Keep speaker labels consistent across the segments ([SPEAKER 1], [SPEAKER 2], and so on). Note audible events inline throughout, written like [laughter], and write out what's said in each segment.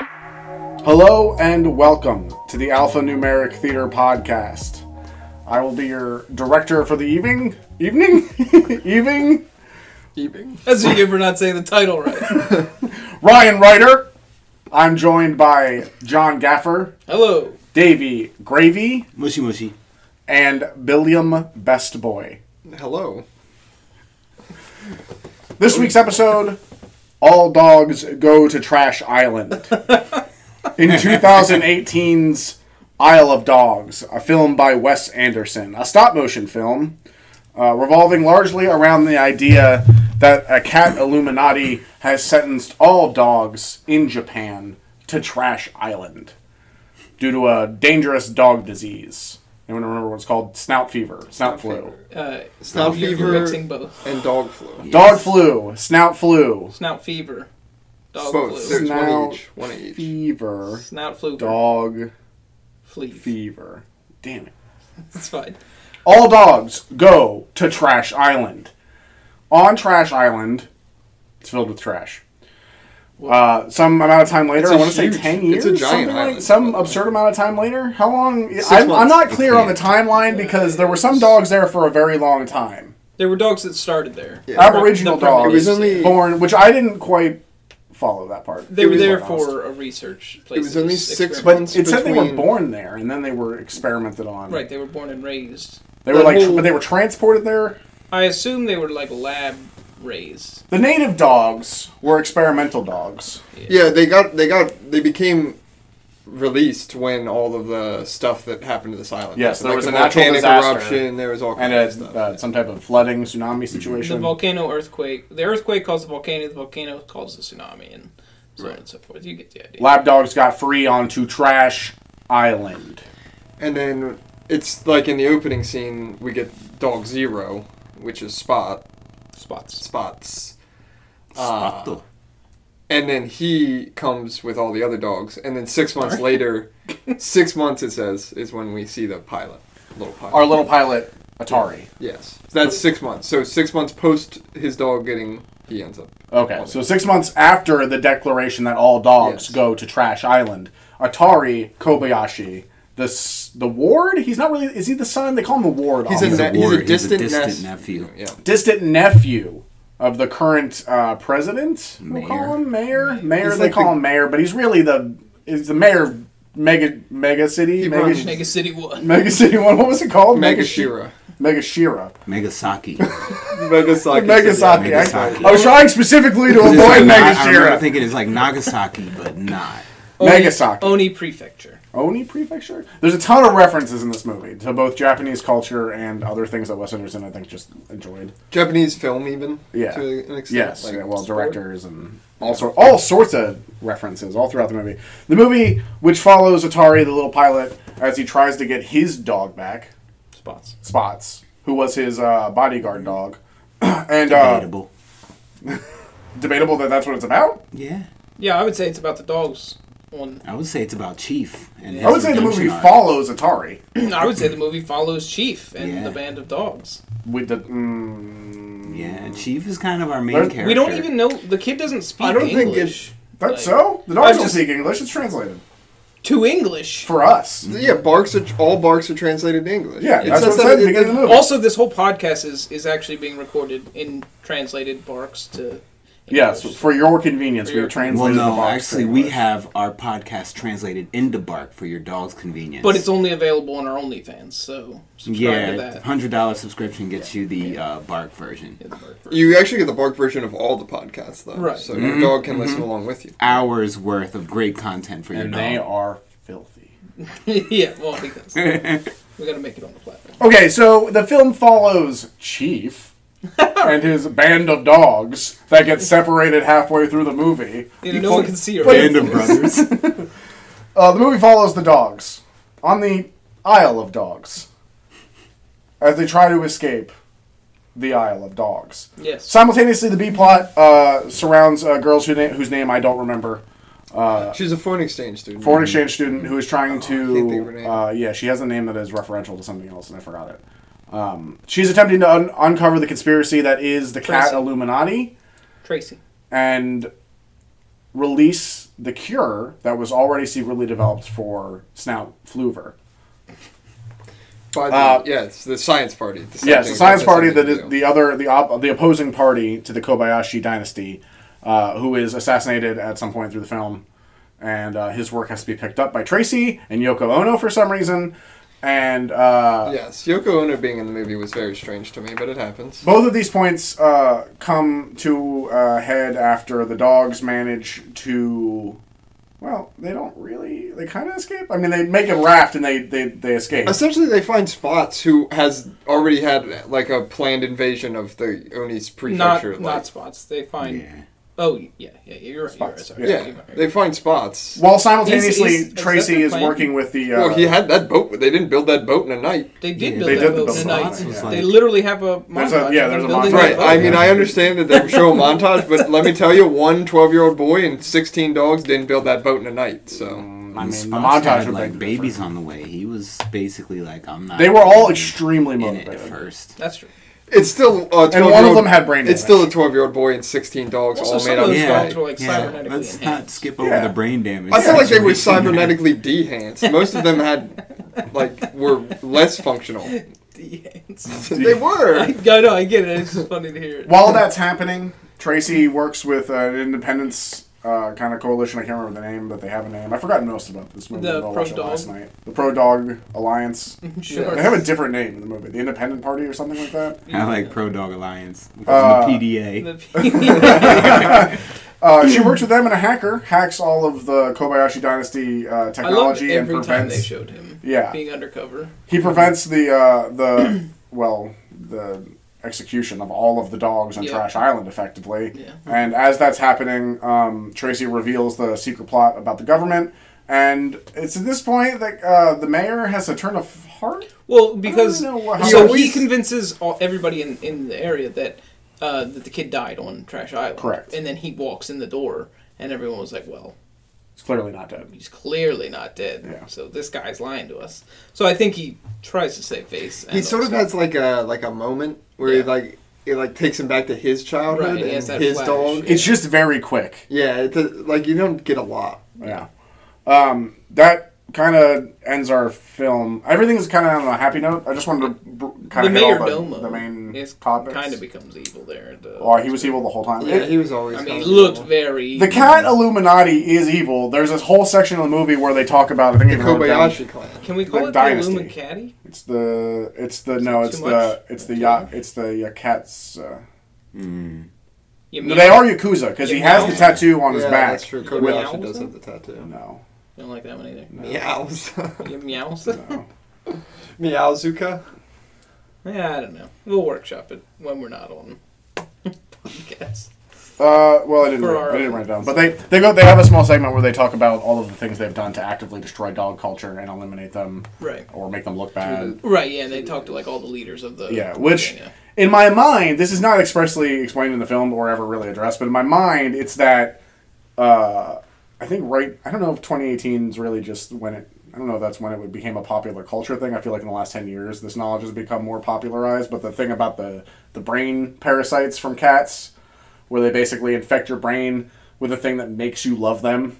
[SPEAKER 1] Hello and welcome to the Alphanumeric Theater Podcast. I will be your director for the evening. Evening? [laughs] evening?
[SPEAKER 2] Evening.
[SPEAKER 3] That's what you get for not saying the title right.
[SPEAKER 1] Ryan Ryder. I'm joined by John Gaffer,
[SPEAKER 3] Hello.
[SPEAKER 1] Davey Gravy,
[SPEAKER 4] Mushy mushy.
[SPEAKER 1] and Billiam Best Boy.
[SPEAKER 2] Hello.
[SPEAKER 1] This week's episode All Dogs Go to Trash Island. In 2018's Isle of Dogs, a film by Wes Anderson, a stop motion film uh, revolving largely around the idea that a cat Illuminati has sentenced all dogs in Japan to Trash Island due to a dangerous dog disease. Anyone remember what it's called? Snout fever, snout flu.
[SPEAKER 3] Uh,
[SPEAKER 2] Snout
[SPEAKER 3] you're,
[SPEAKER 2] fever.
[SPEAKER 3] You're mixing both.
[SPEAKER 2] And dog flu.
[SPEAKER 1] Dog flu, snout flu,
[SPEAKER 3] Snout fever. Dog
[SPEAKER 2] Both.
[SPEAKER 3] flu.
[SPEAKER 2] There's one
[SPEAKER 1] Snout
[SPEAKER 2] each. One each.
[SPEAKER 1] fever,
[SPEAKER 3] Snout flu.
[SPEAKER 1] dog
[SPEAKER 3] Flea.
[SPEAKER 1] fever. Damn it.
[SPEAKER 3] It's fine.
[SPEAKER 1] All dogs go to Trash Island. On Trash Island, it's filled with trash. Uh, some amount of time later,
[SPEAKER 2] It's
[SPEAKER 1] I
[SPEAKER 2] a
[SPEAKER 1] want to say
[SPEAKER 2] huge-
[SPEAKER 1] ten years.
[SPEAKER 2] it's a giant
[SPEAKER 1] something like-
[SPEAKER 2] island.
[SPEAKER 1] some absurd amount of time later. How long? I'm, I'm
[SPEAKER 2] months.
[SPEAKER 1] not clear on the timeline because there were some dogs there for a very long time.
[SPEAKER 3] There were dogs that started there.
[SPEAKER 2] Yeah.
[SPEAKER 1] Aboriginal
[SPEAKER 3] The premise-
[SPEAKER 1] dogs.
[SPEAKER 2] It was only.
[SPEAKER 1] Born, which I didn't quite follow that part.
[SPEAKER 3] They were
[SPEAKER 2] was
[SPEAKER 3] there
[SPEAKER 1] quite honest.
[SPEAKER 3] for a research place.
[SPEAKER 2] It was
[SPEAKER 3] that
[SPEAKER 2] only six
[SPEAKER 3] experimenting.
[SPEAKER 2] months
[SPEAKER 1] It said they were
[SPEAKER 2] between.
[SPEAKER 1] born there, and then they were experimented on.
[SPEAKER 3] Right, they were born and raised.
[SPEAKER 1] They were
[SPEAKER 2] The
[SPEAKER 1] like,
[SPEAKER 2] whole-
[SPEAKER 1] but they were transported there.
[SPEAKER 3] I assume they were like lab raised.
[SPEAKER 1] The native dogs were experimental dogs.
[SPEAKER 2] Yeah, they got. They got. They became released when all of the stuff that happened to this island.
[SPEAKER 1] Yes, there
[SPEAKER 2] happened.
[SPEAKER 1] was
[SPEAKER 2] the
[SPEAKER 1] a natural
[SPEAKER 2] volcanic
[SPEAKER 1] disaster.
[SPEAKER 2] eruption. There was all
[SPEAKER 1] and
[SPEAKER 2] kinds of
[SPEAKER 1] a,
[SPEAKER 2] stuff.
[SPEAKER 1] uh, some type of flooding tsunami
[SPEAKER 3] The
[SPEAKER 1] situation.
[SPEAKER 3] volcano earthquake. The earthquake caused the volcano. The volcano caused the tsunami, and so on and so forth. You get the idea.
[SPEAKER 1] Lab dogs got free onto Trash Island.
[SPEAKER 2] And then it's like in the opening scene, we get dog zero, which is Spot.
[SPEAKER 3] Spots.
[SPEAKER 2] Spots. Uh,
[SPEAKER 4] Spot the-
[SPEAKER 2] and then he comes with all the other dogs and then six months later six months it says is when we see the pilot
[SPEAKER 1] [laughs]
[SPEAKER 2] little pilot
[SPEAKER 1] Our little pilot Atari.
[SPEAKER 2] yes that's six months so six months post his dog getting he ends up
[SPEAKER 1] Okay, so six months after the declaration that all dogs
[SPEAKER 2] Yes.
[SPEAKER 1] go to Trash Island, Atari Kobayashi, the s- the ward. He's not really. Is he the son? They call him the ward.
[SPEAKER 2] he's,
[SPEAKER 1] often.
[SPEAKER 2] a, ne- he's
[SPEAKER 4] ward,
[SPEAKER 2] a
[SPEAKER 4] he's a
[SPEAKER 2] distant,
[SPEAKER 4] distant
[SPEAKER 2] nes-
[SPEAKER 4] nephew.
[SPEAKER 2] yeah
[SPEAKER 1] distant nephew of the current uh, president. We'll call
[SPEAKER 4] Mayor.
[SPEAKER 1] him mayor. Mayor.
[SPEAKER 2] He's
[SPEAKER 1] they
[SPEAKER 2] like
[SPEAKER 1] call
[SPEAKER 2] the-
[SPEAKER 1] him mayor, but he's really the is the mayor of mega mega city.
[SPEAKER 2] He
[SPEAKER 1] Mega,
[SPEAKER 2] runs-
[SPEAKER 3] Mega City One.
[SPEAKER 1] mega city one. What was it called?
[SPEAKER 2] megashira
[SPEAKER 1] Mega Shira. [laughs]
[SPEAKER 4] Megasaki.
[SPEAKER 2] megasaki
[SPEAKER 1] Megasaki.
[SPEAKER 4] yeah,
[SPEAKER 1] I,
[SPEAKER 4] Megasaki.
[SPEAKER 1] I was trying specifically to
[SPEAKER 4] It's like
[SPEAKER 1] avoid
[SPEAKER 4] Na-
[SPEAKER 1] Mega
[SPEAKER 4] I remember
[SPEAKER 1] Shira.
[SPEAKER 4] thinking it's like Nagasaki, but not.
[SPEAKER 1] Megasaki.
[SPEAKER 3] Oni Prefecture.
[SPEAKER 1] Oni Prefecture. There's a ton of references in this movie to both Japanese culture and other things that Wes Anderson I think just enjoyed.
[SPEAKER 2] japanese film even
[SPEAKER 1] Yeah.
[SPEAKER 2] to an extent
[SPEAKER 1] Yes,
[SPEAKER 2] like
[SPEAKER 1] yeah, well,
[SPEAKER 2] sport.
[SPEAKER 1] directors and all sort, all sorts of references all throughout the movie. The movie, which follows Atari, the little pilot, as he tries to get his dog back,
[SPEAKER 3] Spots.
[SPEAKER 1] Spots, who was his uh, bodyguard dog, [clears throat] and uh,
[SPEAKER 4] Debatable.
[SPEAKER 1] debatable that that's what it's about.
[SPEAKER 4] Yeah.
[SPEAKER 3] Yeah, I would say it's about the dogs. On
[SPEAKER 4] I would say it's about Chief. And his
[SPEAKER 1] I would say the
[SPEAKER 4] redemption
[SPEAKER 1] movie
[SPEAKER 4] arc.
[SPEAKER 1] follows Atari
[SPEAKER 3] [clears throat] I would say the movie follows Chief and
[SPEAKER 4] Yeah.
[SPEAKER 3] the band of dogs.
[SPEAKER 1] with the. Mm,
[SPEAKER 4] Yeah, Chief is kind of our main
[SPEAKER 1] There's-
[SPEAKER 4] character.
[SPEAKER 3] We don't even know the kid doesn't speak
[SPEAKER 2] I don't think
[SPEAKER 3] English
[SPEAKER 1] that's
[SPEAKER 3] Like,
[SPEAKER 1] so. The dogs
[SPEAKER 3] I've
[SPEAKER 1] don't
[SPEAKER 3] just-
[SPEAKER 1] speak English. It's translated
[SPEAKER 3] to English.
[SPEAKER 1] for us.
[SPEAKER 2] yeah barks are all barks are translated to english
[SPEAKER 1] Yeah,
[SPEAKER 2] It's
[SPEAKER 1] that's what it
[SPEAKER 2] just that
[SPEAKER 1] said at the
[SPEAKER 2] it-
[SPEAKER 1] beginning of the movie.
[SPEAKER 3] Also, this whole podcast is is actually being recorded in translated barks to.
[SPEAKER 1] Yes,
[SPEAKER 3] English.
[SPEAKER 1] for your convenience, we
[SPEAKER 3] Well,
[SPEAKER 1] have
[SPEAKER 4] Well,
[SPEAKER 1] translated the
[SPEAKER 4] no,
[SPEAKER 1] box
[SPEAKER 4] actually,
[SPEAKER 1] to
[SPEAKER 4] we
[SPEAKER 1] English.
[SPEAKER 4] have our podcast translated into Bark for your dog's convenience.
[SPEAKER 3] But it's only available on our OnlyFans, so subscribe to
[SPEAKER 4] yeah,
[SPEAKER 3] that.
[SPEAKER 4] hundred dollar subscription gets you the uh, Bark version.
[SPEAKER 3] Yeah, the bark version.
[SPEAKER 2] you actually get the bark version of all the podcasts though
[SPEAKER 3] Right.
[SPEAKER 4] Mm-hmm.
[SPEAKER 2] so your dog can listen along with you
[SPEAKER 4] Hours worth of great content for
[SPEAKER 1] and
[SPEAKER 4] your
[SPEAKER 1] they
[SPEAKER 4] dog.
[SPEAKER 1] are filthy.
[SPEAKER 3] [laughs] yeah, well, because we got to make it on the platform.
[SPEAKER 1] Okay, so the film follows
[SPEAKER 3] [laughs]
[SPEAKER 1] Chief and his band of dogs that get separated halfway through the movie.
[SPEAKER 3] You know, no one can see her.
[SPEAKER 4] Band of brothers.
[SPEAKER 1] [laughs] Uh, the movie follows the dogs on the Isle of Dogs as they try to escape the Isle of Dogs.
[SPEAKER 3] Yes.
[SPEAKER 1] Simultaneously, the B plot uh, surrounds uh, girls who na- whose name I don't remember. Uh,
[SPEAKER 2] She's a foreign exchange student.
[SPEAKER 1] foreign exchange student who is trying
[SPEAKER 2] Mm. Oh, I can't think of her
[SPEAKER 1] to.
[SPEAKER 2] name.
[SPEAKER 1] Uh, yeah, she has a name that is referential to something else, and I forgot it. Um, she's attempting to un- uncover the conspiracy that is the Cat
[SPEAKER 3] Tracy.
[SPEAKER 1] Illuminati
[SPEAKER 3] Tracy.
[SPEAKER 1] and release the cure that was already secretly developed for snout fluver.
[SPEAKER 2] By the,
[SPEAKER 1] Uh,
[SPEAKER 2] yeah, it's the science party. The
[SPEAKER 1] Yes, the
[SPEAKER 2] thing
[SPEAKER 1] science
[SPEAKER 2] that
[SPEAKER 1] party
[SPEAKER 2] has
[SPEAKER 1] that
[SPEAKER 2] nothing
[SPEAKER 1] is
[SPEAKER 2] to do.
[SPEAKER 1] the other the op- the opposing party to the Kobayashi dynasty, uh, who is assassinated at some point through the film, and uh, his work has to be picked up by Tracy and Yoko Ono for some reason, and uh,
[SPEAKER 2] Yes, Yoko Ono being in the movie was very strange to me, but it happens.
[SPEAKER 1] both of these points uh, come to a head after the dogs manage to. Well, they don't really. They kind of escape. I mean, they make a raft and they they, they escape.
[SPEAKER 2] Essentially, they find Spots, who has already had like a planned invasion of the Oni's
[SPEAKER 3] Not
[SPEAKER 2] prefecture. like-
[SPEAKER 3] not spots. They find.
[SPEAKER 4] Yeah.
[SPEAKER 3] Oh yeah, yeah, you're right. You're right.
[SPEAKER 1] Spots,
[SPEAKER 3] Sorry.
[SPEAKER 2] yeah,
[SPEAKER 3] You're right.
[SPEAKER 2] they find Spots.
[SPEAKER 1] While simultaneously,
[SPEAKER 3] He's- he's-
[SPEAKER 1] Tracy is
[SPEAKER 3] that's the plan.
[SPEAKER 1] working with the. Uh,
[SPEAKER 2] Well, he had that boat. They didn't build that boat in a night.
[SPEAKER 3] They did
[SPEAKER 4] Yeah,
[SPEAKER 3] build
[SPEAKER 1] they
[SPEAKER 3] that
[SPEAKER 1] did
[SPEAKER 3] boat
[SPEAKER 1] build
[SPEAKER 3] in
[SPEAKER 1] the
[SPEAKER 3] a night.
[SPEAKER 1] montage,
[SPEAKER 4] yeah.
[SPEAKER 3] They literally have a
[SPEAKER 1] There's
[SPEAKER 3] montage.
[SPEAKER 1] a- yeah,
[SPEAKER 3] of
[SPEAKER 1] there's
[SPEAKER 3] them
[SPEAKER 1] a
[SPEAKER 3] building
[SPEAKER 1] montage.
[SPEAKER 2] Right.
[SPEAKER 3] that
[SPEAKER 2] I
[SPEAKER 3] boat.
[SPEAKER 2] mean, I understand that they show a montage, but let me tell you, one 12 year old boy and 16 dogs didn't build that boat in a night. So
[SPEAKER 4] Mm.
[SPEAKER 1] I mean, the
[SPEAKER 4] Spock
[SPEAKER 1] montage
[SPEAKER 4] had,
[SPEAKER 1] would
[SPEAKER 4] like
[SPEAKER 1] make it
[SPEAKER 4] babies on the way. He was basically like, I'm not.
[SPEAKER 1] They were all
[SPEAKER 4] in
[SPEAKER 1] extremely
[SPEAKER 4] it at
[SPEAKER 1] motivated.
[SPEAKER 4] first.
[SPEAKER 3] That's true. [laughs]
[SPEAKER 2] it's still a 12
[SPEAKER 1] And one of them had brain damage.
[SPEAKER 2] It's still a 12 year old boy and 16 dogs
[SPEAKER 3] Also,
[SPEAKER 2] all
[SPEAKER 3] some
[SPEAKER 2] made
[SPEAKER 3] of
[SPEAKER 2] out of
[SPEAKER 3] those
[SPEAKER 2] sky.
[SPEAKER 3] dogs were like
[SPEAKER 4] yeah.
[SPEAKER 3] cybernetically
[SPEAKER 4] Let's not
[SPEAKER 3] enhanced.
[SPEAKER 4] skip over
[SPEAKER 1] Yeah.
[SPEAKER 4] the brain damage.
[SPEAKER 2] I feel like they were
[SPEAKER 4] situation.
[SPEAKER 2] [laughs] cybernetically dehanced. Most of them had, like, were less functional.
[SPEAKER 3] [laughs] Yeah,
[SPEAKER 2] they were.
[SPEAKER 3] it's- I know, I get it. It's just funny
[SPEAKER 1] [laughs]
[SPEAKER 3] to hear it.
[SPEAKER 1] While that's happening, Tracy works with uh, an independence uh, kind of coalition. I can't remember the name, but they have a name. I forgot most about this movie.
[SPEAKER 3] The
[SPEAKER 1] but I'll watch it
[SPEAKER 3] Pro
[SPEAKER 1] last
[SPEAKER 3] Dog.
[SPEAKER 1] night. The Pro Dog Alliance.
[SPEAKER 3] [laughs] Sure.
[SPEAKER 1] They have a different name in the movie. The Independent Party or something like that.
[SPEAKER 4] I like Pro Dog Alliance. It was
[SPEAKER 1] Uh,
[SPEAKER 4] in the PDA.
[SPEAKER 1] Uh, she works with them and a hacker hacks all of the Kobayashi Dynasty uh,
[SPEAKER 3] I loved
[SPEAKER 1] technology and
[SPEAKER 3] every time they
[SPEAKER 1] prevents.
[SPEAKER 3] showed him
[SPEAKER 1] Yeah.
[SPEAKER 3] being undercover.
[SPEAKER 1] He prevents the uh, the [coughs] well the execution of all of the dogs on
[SPEAKER 3] Yeah.
[SPEAKER 1] Trash Island effectively.
[SPEAKER 3] Yeah.
[SPEAKER 1] And as that's happening, um, Tracy reveals the secret plot about the government. And it's at this point that uh, the mayor has a turn of heart.
[SPEAKER 3] Well, because
[SPEAKER 1] know what-
[SPEAKER 3] so
[SPEAKER 1] how-
[SPEAKER 3] he convinces all, everybody in, in the area that uh, that the kid died on Trash Island.
[SPEAKER 1] Correct.
[SPEAKER 3] And then he walks in the door, and everyone was like, "Well,
[SPEAKER 1] It's clearly not dead.
[SPEAKER 3] he's clearly not dead.
[SPEAKER 1] Yeah.
[SPEAKER 3] So this guy's lying to us." So I think he tries to save face.
[SPEAKER 2] He
[SPEAKER 3] and
[SPEAKER 2] sort of
[SPEAKER 3] also-
[SPEAKER 2] has like a like a moment where he
[SPEAKER 3] Yeah.
[SPEAKER 2] like it like takes him back to his
[SPEAKER 3] Right,
[SPEAKER 2] childhood
[SPEAKER 3] he has
[SPEAKER 2] and
[SPEAKER 3] that
[SPEAKER 2] his
[SPEAKER 3] flash.
[SPEAKER 2] dog.
[SPEAKER 1] It's just very quick.
[SPEAKER 2] Yeah, it, does- like you don't get a lot.
[SPEAKER 1] Yeah. Um, that kind of ends our film. Everything's kind of on a happy note. I just wanted to br- kind
[SPEAKER 3] the
[SPEAKER 1] of hit
[SPEAKER 3] mayor
[SPEAKER 1] all the,
[SPEAKER 3] Domo.
[SPEAKER 1] the main
[SPEAKER 3] is
[SPEAKER 1] topics.
[SPEAKER 3] kind of becomes evil there. The,
[SPEAKER 1] Well, he was evil the whole time.
[SPEAKER 2] Yeah,
[SPEAKER 1] It-
[SPEAKER 2] he was always.
[SPEAKER 3] I mean,
[SPEAKER 2] kind
[SPEAKER 3] he
[SPEAKER 2] of
[SPEAKER 3] looked
[SPEAKER 2] evil.
[SPEAKER 3] very.
[SPEAKER 1] the cat Illuminati is evil. There's this whole section of the movie where they talk about I think
[SPEAKER 2] the
[SPEAKER 1] I wrote it down.
[SPEAKER 2] Kobayashi clan.
[SPEAKER 3] Can we call
[SPEAKER 1] the
[SPEAKER 3] it
[SPEAKER 1] dynasty.
[SPEAKER 3] the Illuminati?
[SPEAKER 1] It's the it's the no
[SPEAKER 3] Too
[SPEAKER 1] it's
[SPEAKER 3] much?
[SPEAKER 1] the it's the
[SPEAKER 3] Too
[SPEAKER 1] ya,
[SPEAKER 3] much?
[SPEAKER 1] it's the Yakets. Uh,
[SPEAKER 4] Mm.
[SPEAKER 3] You
[SPEAKER 1] No, they are yakuza because he has the
[SPEAKER 3] Yakuza.
[SPEAKER 1] tattoo on his
[SPEAKER 2] yeah,
[SPEAKER 1] back.
[SPEAKER 2] that's true.
[SPEAKER 3] With-
[SPEAKER 2] Kobayashi does have the
[SPEAKER 1] No,
[SPEAKER 2] tattoo.
[SPEAKER 1] no.
[SPEAKER 3] Don't like that one either.
[SPEAKER 2] Meows.
[SPEAKER 3] You meows.
[SPEAKER 2] [laughs] Meowzuka.
[SPEAKER 3] [laughs] yeah, I don't know. We'll workshop it when we're not on [laughs] podcast.
[SPEAKER 1] Uh, well, I didn't.
[SPEAKER 3] For
[SPEAKER 1] Write,
[SPEAKER 3] our-
[SPEAKER 1] I didn't write it down. But they they go. They have a small segment where they talk about all of the things they've done to actively destroy dog culture and eliminate them
[SPEAKER 3] Right.
[SPEAKER 1] or make them look bad.
[SPEAKER 3] Right. Yeah, and they talk to like all the leaders of the.
[SPEAKER 1] Yeah, which
[SPEAKER 3] Yeah, yeah.
[SPEAKER 1] in my mind, this is not expressly explained in the film or ever really addressed, but in my mind, it's that uh, I think right. I don't know if 2018 is really just when it. I don't know if that's when it became a popular culture thing. I feel like in the last 10 years, this knowledge has become more popularized. But the thing about the the brain parasites from cats, where they basically infect your brain with a thing that makes you love them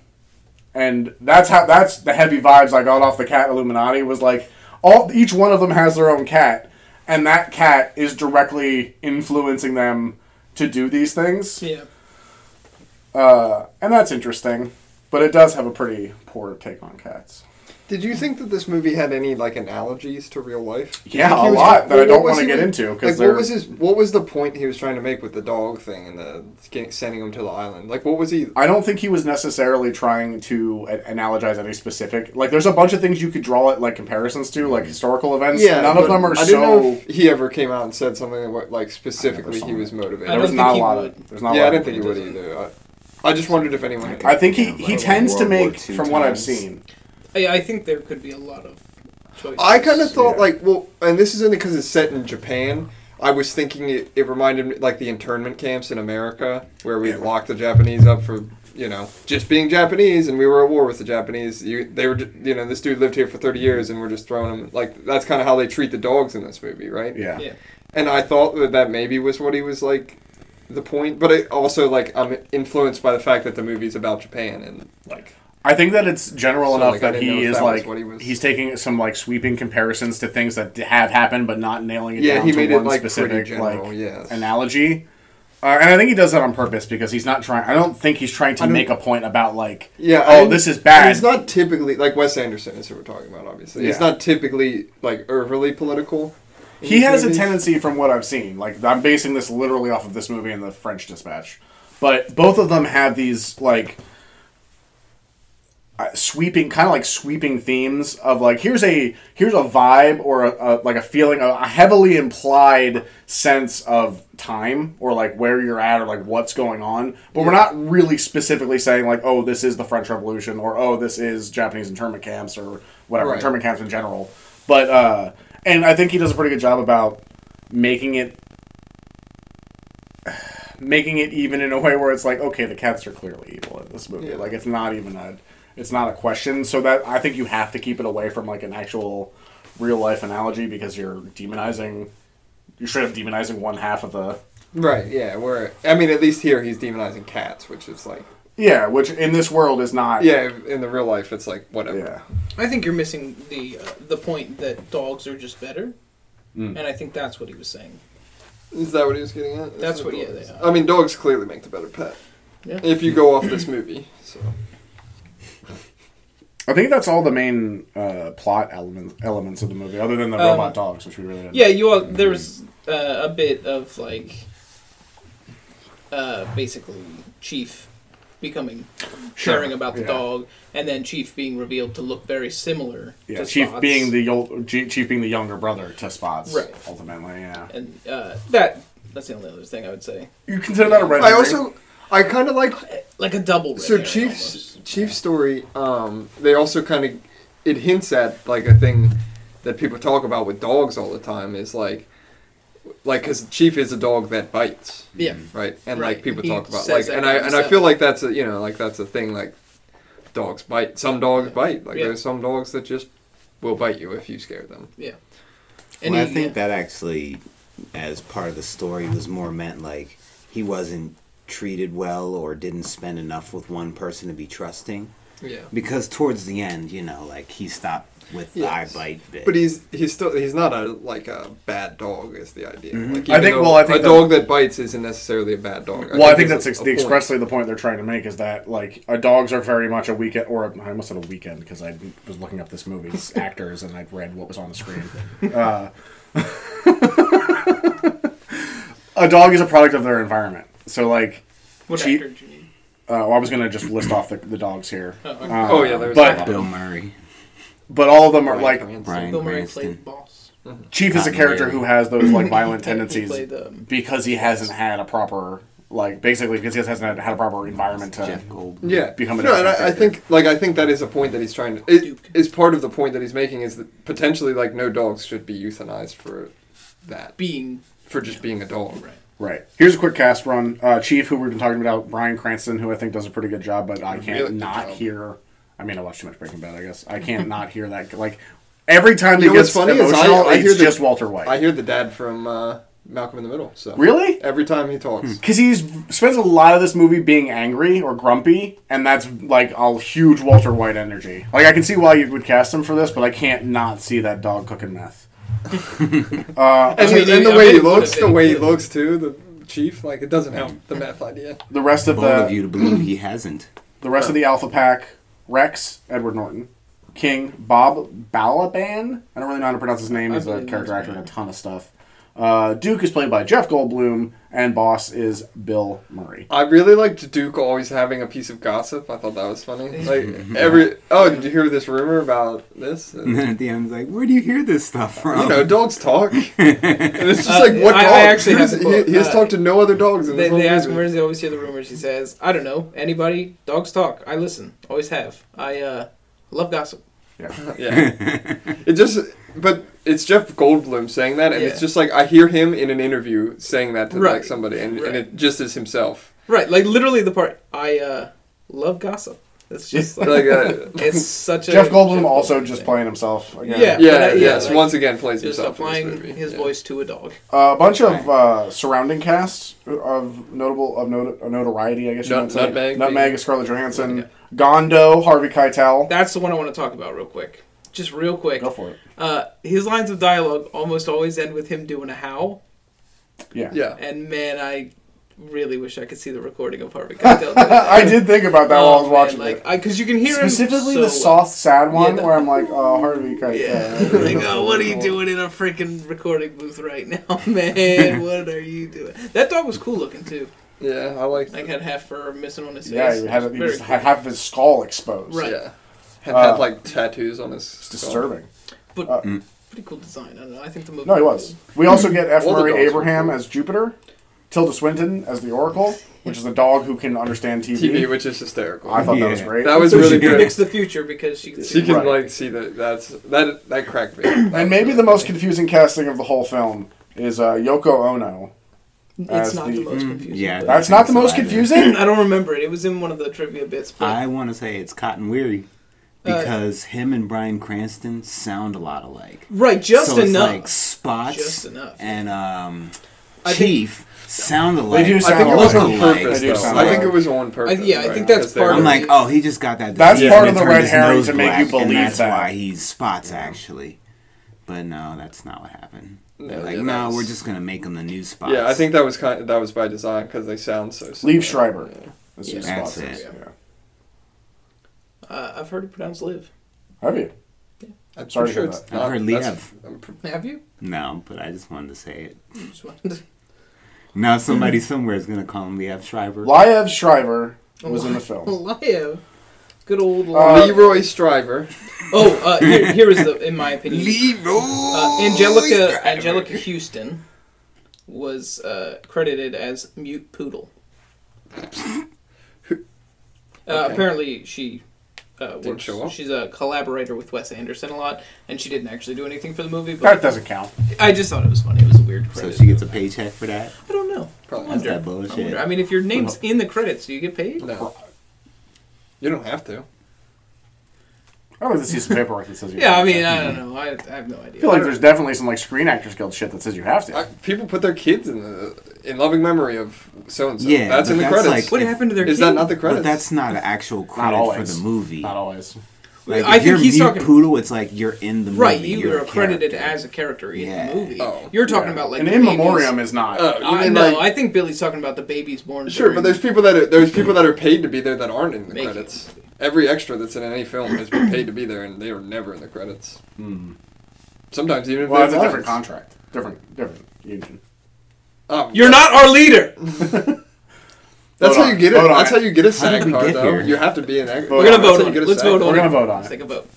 [SPEAKER 1] and that's how that's the heavy vibes I got off the cat Illuminati was like all each one of them has their own cat, and that cat is directly influencing them to do these things,
[SPEAKER 3] Yeah.
[SPEAKER 1] uh, and that's interesting. But it does have a pretty poor take on cats.
[SPEAKER 2] Did you think that this movie had any like analogies to real life?
[SPEAKER 1] Yeah,
[SPEAKER 2] Like, he
[SPEAKER 1] a
[SPEAKER 2] was-
[SPEAKER 1] lot that I
[SPEAKER 2] what
[SPEAKER 1] don't
[SPEAKER 2] was
[SPEAKER 1] want to
[SPEAKER 2] he-
[SPEAKER 1] get into because
[SPEAKER 2] Like,
[SPEAKER 1] they're
[SPEAKER 2] what was his? What was the point he was trying to make with the dog thing and the getting- sending him to the island? Like, what was he?
[SPEAKER 1] I don't think he was necessarily trying to a- analogize any specific. Like, there's a bunch of things you could draw it like comparisons to, like historical events. Yeah, none of
[SPEAKER 2] Mm. but
[SPEAKER 1] them are
[SPEAKER 2] I didn't
[SPEAKER 1] so.
[SPEAKER 2] know if he ever came out and said something that what, like specifically
[SPEAKER 1] saw
[SPEAKER 2] he was
[SPEAKER 4] that.
[SPEAKER 2] motivated.
[SPEAKER 3] I
[SPEAKER 1] there was
[SPEAKER 3] don't
[SPEAKER 1] not a
[SPEAKER 3] think he
[SPEAKER 1] lot
[SPEAKER 3] would.
[SPEAKER 1] of. There's not. a
[SPEAKER 2] yeah,
[SPEAKER 1] lot
[SPEAKER 2] I
[SPEAKER 1] of
[SPEAKER 2] didn't think he would either. I, I just wondered if anyone.
[SPEAKER 1] I think he,
[SPEAKER 4] Yeah,
[SPEAKER 1] he
[SPEAKER 4] like
[SPEAKER 1] tends to
[SPEAKER 4] World War
[SPEAKER 1] make,
[SPEAKER 4] II
[SPEAKER 1] from what I've
[SPEAKER 4] times.
[SPEAKER 1] seen,
[SPEAKER 3] I, I think there could be a lot of choices.
[SPEAKER 2] I kind of thought
[SPEAKER 1] Yeah.
[SPEAKER 2] like, well, and this is only because it's set in Japan. I was thinking it, it reminded me like the internment camps in America where we locked the Japanese up for you know, just being Japanese, and we were at war with the Japanese. You, they were, ju- you know, this dude lived here for thirty years, and we're just throwing him like that's kind of how they treat the dogs in this movie, right?
[SPEAKER 1] Yeah.
[SPEAKER 3] Yeah.
[SPEAKER 2] And I thought that that maybe was what he was like, the point. But it also like I'm influenced by the fact that the movie's about Japan and like
[SPEAKER 1] I think that it's general
[SPEAKER 2] So,
[SPEAKER 1] enough
[SPEAKER 2] like, I
[SPEAKER 1] that
[SPEAKER 2] didn't know
[SPEAKER 1] he
[SPEAKER 2] if
[SPEAKER 1] is
[SPEAKER 2] that was
[SPEAKER 1] like
[SPEAKER 2] what he was-
[SPEAKER 1] he's taking some like sweeping comparisons to things that d- have happened, but not nailing it
[SPEAKER 2] Yeah,
[SPEAKER 1] down
[SPEAKER 2] he
[SPEAKER 1] to
[SPEAKER 2] made it,
[SPEAKER 1] one
[SPEAKER 2] like, pretty
[SPEAKER 1] specific
[SPEAKER 2] general,
[SPEAKER 1] like
[SPEAKER 2] yes.
[SPEAKER 1] analogy. Uh, and I think he does that on purpose because he's not trying. I don't think he's trying to
[SPEAKER 2] don't-
[SPEAKER 1] make a point about like,
[SPEAKER 2] yeah.
[SPEAKER 1] oh,
[SPEAKER 2] I-
[SPEAKER 1] this is
[SPEAKER 2] and
[SPEAKER 1] bad.
[SPEAKER 2] He's not typically like Wes Anderson is who we're talking about. Obviously, he's
[SPEAKER 1] Yeah.
[SPEAKER 2] not typically like overly political. in
[SPEAKER 1] he
[SPEAKER 2] his
[SPEAKER 1] has a
[SPEAKER 2] movies.
[SPEAKER 1] tendency, from what I've seen, like I'm basing this literally off of this movie and the French Dispatch, but both of them have these like uh, sweeping, kind of like sweeping themes of like here's a here's a vibe or a, a like a feeling, a, a heavily implied sense of time or like where you're at or like what's going on, but we're not really specifically saying like oh this is the French Revolution or oh this is Japanese internment camps or whatever
[SPEAKER 2] Right.
[SPEAKER 1] internment camps in general, but uh and I think he does a pretty good job about making it making it even in a way where it's like, okay, the cats are clearly evil in this movie.
[SPEAKER 2] Yeah.
[SPEAKER 1] Like it's not even a it's not a question. So that I think you have to keep it away from like an actual real life analogy because you're demonizing you're straight up demonizing one half of the
[SPEAKER 2] Right. Yeah. Where I mean, at least here he's demonizing cats, which is like
[SPEAKER 1] Yeah, which in this world is not
[SPEAKER 2] yeah. In the real life, it's like whatever.
[SPEAKER 1] Yeah.
[SPEAKER 3] I think you're missing the uh, the point that dogs are just better, and I think that's what he was saying.
[SPEAKER 2] Is that what he was getting at? Is
[SPEAKER 3] That's
[SPEAKER 2] it
[SPEAKER 3] what- yeah,
[SPEAKER 2] dogs?
[SPEAKER 3] they are.
[SPEAKER 2] I mean, dogs clearly make the better pet.
[SPEAKER 3] Yeah.
[SPEAKER 2] If you go off this movie, so
[SPEAKER 1] I think that's all the main uh, plot element, elements of the movie, other than the
[SPEAKER 3] Um,
[SPEAKER 1] robot dogs, which we really didn't
[SPEAKER 3] Yeah, you all. There was uh, a bit of like, uh, basically Chief becoming
[SPEAKER 1] Sure,
[SPEAKER 3] caring about the
[SPEAKER 1] yeah.
[SPEAKER 3] dog, and then Chief being revealed to look very similar.
[SPEAKER 1] Yeah,
[SPEAKER 3] to
[SPEAKER 1] Chief
[SPEAKER 3] Spots.
[SPEAKER 1] being the old, Chief being the younger brother to Spots,
[SPEAKER 3] Right.
[SPEAKER 1] ultimately. Yeah,
[SPEAKER 3] and uh, that that's the only other thing I would say.
[SPEAKER 1] you consider that a red.
[SPEAKER 2] I
[SPEAKER 1] herring?
[SPEAKER 2] also I kind of like
[SPEAKER 3] Like a double. red
[SPEAKER 2] so
[SPEAKER 3] herring
[SPEAKER 2] Chief's
[SPEAKER 3] almost.
[SPEAKER 2] Chief's story. Um, they also kind of it hints at like a thing that people talk about with dogs all the time is like like because Chief is a dog that bites.
[SPEAKER 1] Hmm.
[SPEAKER 3] Yeah.
[SPEAKER 2] right? And
[SPEAKER 3] Right.
[SPEAKER 2] like people
[SPEAKER 3] He
[SPEAKER 2] talk about like,
[SPEAKER 3] says
[SPEAKER 2] and
[SPEAKER 3] that
[SPEAKER 2] I and I
[SPEAKER 3] himself.
[SPEAKER 2] feel like that's a you know like that's a thing like dogs bite. Some dogs
[SPEAKER 3] Yeah.
[SPEAKER 2] bite. Like
[SPEAKER 3] Yeah.
[SPEAKER 2] there's some dogs that just will bite you if you scare them.
[SPEAKER 3] Yeah.
[SPEAKER 4] Well, I think that actually, as part of the story, was more meant like he wasn't treated well or didn't spend enough with one person to be trusting.
[SPEAKER 2] Yeah.
[SPEAKER 4] Because towards the end, you know, like he stopped with the
[SPEAKER 2] Yes.
[SPEAKER 4] eye bite bit.
[SPEAKER 2] But he's he's still he's not a like a bad dog is the idea. Like,
[SPEAKER 1] Mm-hmm. I
[SPEAKER 2] even
[SPEAKER 1] think-
[SPEAKER 2] though
[SPEAKER 1] well, I think
[SPEAKER 2] a
[SPEAKER 1] that-
[SPEAKER 2] dog that bites isn't necessarily a bad dog.
[SPEAKER 1] Well, I think that's ex-
[SPEAKER 2] there's a-
[SPEAKER 1] the
[SPEAKER 2] a point.
[SPEAKER 1] expressly the point they're trying to make is that like uh, dogs are very much a weekend, or I almost said a weekend because I was looking up this movie's actors and I read what was on the screen. Uh, [laughs] a dog is a product of their environment. So like,
[SPEAKER 3] What
[SPEAKER 1] Chief-
[SPEAKER 3] actor did you need?
[SPEAKER 1] uh, well, I was gonna just list off the, the dogs here,
[SPEAKER 3] Oh, okay.
[SPEAKER 1] Uh,
[SPEAKER 2] Oh yeah, there's
[SPEAKER 1] but-
[SPEAKER 2] that.
[SPEAKER 4] Bill Murray,
[SPEAKER 1] but all of them are like
[SPEAKER 4] Brian
[SPEAKER 3] Bill Murray
[SPEAKER 4] Cranston.
[SPEAKER 3] played Boss.
[SPEAKER 1] Chief is a
[SPEAKER 4] Cotton
[SPEAKER 1] character
[SPEAKER 4] Lady.
[SPEAKER 1] who has those like violent
[SPEAKER 3] He
[SPEAKER 1] tendencies
[SPEAKER 3] played, um,
[SPEAKER 1] because he hasn't had a proper like basically because he hasn't had- had a proper environment to
[SPEAKER 4] Jeff Goldblum.
[SPEAKER 2] yeah
[SPEAKER 1] become a
[SPEAKER 2] no and
[SPEAKER 1] different
[SPEAKER 2] I, I think like i think that is a point that he's trying to it
[SPEAKER 3] Duke.
[SPEAKER 2] is part of the point that he's making is that potentially like no dogs should be euthanized for that
[SPEAKER 3] being
[SPEAKER 2] for just being a dog
[SPEAKER 3] right.
[SPEAKER 1] Right. Here's a quick cast run. Uh, Chief, who we've been talking about, Brian Cranston, who I think does a pretty good job, but I can't
[SPEAKER 2] Really good
[SPEAKER 1] not
[SPEAKER 2] job.
[SPEAKER 1] hear. I mean, I watched too much Breaking Bad, I guess. I can't not hear that. Like every time he
[SPEAKER 2] You know what's
[SPEAKER 1] gets
[SPEAKER 2] funny is I-
[SPEAKER 1] emotional,
[SPEAKER 2] I hear
[SPEAKER 1] it's
[SPEAKER 2] the-
[SPEAKER 1] just Walter
[SPEAKER 2] i
[SPEAKER 1] White.
[SPEAKER 2] hear the dad from uh, malcolm in the middle so
[SPEAKER 1] Really?
[SPEAKER 2] every time he talks
[SPEAKER 3] Hmm.
[SPEAKER 1] Because he spends a lot of this movie being angry or grumpy, and that's like a huge Walter White energy. Like I can see why you would cast him for this, but I can't not see that dog cooking meth. uh,
[SPEAKER 2] and,
[SPEAKER 3] I mean,
[SPEAKER 2] the, and
[SPEAKER 3] I mean,
[SPEAKER 2] the way
[SPEAKER 3] Hmm.
[SPEAKER 2] he
[SPEAKER 3] it would've
[SPEAKER 2] looks the
[SPEAKER 3] been
[SPEAKER 2] way he
[SPEAKER 3] good.
[SPEAKER 2] looks too the chief like it doesn't help the meth idea
[SPEAKER 1] the rest of
[SPEAKER 4] Bold
[SPEAKER 1] the
[SPEAKER 4] of you to believe he hasn't.
[SPEAKER 1] The rest of the Alpha Pack: Rex, Edward Norton, King, Bob Balaban. I don't really know how to pronounce his name. He's a
[SPEAKER 3] believe
[SPEAKER 1] character
[SPEAKER 3] that's
[SPEAKER 1] actor in a ton of stuff. Uh, Duke is played by Jeff Goldblum, and Boss is Bill Murray.
[SPEAKER 2] I really liked Duke always having a piece of gossip. I thought that was
[SPEAKER 3] Hmm.
[SPEAKER 2] funny. Like every oh, did you hear this rumor about this?
[SPEAKER 4] [clears throat]
[SPEAKER 3] Hmm.
[SPEAKER 4] And then at the end, he's like, "Where do you hear this stuff from?"
[SPEAKER 2] you know,
[SPEAKER 1] [laughs]
[SPEAKER 2] dogs talk. and it's just
[SPEAKER 3] Uh,
[SPEAKER 2] like what
[SPEAKER 3] I- I
[SPEAKER 2] dog?
[SPEAKER 3] actually
[SPEAKER 2] Who's-
[SPEAKER 3] have the book.
[SPEAKER 2] he, he has
[SPEAKER 3] Uh,
[SPEAKER 2] talked to no other dogs in
[SPEAKER 3] They,
[SPEAKER 2] this whole
[SPEAKER 3] they ask him
[SPEAKER 2] movie.
[SPEAKER 3] where does he always hear the rumors. He says, "I don't know. Anybody? Dogs talk. I listen. Always have. I uh, love gossip." [laughs]
[SPEAKER 2] Yeah, it just. But it's Jeff Goldblum saying that, and
[SPEAKER 3] Yeah.
[SPEAKER 2] it's just like I hear him in an interview saying that to
[SPEAKER 3] Right.
[SPEAKER 2] like somebody, and,
[SPEAKER 3] Right. [laughs]
[SPEAKER 2] and it just is himself.
[SPEAKER 3] Right, like literally the part I uh, love gossip.
[SPEAKER 1] [laughs]
[SPEAKER 3] It's just like, [laughs]
[SPEAKER 2] like uh,
[SPEAKER 3] it's such a
[SPEAKER 1] Jeff Goldblum also
[SPEAKER 3] Goldblum
[SPEAKER 1] just
[SPEAKER 3] thing.
[SPEAKER 1] playing himself again.
[SPEAKER 3] Yeah.
[SPEAKER 2] yeah,
[SPEAKER 3] yeah,
[SPEAKER 2] yes.
[SPEAKER 3] like,
[SPEAKER 2] once again, plays
[SPEAKER 3] just
[SPEAKER 2] himself. in this
[SPEAKER 3] applying
[SPEAKER 2] movie.
[SPEAKER 3] his
[SPEAKER 2] Yeah.
[SPEAKER 3] voice to a dog.
[SPEAKER 1] Uh, a bunch of uh, surrounding casts of notable of not- of notoriety, I guess you
[SPEAKER 2] Nut-
[SPEAKER 1] might say.
[SPEAKER 2] Nutmeg.
[SPEAKER 1] Nutmeg is Scarlett Johansson. Gondo, Harvey Keitel.
[SPEAKER 3] That's the one I want to talk about real quick. Just real quick.
[SPEAKER 1] Go for it.
[SPEAKER 3] Uh, his lines of dialogue almost always end with him doing a howl,
[SPEAKER 1] Yeah.
[SPEAKER 2] Yeah.
[SPEAKER 3] and man, I really wish I could see the recording of Harvey
[SPEAKER 1] [laughs]
[SPEAKER 3] Keitel. that.
[SPEAKER 1] I did think about that while I was
[SPEAKER 3] Oh, man,
[SPEAKER 1] watching
[SPEAKER 3] like,
[SPEAKER 1] it.
[SPEAKER 3] because you can hear him
[SPEAKER 1] Specifically
[SPEAKER 3] so
[SPEAKER 1] the
[SPEAKER 3] well.
[SPEAKER 1] soft, sad one
[SPEAKER 3] Yeah, the-
[SPEAKER 1] where I'm like, oh, Harvey Keitel. [laughs]
[SPEAKER 3] Yeah, like,
[SPEAKER 1] uh,
[SPEAKER 3] oh, what are you doing in a freaking recording booth right now, [laughs]
[SPEAKER 1] [laughs]
[SPEAKER 3] man? what are you doing? That dog was cool looking too.
[SPEAKER 2] Yeah, I liked
[SPEAKER 3] Like
[SPEAKER 2] it.
[SPEAKER 3] had half fur missing on his face.
[SPEAKER 1] Yeah, he, had, he
[SPEAKER 3] Very
[SPEAKER 1] was,
[SPEAKER 3] cool.
[SPEAKER 1] had half of his skull exposed.
[SPEAKER 3] Right.
[SPEAKER 2] Yeah. Had,
[SPEAKER 1] Uh,
[SPEAKER 2] had like tattoos on his.
[SPEAKER 1] It's disturbing.
[SPEAKER 3] but
[SPEAKER 1] uh,
[SPEAKER 4] Mm.
[SPEAKER 3] pretty cool design. I don't know. I think the movie.
[SPEAKER 1] No, he was. We also get F.
[SPEAKER 2] All the
[SPEAKER 1] Murray
[SPEAKER 2] dogs were
[SPEAKER 1] Abraham
[SPEAKER 2] cool.
[SPEAKER 1] as Jupiter, Tilda Swinton as the Oracle, which is a dog who can understand TV.
[SPEAKER 2] TV, which is hysterical.
[SPEAKER 1] I thought that was
[SPEAKER 4] Yeah.
[SPEAKER 1] great.
[SPEAKER 2] that was
[SPEAKER 3] So
[SPEAKER 2] really
[SPEAKER 3] she
[SPEAKER 2] good.
[SPEAKER 3] predicts the future because she can
[SPEAKER 2] She
[SPEAKER 3] see.
[SPEAKER 2] can
[SPEAKER 1] Right.
[SPEAKER 2] like see that. That's that. That cracked me. That
[SPEAKER 1] And
[SPEAKER 2] was
[SPEAKER 1] maybe
[SPEAKER 2] really
[SPEAKER 1] the most
[SPEAKER 2] funny.
[SPEAKER 1] confusing casting of the whole film is uh, Yoko Ono.
[SPEAKER 3] It's
[SPEAKER 1] as
[SPEAKER 3] not the,
[SPEAKER 1] the-
[SPEAKER 3] most confusing.
[SPEAKER 4] Mm, yeah,
[SPEAKER 3] but-
[SPEAKER 1] That's not the
[SPEAKER 4] That's
[SPEAKER 1] most
[SPEAKER 4] what I did.
[SPEAKER 1] confusing.
[SPEAKER 3] I don't remember it. It was in one of the trivia bits. But
[SPEAKER 4] [laughs] I want to say it's Cotton Weary because him and Brian Cranston sound a lot alike.
[SPEAKER 3] right, just
[SPEAKER 4] so it's
[SPEAKER 3] enough.
[SPEAKER 4] like spots
[SPEAKER 3] Just enough.
[SPEAKER 4] and um,
[SPEAKER 3] I think-
[SPEAKER 4] Chief sound alike.
[SPEAKER 1] do
[SPEAKER 2] I
[SPEAKER 1] sound
[SPEAKER 2] think it was
[SPEAKER 1] Sound
[SPEAKER 2] on
[SPEAKER 1] alike.
[SPEAKER 2] purpose.
[SPEAKER 1] They do
[SPEAKER 2] though.
[SPEAKER 1] sound
[SPEAKER 2] I think
[SPEAKER 1] alike.
[SPEAKER 2] it was on purpose.
[SPEAKER 3] yeah, I
[SPEAKER 2] right?
[SPEAKER 3] think that's
[SPEAKER 2] Because they
[SPEAKER 3] part
[SPEAKER 2] were-
[SPEAKER 4] I'm like, oh, he just got that.
[SPEAKER 1] That's
[SPEAKER 4] disease
[SPEAKER 1] part
[SPEAKER 4] and
[SPEAKER 1] of the
[SPEAKER 4] it turned
[SPEAKER 1] red
[SPEAKER 4] his
[SPEAKER 1] herring
[SPEAKER 4] nose
[SPEAKER 1] to make
[SPEAKER 4] black,
[SPEAKER 1] you
[SPEAKER 4] and
[SPEAKER 1] believe
[SPEAKER 4] that's
[SPEAKER 1] that.
[SPEAKER 4] why he's spots actually. But no, that's not what happened. They're
[SPEAKER 2] No,
[SPEAKER 4] like,
[SPEAKER 2] yeah,
[SPEAKER 4] no,
[SPEAKER 2] that's-
[SPEAKER 4] we're just gonna make him the new spots.
[SPEAKER 2] Yeah, I think that was kind. that was by design because they sound so. Similar.
[SPEAKER 1] Leave Schreiber. That's who
[SPEAKER 3] Yeah.
[SPEAKER 1] Spots
[SPEAKER 4] That's
[SPEAKER 1] is,
[SPEAKER 4] it.
[SPEAKER 1] yeah.
[SPEAKER 3] uh, I've heard it pronounced "live."
[SPEAKER 1] Have you?
[SPEAKER 2] I'm
[SPEAKER 1] Sorry
[SPEAKER 2] pretty sure
[SPEAKER 1] about
[SPEAKER 2] it's
[SPEAKER 1] that.
[SPEAKER 4] I've
[SPEAKER 2] not.
[SPEAKER 4] heard
[SPEAKER 2] that's- I'm pr-
[SPEAKER 3] Have you? [laughs]
[SPEAKER 4] No, but I just wanted to say it.
[SPEAKER 3] Just wanted to-
[SPEAKER 4] Now somebody somewhere is gonna call him the F Shriver.
[SPEAKER 1] Liev Schreiber was in the
[SPEAKER 3] [laughs] Oh.
[SPEAKER 1] film.
[SPEAKER 3] Live. Good old.
[SPEAKER 1] Uh,
[SPEAKER 2] Leroy Striver.
[SPEAKER 3] oh, uh, here, here is the, in my
[SPEAKER 4] [laughs]
[SPEAKER 3] opinion, uh,
[SPEAKER 4] Leroy
[SPEAKER 3] Angelica
[SPEAKER 4] Shriver.
[SPEAKER 3] Angelica Houston was uh, credited as mute poodle. Uh,
[SPEAKER 2] Okay.
[SPEAKER 3] Apparently, she uh,
[SPEAKER 2] Didn't
[SPEAKER 3] works.
[SPEAKER 2] show up?
[SPEAKER 3] She's a collaborator with Wes Anderson a lot, and she didn't actually do anything for the movie.
[SPEAKER 1] That
[SPEAKER 3] But
[SPEAKER 1] doesn't count.
[SPEAKER 3] I just thought it was funny. It was a weird
[SPEAKER 4] So
[SPEAKER 3] credit.
[SPEAKER 4] she gets a paycheck for that.
[SPEAKER 3] I don't know.
[SPEAKER 2] Probably.
[SPEAKER 3] I
[SPEAKER 4] That's
[SPEAKER 3] wonder.
[SPEAKER 4] that
[SPEAKER 3] I wonder.
[SPEAKER 4] bullshit.
[SPEAKER 3] I mean, if your name's in the credits, do you get paid?
[SPEAKER 2] No, you don't have to.
[SPEAKER 1] I would like to see some paperwork that says you
[SPEAKER 3] Yeah, I
[SPEAKER 1] have to.
[SPEAKER 3] mean, I don't know. I, I have no
[SPEAKER 1] I
[SPEAKER 3] idea.
[SPEAKER 1] feel like there's definitely some like Screen Actors Guild shit that says you have to.
[SPEAKER 2] I, people put their kids in the in loving memory of so and so.
[SPEAKER 4] Yeah,
[SPEAKER 2] that's in the
[SPEAKER 4] but that's
[SPEAKER 2] credits.
[SPEAKER 3] what happened to their
[SPEAKER 2] Is
[SPEAKER 3] kid?
[SPEAKER 2] that not the
[SPEAKER 4] But
[SPEAKER 2] credits?
[SPEAKER 4] that's not an actual
[SPEAKER 1] Not
[SPEAKER 4] credit for
[SPEAKER 1] always.
[SPEAKER 4] the movie.
[SPEAKER 1] Not always.
[SPEAKER 4] Like,
[SPEAKER 3] I
[SPEAKER 4] if
[SPEAKER 3] think
[SPEAKER 4] you're
[SPEAKER 3] he's
[SPEAKER 4] mute
[SPEAKER 3] talking-
[SPEAKER 4] poodle, it's like you're in the movie.
[SPEAKER 3] Right, you
[SPEAKER 4] you're
[SPEAKER 3] were
[SPEAKER 4] a
[SPEAKER 3] credited
[SPEAKER 4] character.
[SPEAKER 3] as a character in
[SPEAKER 4] Yeah.
[SPEAKER 3] the movie.
[SPEAKER 2] Oh.
[SPEAKER 3] You're talking
[SPEAKER 1] Yeah.
[SPEAKER 3] about like
[SPEAKER 1] and
[SPEAKER 3] the Uh,
[SPEAKER 1] in
[SPEAKER 3] babies.
[SPEAKER 1] memorium is not.
[SPEAKER 2] Oh, you
[SPEAKER 3] I
[SPEAKER 2] mean,
[SPEAKER 3] know.
[SPEAKER 2] like-
[SPEAKER 3] I think Billy's talking about the babies born.
[SPEAKER 2] Sure, but
[SPEAKER 3] during-
[SPEAKER 2] there's people that are, there's people that are paid to be there that aren't in the
[SPEAKER 3] Make it.
[SPEAKER 2] credits. Every extra that's in any film has been paid to be there, and they are never in the credits.
[SPEAKER 3] Hmm.
[SPEAKER 2] Sometimes even if
[SPEAKER 1] well, that's
[SPEAKER 2] they
[SPEAKER 1] a
[SPEAKER 2] have
[SPEAKER 1] different
[SPEAKER 2] lines.
[SPEAKER 1] contract, different different union.
[SPEAKER 2] Oh,
[SPEAKER 3] You're not our leader.
[SPEAKER 2] That's
[SPEAKER 1] Vote
[SPEAKER 2] how you
[SPEAKER 1] on
[SPEAKER 2] get
[SPEAKER 1] it.
[SPEAKER 2] it.
[SPEAKER 1] Vote on
[SPEAKER 2] That's
[SPEAKER 1] it.
[SPEAKER 2] how you get a
[SPEAKER 4] How did
[SPEAKER 2] SAG
[SPEAKER 4] we
[SPEAKER 2] card,
[SPEAKER 4] get
[SPEAKER 2] though.
[SPEAKER 4] here?
[SPEAKER 2] You have to be an actor.
[SPEAKER 1] We're
[SPEAKER 3] We're gonna
[SPEAKER 1] That's
[SPEAKER 3] vote on it. Let's vote on it.
[SPEAKER 1] We're gonna vote on
[SPEAKER 3] Let's
[SPEAKER 1] it.
[SPEAKER 3] take a vote.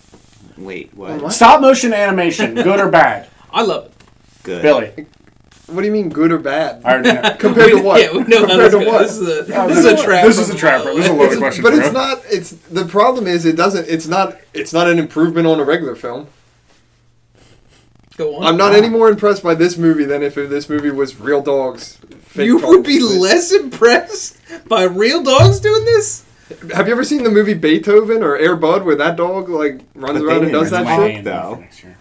[SPEAKER 4] Wait, what?
[SPEAKER 2] what?
[SPEAKER 1] Stop motion animation, good or
[SPEAKER 2] [laughs]
[SPEAKER 1] bad?
[SPEAKER 3] I love it.
[SPEAKER 4] Good.
[SPEAKER 1] Billy,
[SPEAKER 2] What do you mean, good or bad?
[SPEAKER 1] I already know.
[SPEAKER 2] Compared to what?
[SPEAKER 3] [laughs] Yeah, we know how
[SPEAKER 2] Compared
[SPEAKER 3] this,
[SPEAKER 2] to
[SPEAKER 3] goes.
[SPEAKER 2] what?
[SPEAKER 3] this is a
[SPEAKER 1] Yeah,
[SPEAKER 3] this is a trap.
[SPEAKER 1] This is
[SPEAKER 3] from
[SPEAKER 1] a trap.
[SPEAKER 3] Hollywood.
[SPEAKER 1] This is a loaded question.
[SPEAKER 2] But
[SPEAKER 1] for
[SPEAKER 2] it's
[SPEAKER 1] you.
[SPEAKER 2] not. It's the problem is it doesn't. It's not. It's not an improvement on a regular film.
[SPEAKER 3] Go on.
[SPEAKER 2] I'm not any more impressed by this movie than if this movie was real dogs.
[SPEAKER 3] [laughs]
[SPEAKER 2] fake
[SPEAKER 3] You would
[SPEAKER 2] dogs.
[SPEAKER 3] be less impressed by real dogs doing this. [laughs]
[SPEAKER 2] Have you ever seen the movie Beethoven or Air Bud where that dog like runs
[SPEAKER 4] But they
[SPEAKER 2] around and
[SPEAKER 4] didn't
[SPEAKER 2] does that
[SPEAKER 4] whack
[SPEAKER 2] shit?
[SPEAKER 4] it, though.
[SPEAKER 1] For next year.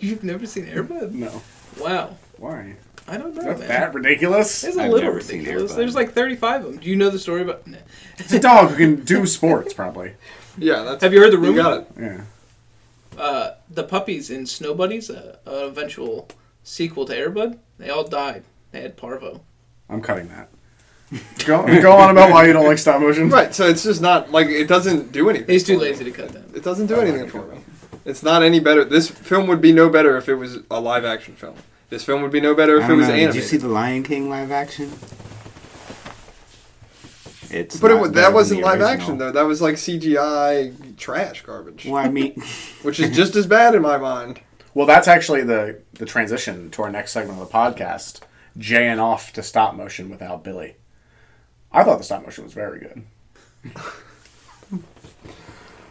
[SPEAKER 3] You've never seen Airbud?
[SPEAKER 1] No.
[SPEAKER 3] Wow.
[SPEAKER 1] Why?
[SPEAKER 3] I don't know,
[SPEAKER 1] Is that,
[SPEAKER 3] Oh, man.
[SPEAKER 1] that ridiculous?
[SPEAKER 3] It's a
[SPEAKER 4] I've
[SPEAKER 3] little
[SPEAKER 4] never seen
[SPEAKER 3] ridiculous.
[SPEAKER 4] Airbud.
[SPEAKER 3] There's like 35 of them. Do you know the story about? No.
[SPEAKER 1] It's a dog who can do sports,
[SPEAKER 3] [laughs]
[SPEAKER 1] probably.
[SPEAKER 2] Yeah, that's.
[SPEAKER 3] Have you heard the rumor?
[SPEAKER 2] got it.
[SPEAKER 1] Yeah.
[SPEAKER 3] uh, the puppies in Snow Bunnies, uh, an eventual sequel to Airbud, they all died. They had parvo.
[SPEAKER 1] I'm cutting that. Go, go on about why you don't like stop motion.
[SPEAKER 3] [laughs]
[SPEAKER 2] Right, so it's just not like it doesn't do anything.
[SPEAKER 3] He's too
[SPEAKER 2] for me.
[SPEAKER 3] lazy to cut them.
[SPEAKER 2] It doesn't do
[SPEAKER 4] Oh,
[SPEAKER 2] anything for me. It's not any better. This film would be no better if it was a live action film. This film would be no better
[SPEAKER 4] I
[SPEAKER 2] if it
[SPEAKER 4] don't
[SPEAKER 2] was
[SPEAKER 4] know,
[SPEAKER 2] animated.
[SPEAKER 4] Did you see the Lion King live action? It's
[SPEAKER 2] but it,
[SPEAKER 4] not
[SPEAKER 2] wa-
[SPEAKER 4] better
[SPEAKER 2] that
[SPEAKER 4] than
[SPEAKER 2] wasn't
[SPEAKER 4] the
[SPEAKER 2] live
[SPEAKER 4] original.
[SPEAKER 2] action though. That was like CGI trash garbage,
[SPEAKER 4] Well, I mean, [laughs]
[SPEAKER 2] which is just as bad in my mind.
[SPEAKER 1] Well, that's actually the, the transition to our next segment of the podcast jaying off to stop motion without Billy. I thought the stop motion was very good.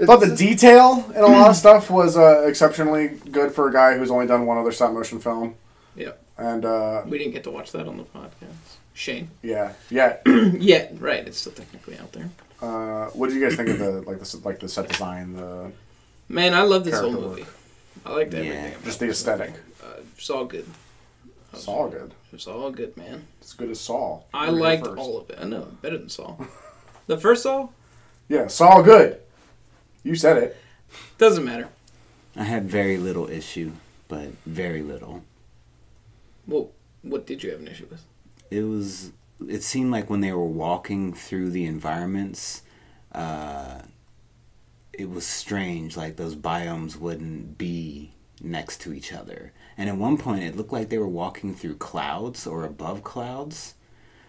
[SPEAKER 1] I thought the detail in a
[SPEAKER 4] [clears throat]
[SPEAKER 1] lot of stuff was uh, exceptionally good for a guy who's only done one other stop motion film.
[SPEAKER 3] Yeah,
[SPEAKER 1] And uh,
[SPEAKER 3] we didn't get to watch that on the podcast. Shame.
[SPEAKER 1] yeah, yeah,
[SPEAKER 3] yeah, right. It's still technically out there.
[SPEAKER 1] Uh, what did you guys think of the like the like the set design, the
[SPEAKER 3] Man, I love this whole
[SPEAKER 1] Character
[SPEAKER 3] movie. I liked
[SPEAKER 4] Yeah.
[SPEAKER 3] everything. about
[SPEAKER 1] just the
[SPEAKER 3] it.
[SPEAKER 1] aesthetic?
[SPEAKER 3] Uh, it's all good.
[SPEAKER 1] It's all good.
[SPEAKER 3] It's all good, man.
[SPEAKER 1] It's good as Saw.
[SPEAKER 3] I
[SPEAKER 1] Here we go
[SPEAKER 3] liked
[SPEAKER 1] first.
[SPEAKER 3] all of it. I know better than Saw. the first Saw
[SPEAKER 1] Yeah, Saw good. You said it.
[SPEAKER 3] doesn't matter.
[SPEAKER 4] I had very little issue, but very little.
[SPEAKER 3] Well, what did you have an issue with?
[SPEAKER 4] It was. It seemed like when they were walking through the environments, uh, it was strange. Like those biomes wouldn't be next to each other, and at one point it looked like they were walking through clouds or above clouds.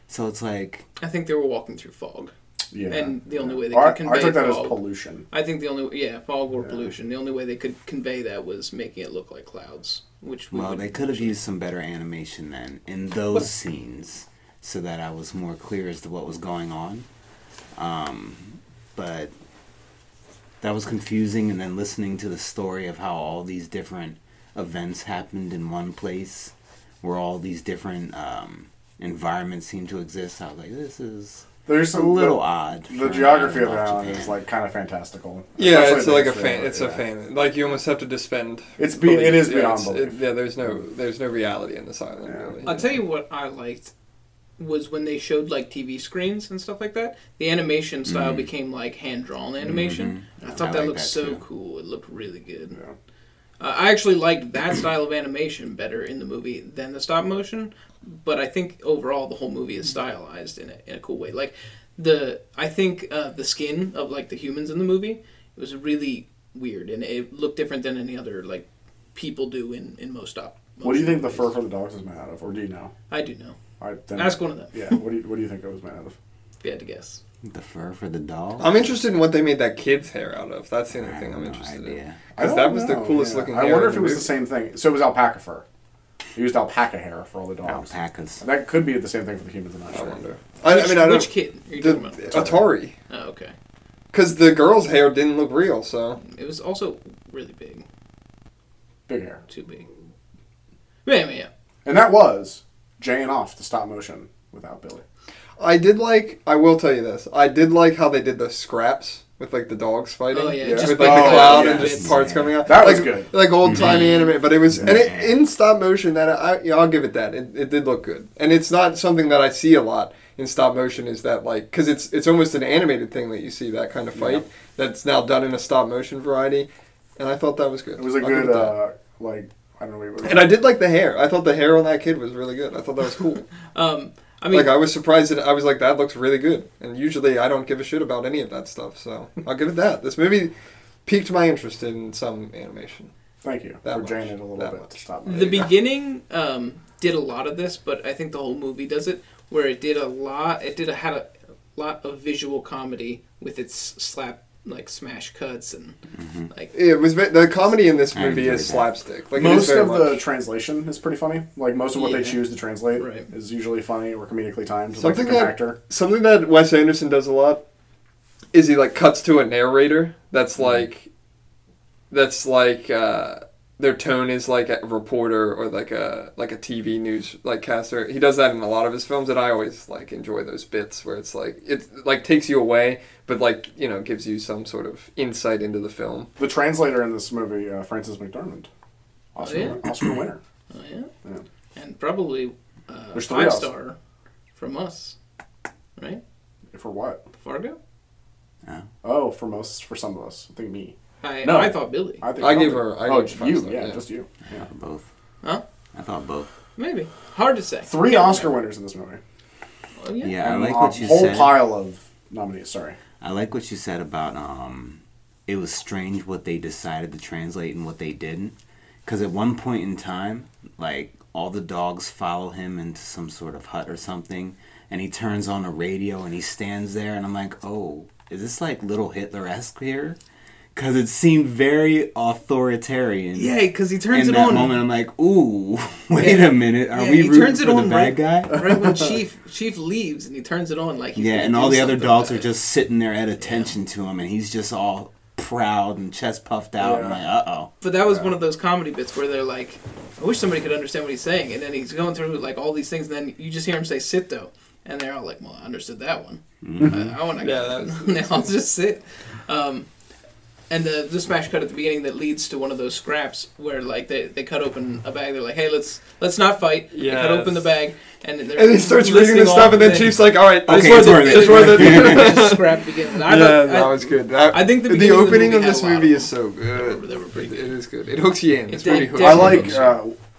[SPEAKER 4] So it's like
[SPEAKER 3] I think they were walking through fog,
[SPEAKER 1] Yeah.
[SPEAKER 3] and the only way they
[SPEAKER 1] Or-
[SPEAKER 3] could
[SPEAKER 1] I
[SPEAKER 3] convey
[SPEAKER 1] took that as
[SPEAKER 3] fog-
[SPEAKER 1] pollution.
[SPEAKER 3] I think the only yeah fog or pollution. The only way they could convey that was making it look like clouds, which we
[SPEAKER 4] Well,
[SPEAKER 3] would,
[SPEAKER 4] they could have used some better animation then in those scenes so that I was more clear as to what was going on. Um, but that was confusing, and then listening to the story of how all these different events happened in one place where all these different um, environments seem to exist. I was like, this is
[SPEAKER 1] There's
[SPEAKER 4] it's a
[SPEAKER 1] some
[SPEAKER 4] little
[SPEAKER 1] the,
[SPEAKER 4] odd. for
[SPEAKER 1] The
[SPEAKER 4] an
[SPEAKER 1] geography of
[SPEAKER 4] island
[SPEAKER 1] that
[SPEAKER 4] off
[SPEAKER 1] island
[SPEAKER 4] Japan.
[SPEAKER 1] is like kind of fantastical.
[SPEAKER 2] Yeah,
[SPEAKER 1] Especially
[SPEAKER 2] it's
[SPEAKER 1] the
[SPEAKER 2] like a
[SPEAKER 1] exterior,
[SPEAKER 2] fan. It's a
[SPEAKER 1] yeah.
[SPEAKER 2] fan. Like you almost have to disbend.
[SPEAKER 1] It's be- it is
[SPEAKER 2] Yeah,
[SPEAKER 1] beyond
[SPEAKER 2] it's-
[SPEAKER 1] belief.
[SPEAKER 2] it- yeah, there's no there's no reality in this island.
[SPEAKER 1] Yeah.
[SPEAKER 2] Really.
[SPEAKER 3] I'll tell you what I liked was when they showed like TV screens and stuff like that. The animation style became like hand drawn animation. And I thought
[SPEAKER 4] I
[SPEAKER 3] that
[SPEAKER 4] like
[SPEAKER 3] looked
[SPEAKER 4] that,
[SPEAKER 3] so
[SPEAKER 4] too.
[SPEAKER 3] cool. It looked really good.
[SPEAKER 1] Yeah.
[SPEAKER 3] Uh, I actually liked that style of animation better in the movie than the stop motion. But I think overall the whole movie is
[SPEAKER 1] Mm-hmm.
[SPEAKER 3] stylized in a, in a cool way. Like the I think uh, the skin of like the humans in the movie it was really weird and it looked different than any other like people do in in most stop.
[SPEAKER 1] What do you think
[SPEAKER 3] motion
[SPEAKER 1] the fur
[SPEAKER 3] movies.
[SPEAKER 1] for the dogs is made out of, or do you know?
[SPEAKER 3] I do know.
[SPEAKER 1] I, then,
[SPEAKER 3] Ask one of them.
[SPEAKER 1] Yeah. What do you What do you think it was made
[SPEAKER 2] [laughs]
[SPEAKER 1] out of?
[SPEAKER 3] If you had to guess.
[SPEAKER 4] the fur for the dog.
[SPEAKER 1] Oh.
[SPEAKER 2] I'm interested in what they made that kid's hair out of. That's the
[SPEAKER 4] I
[SPEAKER 2] only
[SPEAKER 4] have
[SPEAKER 2] thing I'm
[SPEAKER 4] no
[SPEAKER 2] interested in.
[SPEAKER 4] idea.
[SPEAKER 1] I
[SPEAKER 2] Because
[SPEAKER 1] don't
[SPEAKER 2] that was the
[SPEAKER 1] know,
[SPEAKER 2] coolest
[SPEAKER 1] yeah.
[SPEAKER 2] looking.
[SPEAKER 1] I
[SPEAKER 2] hair
[SPEAKER 1] wonder
[SPEAKER 2] in
[SPEAKER 1] if
[SPEAKER 2] the
[SPEAKER 1] it was the
[SPEAKER 2] movie.
[SPEAKER 1] same thing. So it was alpaca fur. They used alpaca hair for all the dogs.
[SPEAKER 4] Alpacas.
[SPEAKER 1] That could be the same thing for the humans. I'm not
[SPEAKER 2] I
[SPEAKER 1] sure.
[SPEAKER 2] wonder. I, I
[SPEAKER 3] Which-
[SPEAKER 2] mean, I don't.
[SPEAKER 3] which kid are you
[SPEAKER 2] the,
[SPEAKER 3] talking about?
[SPEAKER 2] Atari.
[SPEAKER 3] Oh, okay.
[SPEAKER 2] Because the girl's hair didn't look real, so
[SPEAKER 3] It was also really big,
[SPEAKER 1] Big hair.
[SPEAKER 3] too big. But anyway, yeah.
[SPEAKER 1] And that was Jay and off to stop motion without Billy.
[SPEAKER 2] I did like. I will tell you this. I did like how they did those scraps with like the dogs fighting.
[SPEAKER 3] Oh, yeah,
[SPEAKER 1] just
[SPEAKER 2] with like
[SPEAKER 1] big
[SPEAKER 2] the cloud and
[SPEAKER 1] clouds.
[SPEAKER 2] just parts coming out.
[SPEAKER 1] That
[SPEAKER 2] like,
[SPEAKER 1] was good.
[SPEAKER 2] Like old timey anime, but it was and
[SPEAKER 4] Yeah.
[SPEAKER 2] it, in stop motion. That I yeah, I'll give it that. It, it did look good, and it's not something that I see a lot in stop motion. Is that like because it's it's almost an animated thing that you see that kind of fight that's now done in a stop motion variety, and I thought that was good.
[SPEAKER 1] It was a
[SPEAKER 2] I'll give
[SPEAKER 1] good
[SPEAKER 2] it that.
[SPEAKER 1] uh, like I don't know. What
[SPEAKER 2] and I did like the hair. I thought the hair on that kid was really good. I thought that was cool.
[SPEAKER 3] Um, I mean,
[SPEAKER 2] like I was surprised that I was like, that looks really good. And usually I don't give a shit about any of that stuff, so I'll give it that. This movie piqued my interest in some animation.
[SPEAKER 1] Thank you
[SPEAKER 2] That
[SPEAKER 1] for
[SPEAKER 2] much.
[SPEAKER 1] Jane it a little
[SPEAKER 2] That
[SPEAKER 1] bit
[SPEAKER 2] much.
[SPEAKER 1] to stop
[SPEAKER 3] the
[SPEAKER 1] motion.
[SPEAKER 3] beginning um, did a lot of this, but I think the whole movie does it, where it did a lot. It did a had a lot of visual comedy with its slap like smash cuts and
[SPEAKER 1] Mm-hmm.
[SPEAKER 3] like
[SPEAKER 2] It was ve- the comedy in this
[SPEAKER 4] I
[SPEAKER 2] movie
[SPEAKER 4] enjoyed
[SPEAKER 2] is
[SPEAKER 4] that.
[SPEAKER 2] slapstick. Like it is
[SPEAKER 1] most
[SPEAKER 2] very
[SPEAKER 1] of the
[SPEAKER 2] much.
[SPEAKER 1] translation is pretty funny. Like most of what
[SPEAKER 3] Yeah.
[SPEAKER 1] they choose to translate
[SPEAKER 3] Right.
[SPEAKER 1] is usually funny or comedically timed.
[SPEAKER 2] something
[SPEAKER 1] like the
[SPEAKER 2] that
[SPEAKER 1] actor.
[SPEAKER 2] something that Wes Anderson does a lot is he like cuts to a narrator that's like that's like uh, their tone is like a reporter or like a like a TV news like caster. He does that in a lot of his films, and I always like enjoy those bits where it's like it like takes you away, but like you know gives you some sort of insight into the film.
[SPEAKER 1] The translator in this movie, uh, Francis McDormand, Oscar,
[SPEAKER 3] Oh, yeah?
[SPEAKER 1] Oscar
[SPEAKER 3] [clears throat]
[SPEAKER 1] winner.
[SPEAKER 3] oh yeah,
[SPEAKER 1] Yeah.
[SPEAKER 3] and probably uh,
[SPEAKER 1] There's three
[SPEAKER 3] five
[SPEAKER 1] of us.
[SPEAKER 3] star from us, right?
[SPEAKER 1] For what?
[SPEAKER 3] Fargo.
[SPEAKER 1] Oh, for most, for some of us. I think me.
[SPEAKER 3] I
[SPEAKER 1] No.
[SPEAKER 3] I thought Billy.
[SPEAKER 1] I think
[SPEAKER 2] I gave
[SPEAKER 1] think-
[SPEAKER 2] her- I
[SPEAKER 1] oh,
[SPEAKER 2] gave her five
[SPEAKER 1] you.
[SPEAKER 2] star,
[SPEAKER 1] yeah,
[SPEAKER 2] yeah.
[SPEAKER 1] just you. Yeah.
[SPEAKER 4] Both.
[SPEAKER 3] Huh?
[SPEAKER 4] I thought both.
[SPEAKER 3] Maybe hard to say.
[SPEAKER 1] Three
[SPEAKER 3] Yeah.
[SPEAKER 1] Oscar winners in this movie.
[SPEAKER 3] Oh, yeah.
[SPEAKER 4] Yeah, I
[SPEAKER 1] And
[SPEAKER 4] like
[SPEAKER 1] a
[SPEAKER 4] what you
[SPEAKER 1] whole
[SPEAKER 4] said.
[SPEAKER 1] pile of nominees. Sorry.
[SPEAKER 4] I like what you said about um, it was strange what they decided to translate and what they didn't. Because at one point in time, like all the dogs follow him into some sort of hut or something, and he turns on a radio and he stands there, and I'm like, oh, is this like little Hitler esque here? Because it seemed very authoritarian.
[SPEAKER 3] Yeah, because he turns
[SPEAKER 4] In
[SPEAKER 3] it
[SPEAKER 4] that
[SPEAKER 3] on
[SPEAKER 4] moment, I'm like, "Ooh, [laughs] wait
[SPEAKER 3] Yeah.
[SPEAKER 4] a minute, are
[SPEAKER 3] Yeah,
[SPEAKER 4] we
[SPEAKER 3] he
[SPEAKER 4] rooting
[SPEAKER 3] turns it
[SPEAKER 4] for the
[SPEAKER 3] on
[SPEAKER 4] bad
[SPEAKER 3] right-
[SPEAKER 4] guy?"
[SPEAKER 3] right
[SPEAKER 4] [laughs]
[SPEAKER 3] when Chief Chief leaves, and he turns it on like he's
[SPEAKER 4] Yeah,
[SPEAKER 3] gonna
[SPEAKER 4] and
[SPEAKER 3] do
[SPEAKER 4] all the other
[SPEAKER 3] something
[SPEAKER 4] dogs
[SPEAKER 3] about
[SPEAKER 4] are
[SPEAKER 3] it.
[SPEAKER 4] just sitting there at attention to him, and he's just all proud and chest puffed out, and
[SPEAKER 1] Yeah.
[SPEAKER 4] like, uh oh.
[SPEAKER 3] But that was one of those comedy bits where they're like, "I wish somebody could understand what he's saying," and then he's going through like all these things, and then you just hear him say "sit though," and they're all like, "Well, I understood that one.
[SPEAKER 4] Mhm.
[SPEAKER 3] I, I want to
[SPEAKER 2] Yeah, that was-
[SPEAKER 3] [laughs] they all just sit." Um, and the the smash cut at the beginning that leads to one of those scraps where like they, they cut open a bag. They're like, "Hey, let's let's not fight." They cut
[SPEAKER 2] Yes.
[SPEAKER 3] open the bag, and they're
[SPEAKER 2] And he starts reading
[SPEAKER 3] listing
[SPEAKER 2] the
[SPEAKER 3] all
[SPEAKER 2] stuff, and then
[SPEAKER 3] things.
[SPEAKER 2] Chief's like, "All right,
[SPEAKER 4] Okay,
[SPEAKER 2] it's
[SPEAKER 4] it's
[SPEAKER 2] worth it.
[SPEAKER 4] worth
[SPEAKER 2] It's
[SPEAKER 4] it.
[SPEAKER 2] worth it." [laughs]
[SPEAKER 3] [laughs] Just scrap begins. I
[SPEAKER 2] yeah,
[SPEAKER 3] thought- I-
[SPEAKER 2] that was good. That-
[SPEAKER 3] I think the
[SPEAKER 2] the
[SPEAKER 3] beginning of the
[SPEAKER 2] opening
[SPEAKER 3] movie
[SPEAKER 2] of
[SPEAKER 3] had
[SPEAKER 2] this
[SPEAKER 3] a lot of
[SPEAKER 2] movie
[SPEAKER 3] them.
[SPEAKER 2] is so good.
[SPEAKER 3] they were pretty
[SPEAKER 2] It-
[SPEAKER 3] good.
[SPEAKER 2] It is good. It hooks you in. It's
[SPEAKER 3] It
[SPEAKER 2] pretty
[SPEAKER 3] did
[SPEAKER 2] hooks.
[SPEAKER 1] I
[SPEAKER 2] you in.
[SPEAKER 1] like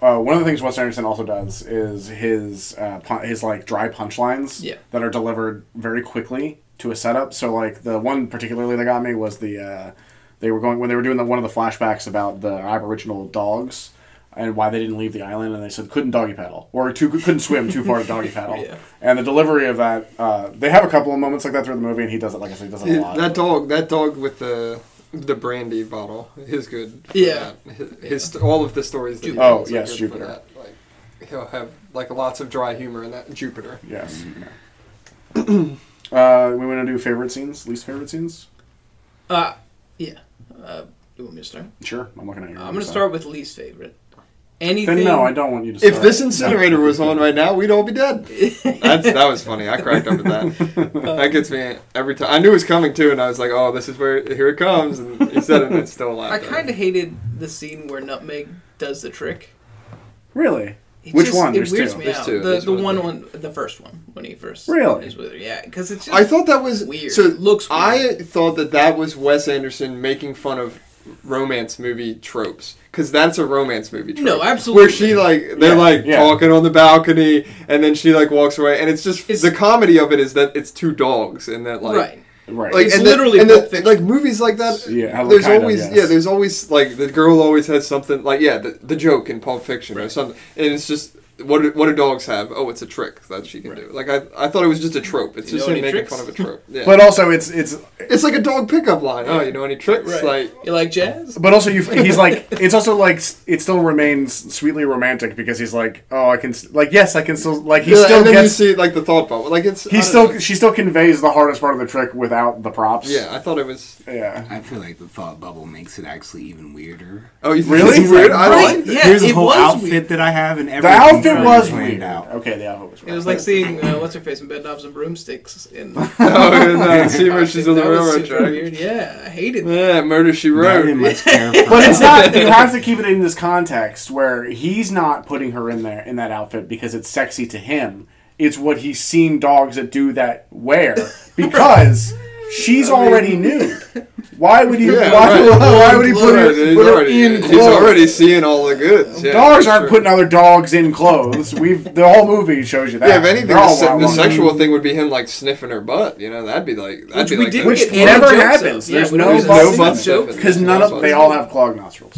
[SPEAKER 1] uh, uh, one of the things Wes Anderson also does is his uh, pun- his like dry punchlines
[SPEAKER 3] Yeah.
[SPEAKER 1] that are delivered very quickly to a setup. So like the one particularly that got me was the uh, they were going when they were doing the, one of the flashbacks about the Aboriginal dogs and why they didn't leave the island and they said couldn't doggy paddle or too couldn't swim too far to doggy paddle.
[SPEAKER 3] [laughs] Yeah.
[SPEAKER 1] And the delivery of that uh, they have a couple of moments like that through the movie and he does it like I said he does it a lot.
[SPEAKER 2] that dog. That dog with the the brandy bottle is good. for
[SPEAKER 3] Yeah.
[SPEAKER 2] that. His, his- all of the stories. That he
[SPEAKER 3] Jupiter.
[SPEAKER 1] Oh,
[SPEAKER 2] tells are
[SPEAKER 1] yes,
[SPEAKER 2] good for
[SPEAKER 1] Jupiter.
[SPEAKER 2] that. Like, he'll have like lots of dry humor in that Jupiter.
[SPEAKER 1] yes. [clears throat] Yeah. uh, we want to do favorite scenes, least favorite scenes.
[SPEAKER 3] Uh, yeah. Uh, you want me to start?
[SPEAKER 1] Sure, I'm looking at you.
[SPEAKER 3] I'm gonna start with least favorite. Anything?
[SPEAKER 1] Then no, I don't want you to. Start.
[SPEAKER 2] If this incinerator was on right now, we'd all be dead. That's that was funny. I cracked up
[SPEAKER 3] [laughs]
[SPEAKER 2] at that. That gets me every time. I knew it was coming too, and I was like, "Oh, this is where here it comes." And he said it, and it's still alive.
[SPEAKER 3] I kind of hated the scene where Nutmeg does the trick.
[SPEAKER 1] really,
[SPEAKER 3] It
[SPEAKER 1] which
[SPEAKER 3] just-
[SPEAKER 1] one?
[SPEAKER 3] It
[SPEAKER 1] There's
[SPEAKER 3] weirds
[SPEAKER 1] two.
[SPEAKER 3] me
[SPEAKER 2] There's
[SPEAKER 3] out.
[SPEAKER 2] two.
[SPEAKER 3] The,
[SPEAKER 2] There's
[SPEAKER 3] the
[SPEAKER 2] one.
[SPEAKER 3] one on the first one when he first
[SPEAKER 1] Really?
[SPEAKER 3] is with her. Yeah, because it's just
[SPEAKER 2] I thought that was
[SPEAKER 3] weird.
[SPEAKER 2] So
[SPEAKER 3] it looks. Weird.
[SPEAKER 2] I thought that that was Wes Anderson making fun of romance movie tropes because that's a romance movie trope.
[SPEAKER 3] No, absolutely.
[SPEAKER 2] Where she like they're
[SPEAKER 1] Yeah,
[SPEAKER 2] like
[SPEAKER 1] yeah.
[SPEAKER 2] talking on the balcony and then she like walks away and it's just
[SPEAKER 3] It's-
[SPEAKER 2] the comedy of it is that it's two dogs and that like
[SPEAKER 3] right.
[SPEAKER 1] Right.
[SPEAKER 2] like
[SPEAKER 3] It's
[SPEAKER 2] and the-
[SPEAKER 3] literally
[SPEAKER 2] and the-
[SPEAKER 3] Pulp Fiction.
[SPEAKER 2] like movies like that.
[SPEAKER 1] Yeah,
[SPEAKER 2] there's
[SPEAKER 1] kind of,
[SPEAKER 2] always
[SPEAKER 1] yes.
[SPEAKER 2] yeah, there's always like the girl always has something like yeah, the, the joke in Pulp Fiction or something, and it's just what do, what do dogs have? Oh, it's a trick that she can do. Like I, I thought it was just a trope. It's
[SPEAKER 3] You
[SPEAKER 2] just
[SPEAKER 3] know
[SPEAKER 2] him
[SPEAKER 3] any
[SPEAKER 2] making
[SPEAKER 3] tricks?
[SPEAKER 2] fun of
[SPEAKER 1] [laughs]
[SPEAKER 2] a trope. Yeah,
[SPEAKER 1] but also, it's it's.
[SPEAKER 2] it's like a dog pickup line. Oh, you know any tricks?
[SPEAKER 3] Right.
[SPEAKER 2] Like
[SPEAKER 3] you like jazz?
[SPEAKER 2] Oh,
[SPEAKER 1] But also, you he's like it's also like s- it still remains sweetly romantic because he's like oh I can s- like yes I can still like he
[SPEAKER 2] yeah,
[SPEAKER 1] still
[SPEAKER 2] and then
[SPEAKER 1] gets
[SPEAKER 2] you see like the thought bubble. Like it's I
[SPEAKER 1] he
[SPEAKER 2] don't
[SPEAKER 1] still
[SPEAKER 2] know.
[SPEAKER 1] she still conveys the hardest part of the trick without the props.
[SPEAKER 2] yeah. I thought it was
[SPEAKER 1] Yeah.
[SPEAKER 4] I feel like the thought bubble makes it actually even weirder.
[SPEAKER 2] oh you think
[SPEAKER 1] Really?
[SPEAKER 2] it's weird. I
[SPEAKER 3] Right,
[SPEAKER 2] don't like
[SPEAKER 3] yeah,
[SPEAKER 4] Here's a
[SPEAKER 3] it
[SPEAKER 4] whole
[SPEAKER 3] was
[SPEAKER 4] outfit
[SPEAKER 3] weird.
[SPEAKER 4] that I have, and
[SPEAKER 1] The
[SPEAKER 4] everything
[SPEAKER 1] outfit was
[SPEAKER 4] planned
[SPEAKER 1] weird.
[SPEAKER 4] Out.
[SPEAKER 1] Okay, the outfit was weird.
[SPEAKER 3] It
[SPEAKER 2] [laughs]
[SPEAKER 3] was like seeing uh, what's her face in bed knobs and broomsticks. In
[SPEAKER 2] Oh,
[SPEAKER 1] [laughs]
[SPEAKER 2] no, see where she's on
[SPEAKER 3] [laughs]
[SPEAKER 2] the
[SPEAKER 3] That was
[SPEAKER 2] railroad
[SPEAKER 3] super
[SPEAKER 2] track.
[SPEAKER 3] Weird. Yeah, I hated that.
[SPEAKER 2] Yeah, Murder She
[SPEAKER 4] Not
[SPEAKER 2] Wrote.
[SPEAKER 4] in my scarf.
[SPEAKER 1] But it's
[SPEAKER 2] [laughs]
[SPEAKER 1] not. You have to keep it in this context where he's not putting her in there in that outfit because it's sexy to him. It's what he's seen dogs that do that
[SPEAKER 2] [laughs]
[SPEAKER 1] wear because she's already nude. Why would he?
[SPEAKER 2] Yeah,
[SPEAKER 1] why,
[SPEAKER 2] right.
[SPEAKER 1] why would he put her,
[SPEAKER 2] Right, he's
[SPEAKER 1] put her
[SPEAKER 2] already-
[SPEAKER 1] in
[SPEAKER 2] He's already
[SPEAKER 1] clothes?
[SPEAKER 2] seeing all the goods. Yeah,
[SPEAKER 1] Dogs
[SPEAKER 2] for
[SPEAKER 1] aren't
[SPEAKER 2] sure.
[SPEAKER 1] putting other dogs in clothes. We've the whole movie shows you that.
[SPEAKER 2] Yeah, if anything,
[SPEAKER 1] They're
[SPEAKER 2] the,
[SPEAKER 1] all
[SPEAKER 2] se-
[SPEAKER 1] wild
[SPEAKER 2] the
[SPEAKER 1] ones.
[SPEAKER 2] sexual thing would be him like sniffing her butt. You know, that'd be like that'd
[SPEAKER 3] Which
[SPEAKER 2] be
[SPEAKER 3] we
[SPEAKER 2] like
[SPEAKER 3] didn't
[SPEAKER 2] the-
[SPEAKER 1] Which
[SPEAKER 3] get any
[SPEAKER 1] never
[SPEAKER 3] jokes
[SPEAKER 1] happens.
[SPEAKER 3] Of. Yeah,
[SPEAKER 1] There's
[SPEAKER 3] we
[SPEAKER 1] no
[SPEAKER 3] don't
[SPEAKER 2] There's
[SPEAKER 3] get
[SPEAKER 1] butt
[SPEAKER 3] a
[SPEAKER 2] no
[SPEAKER 3] single
[SPEAKER 2] butt
[SPEAKER 3] joke.
[SPEAKER 2] stuff in
[SPEAKER 1] because none of they all have clogged nostrils.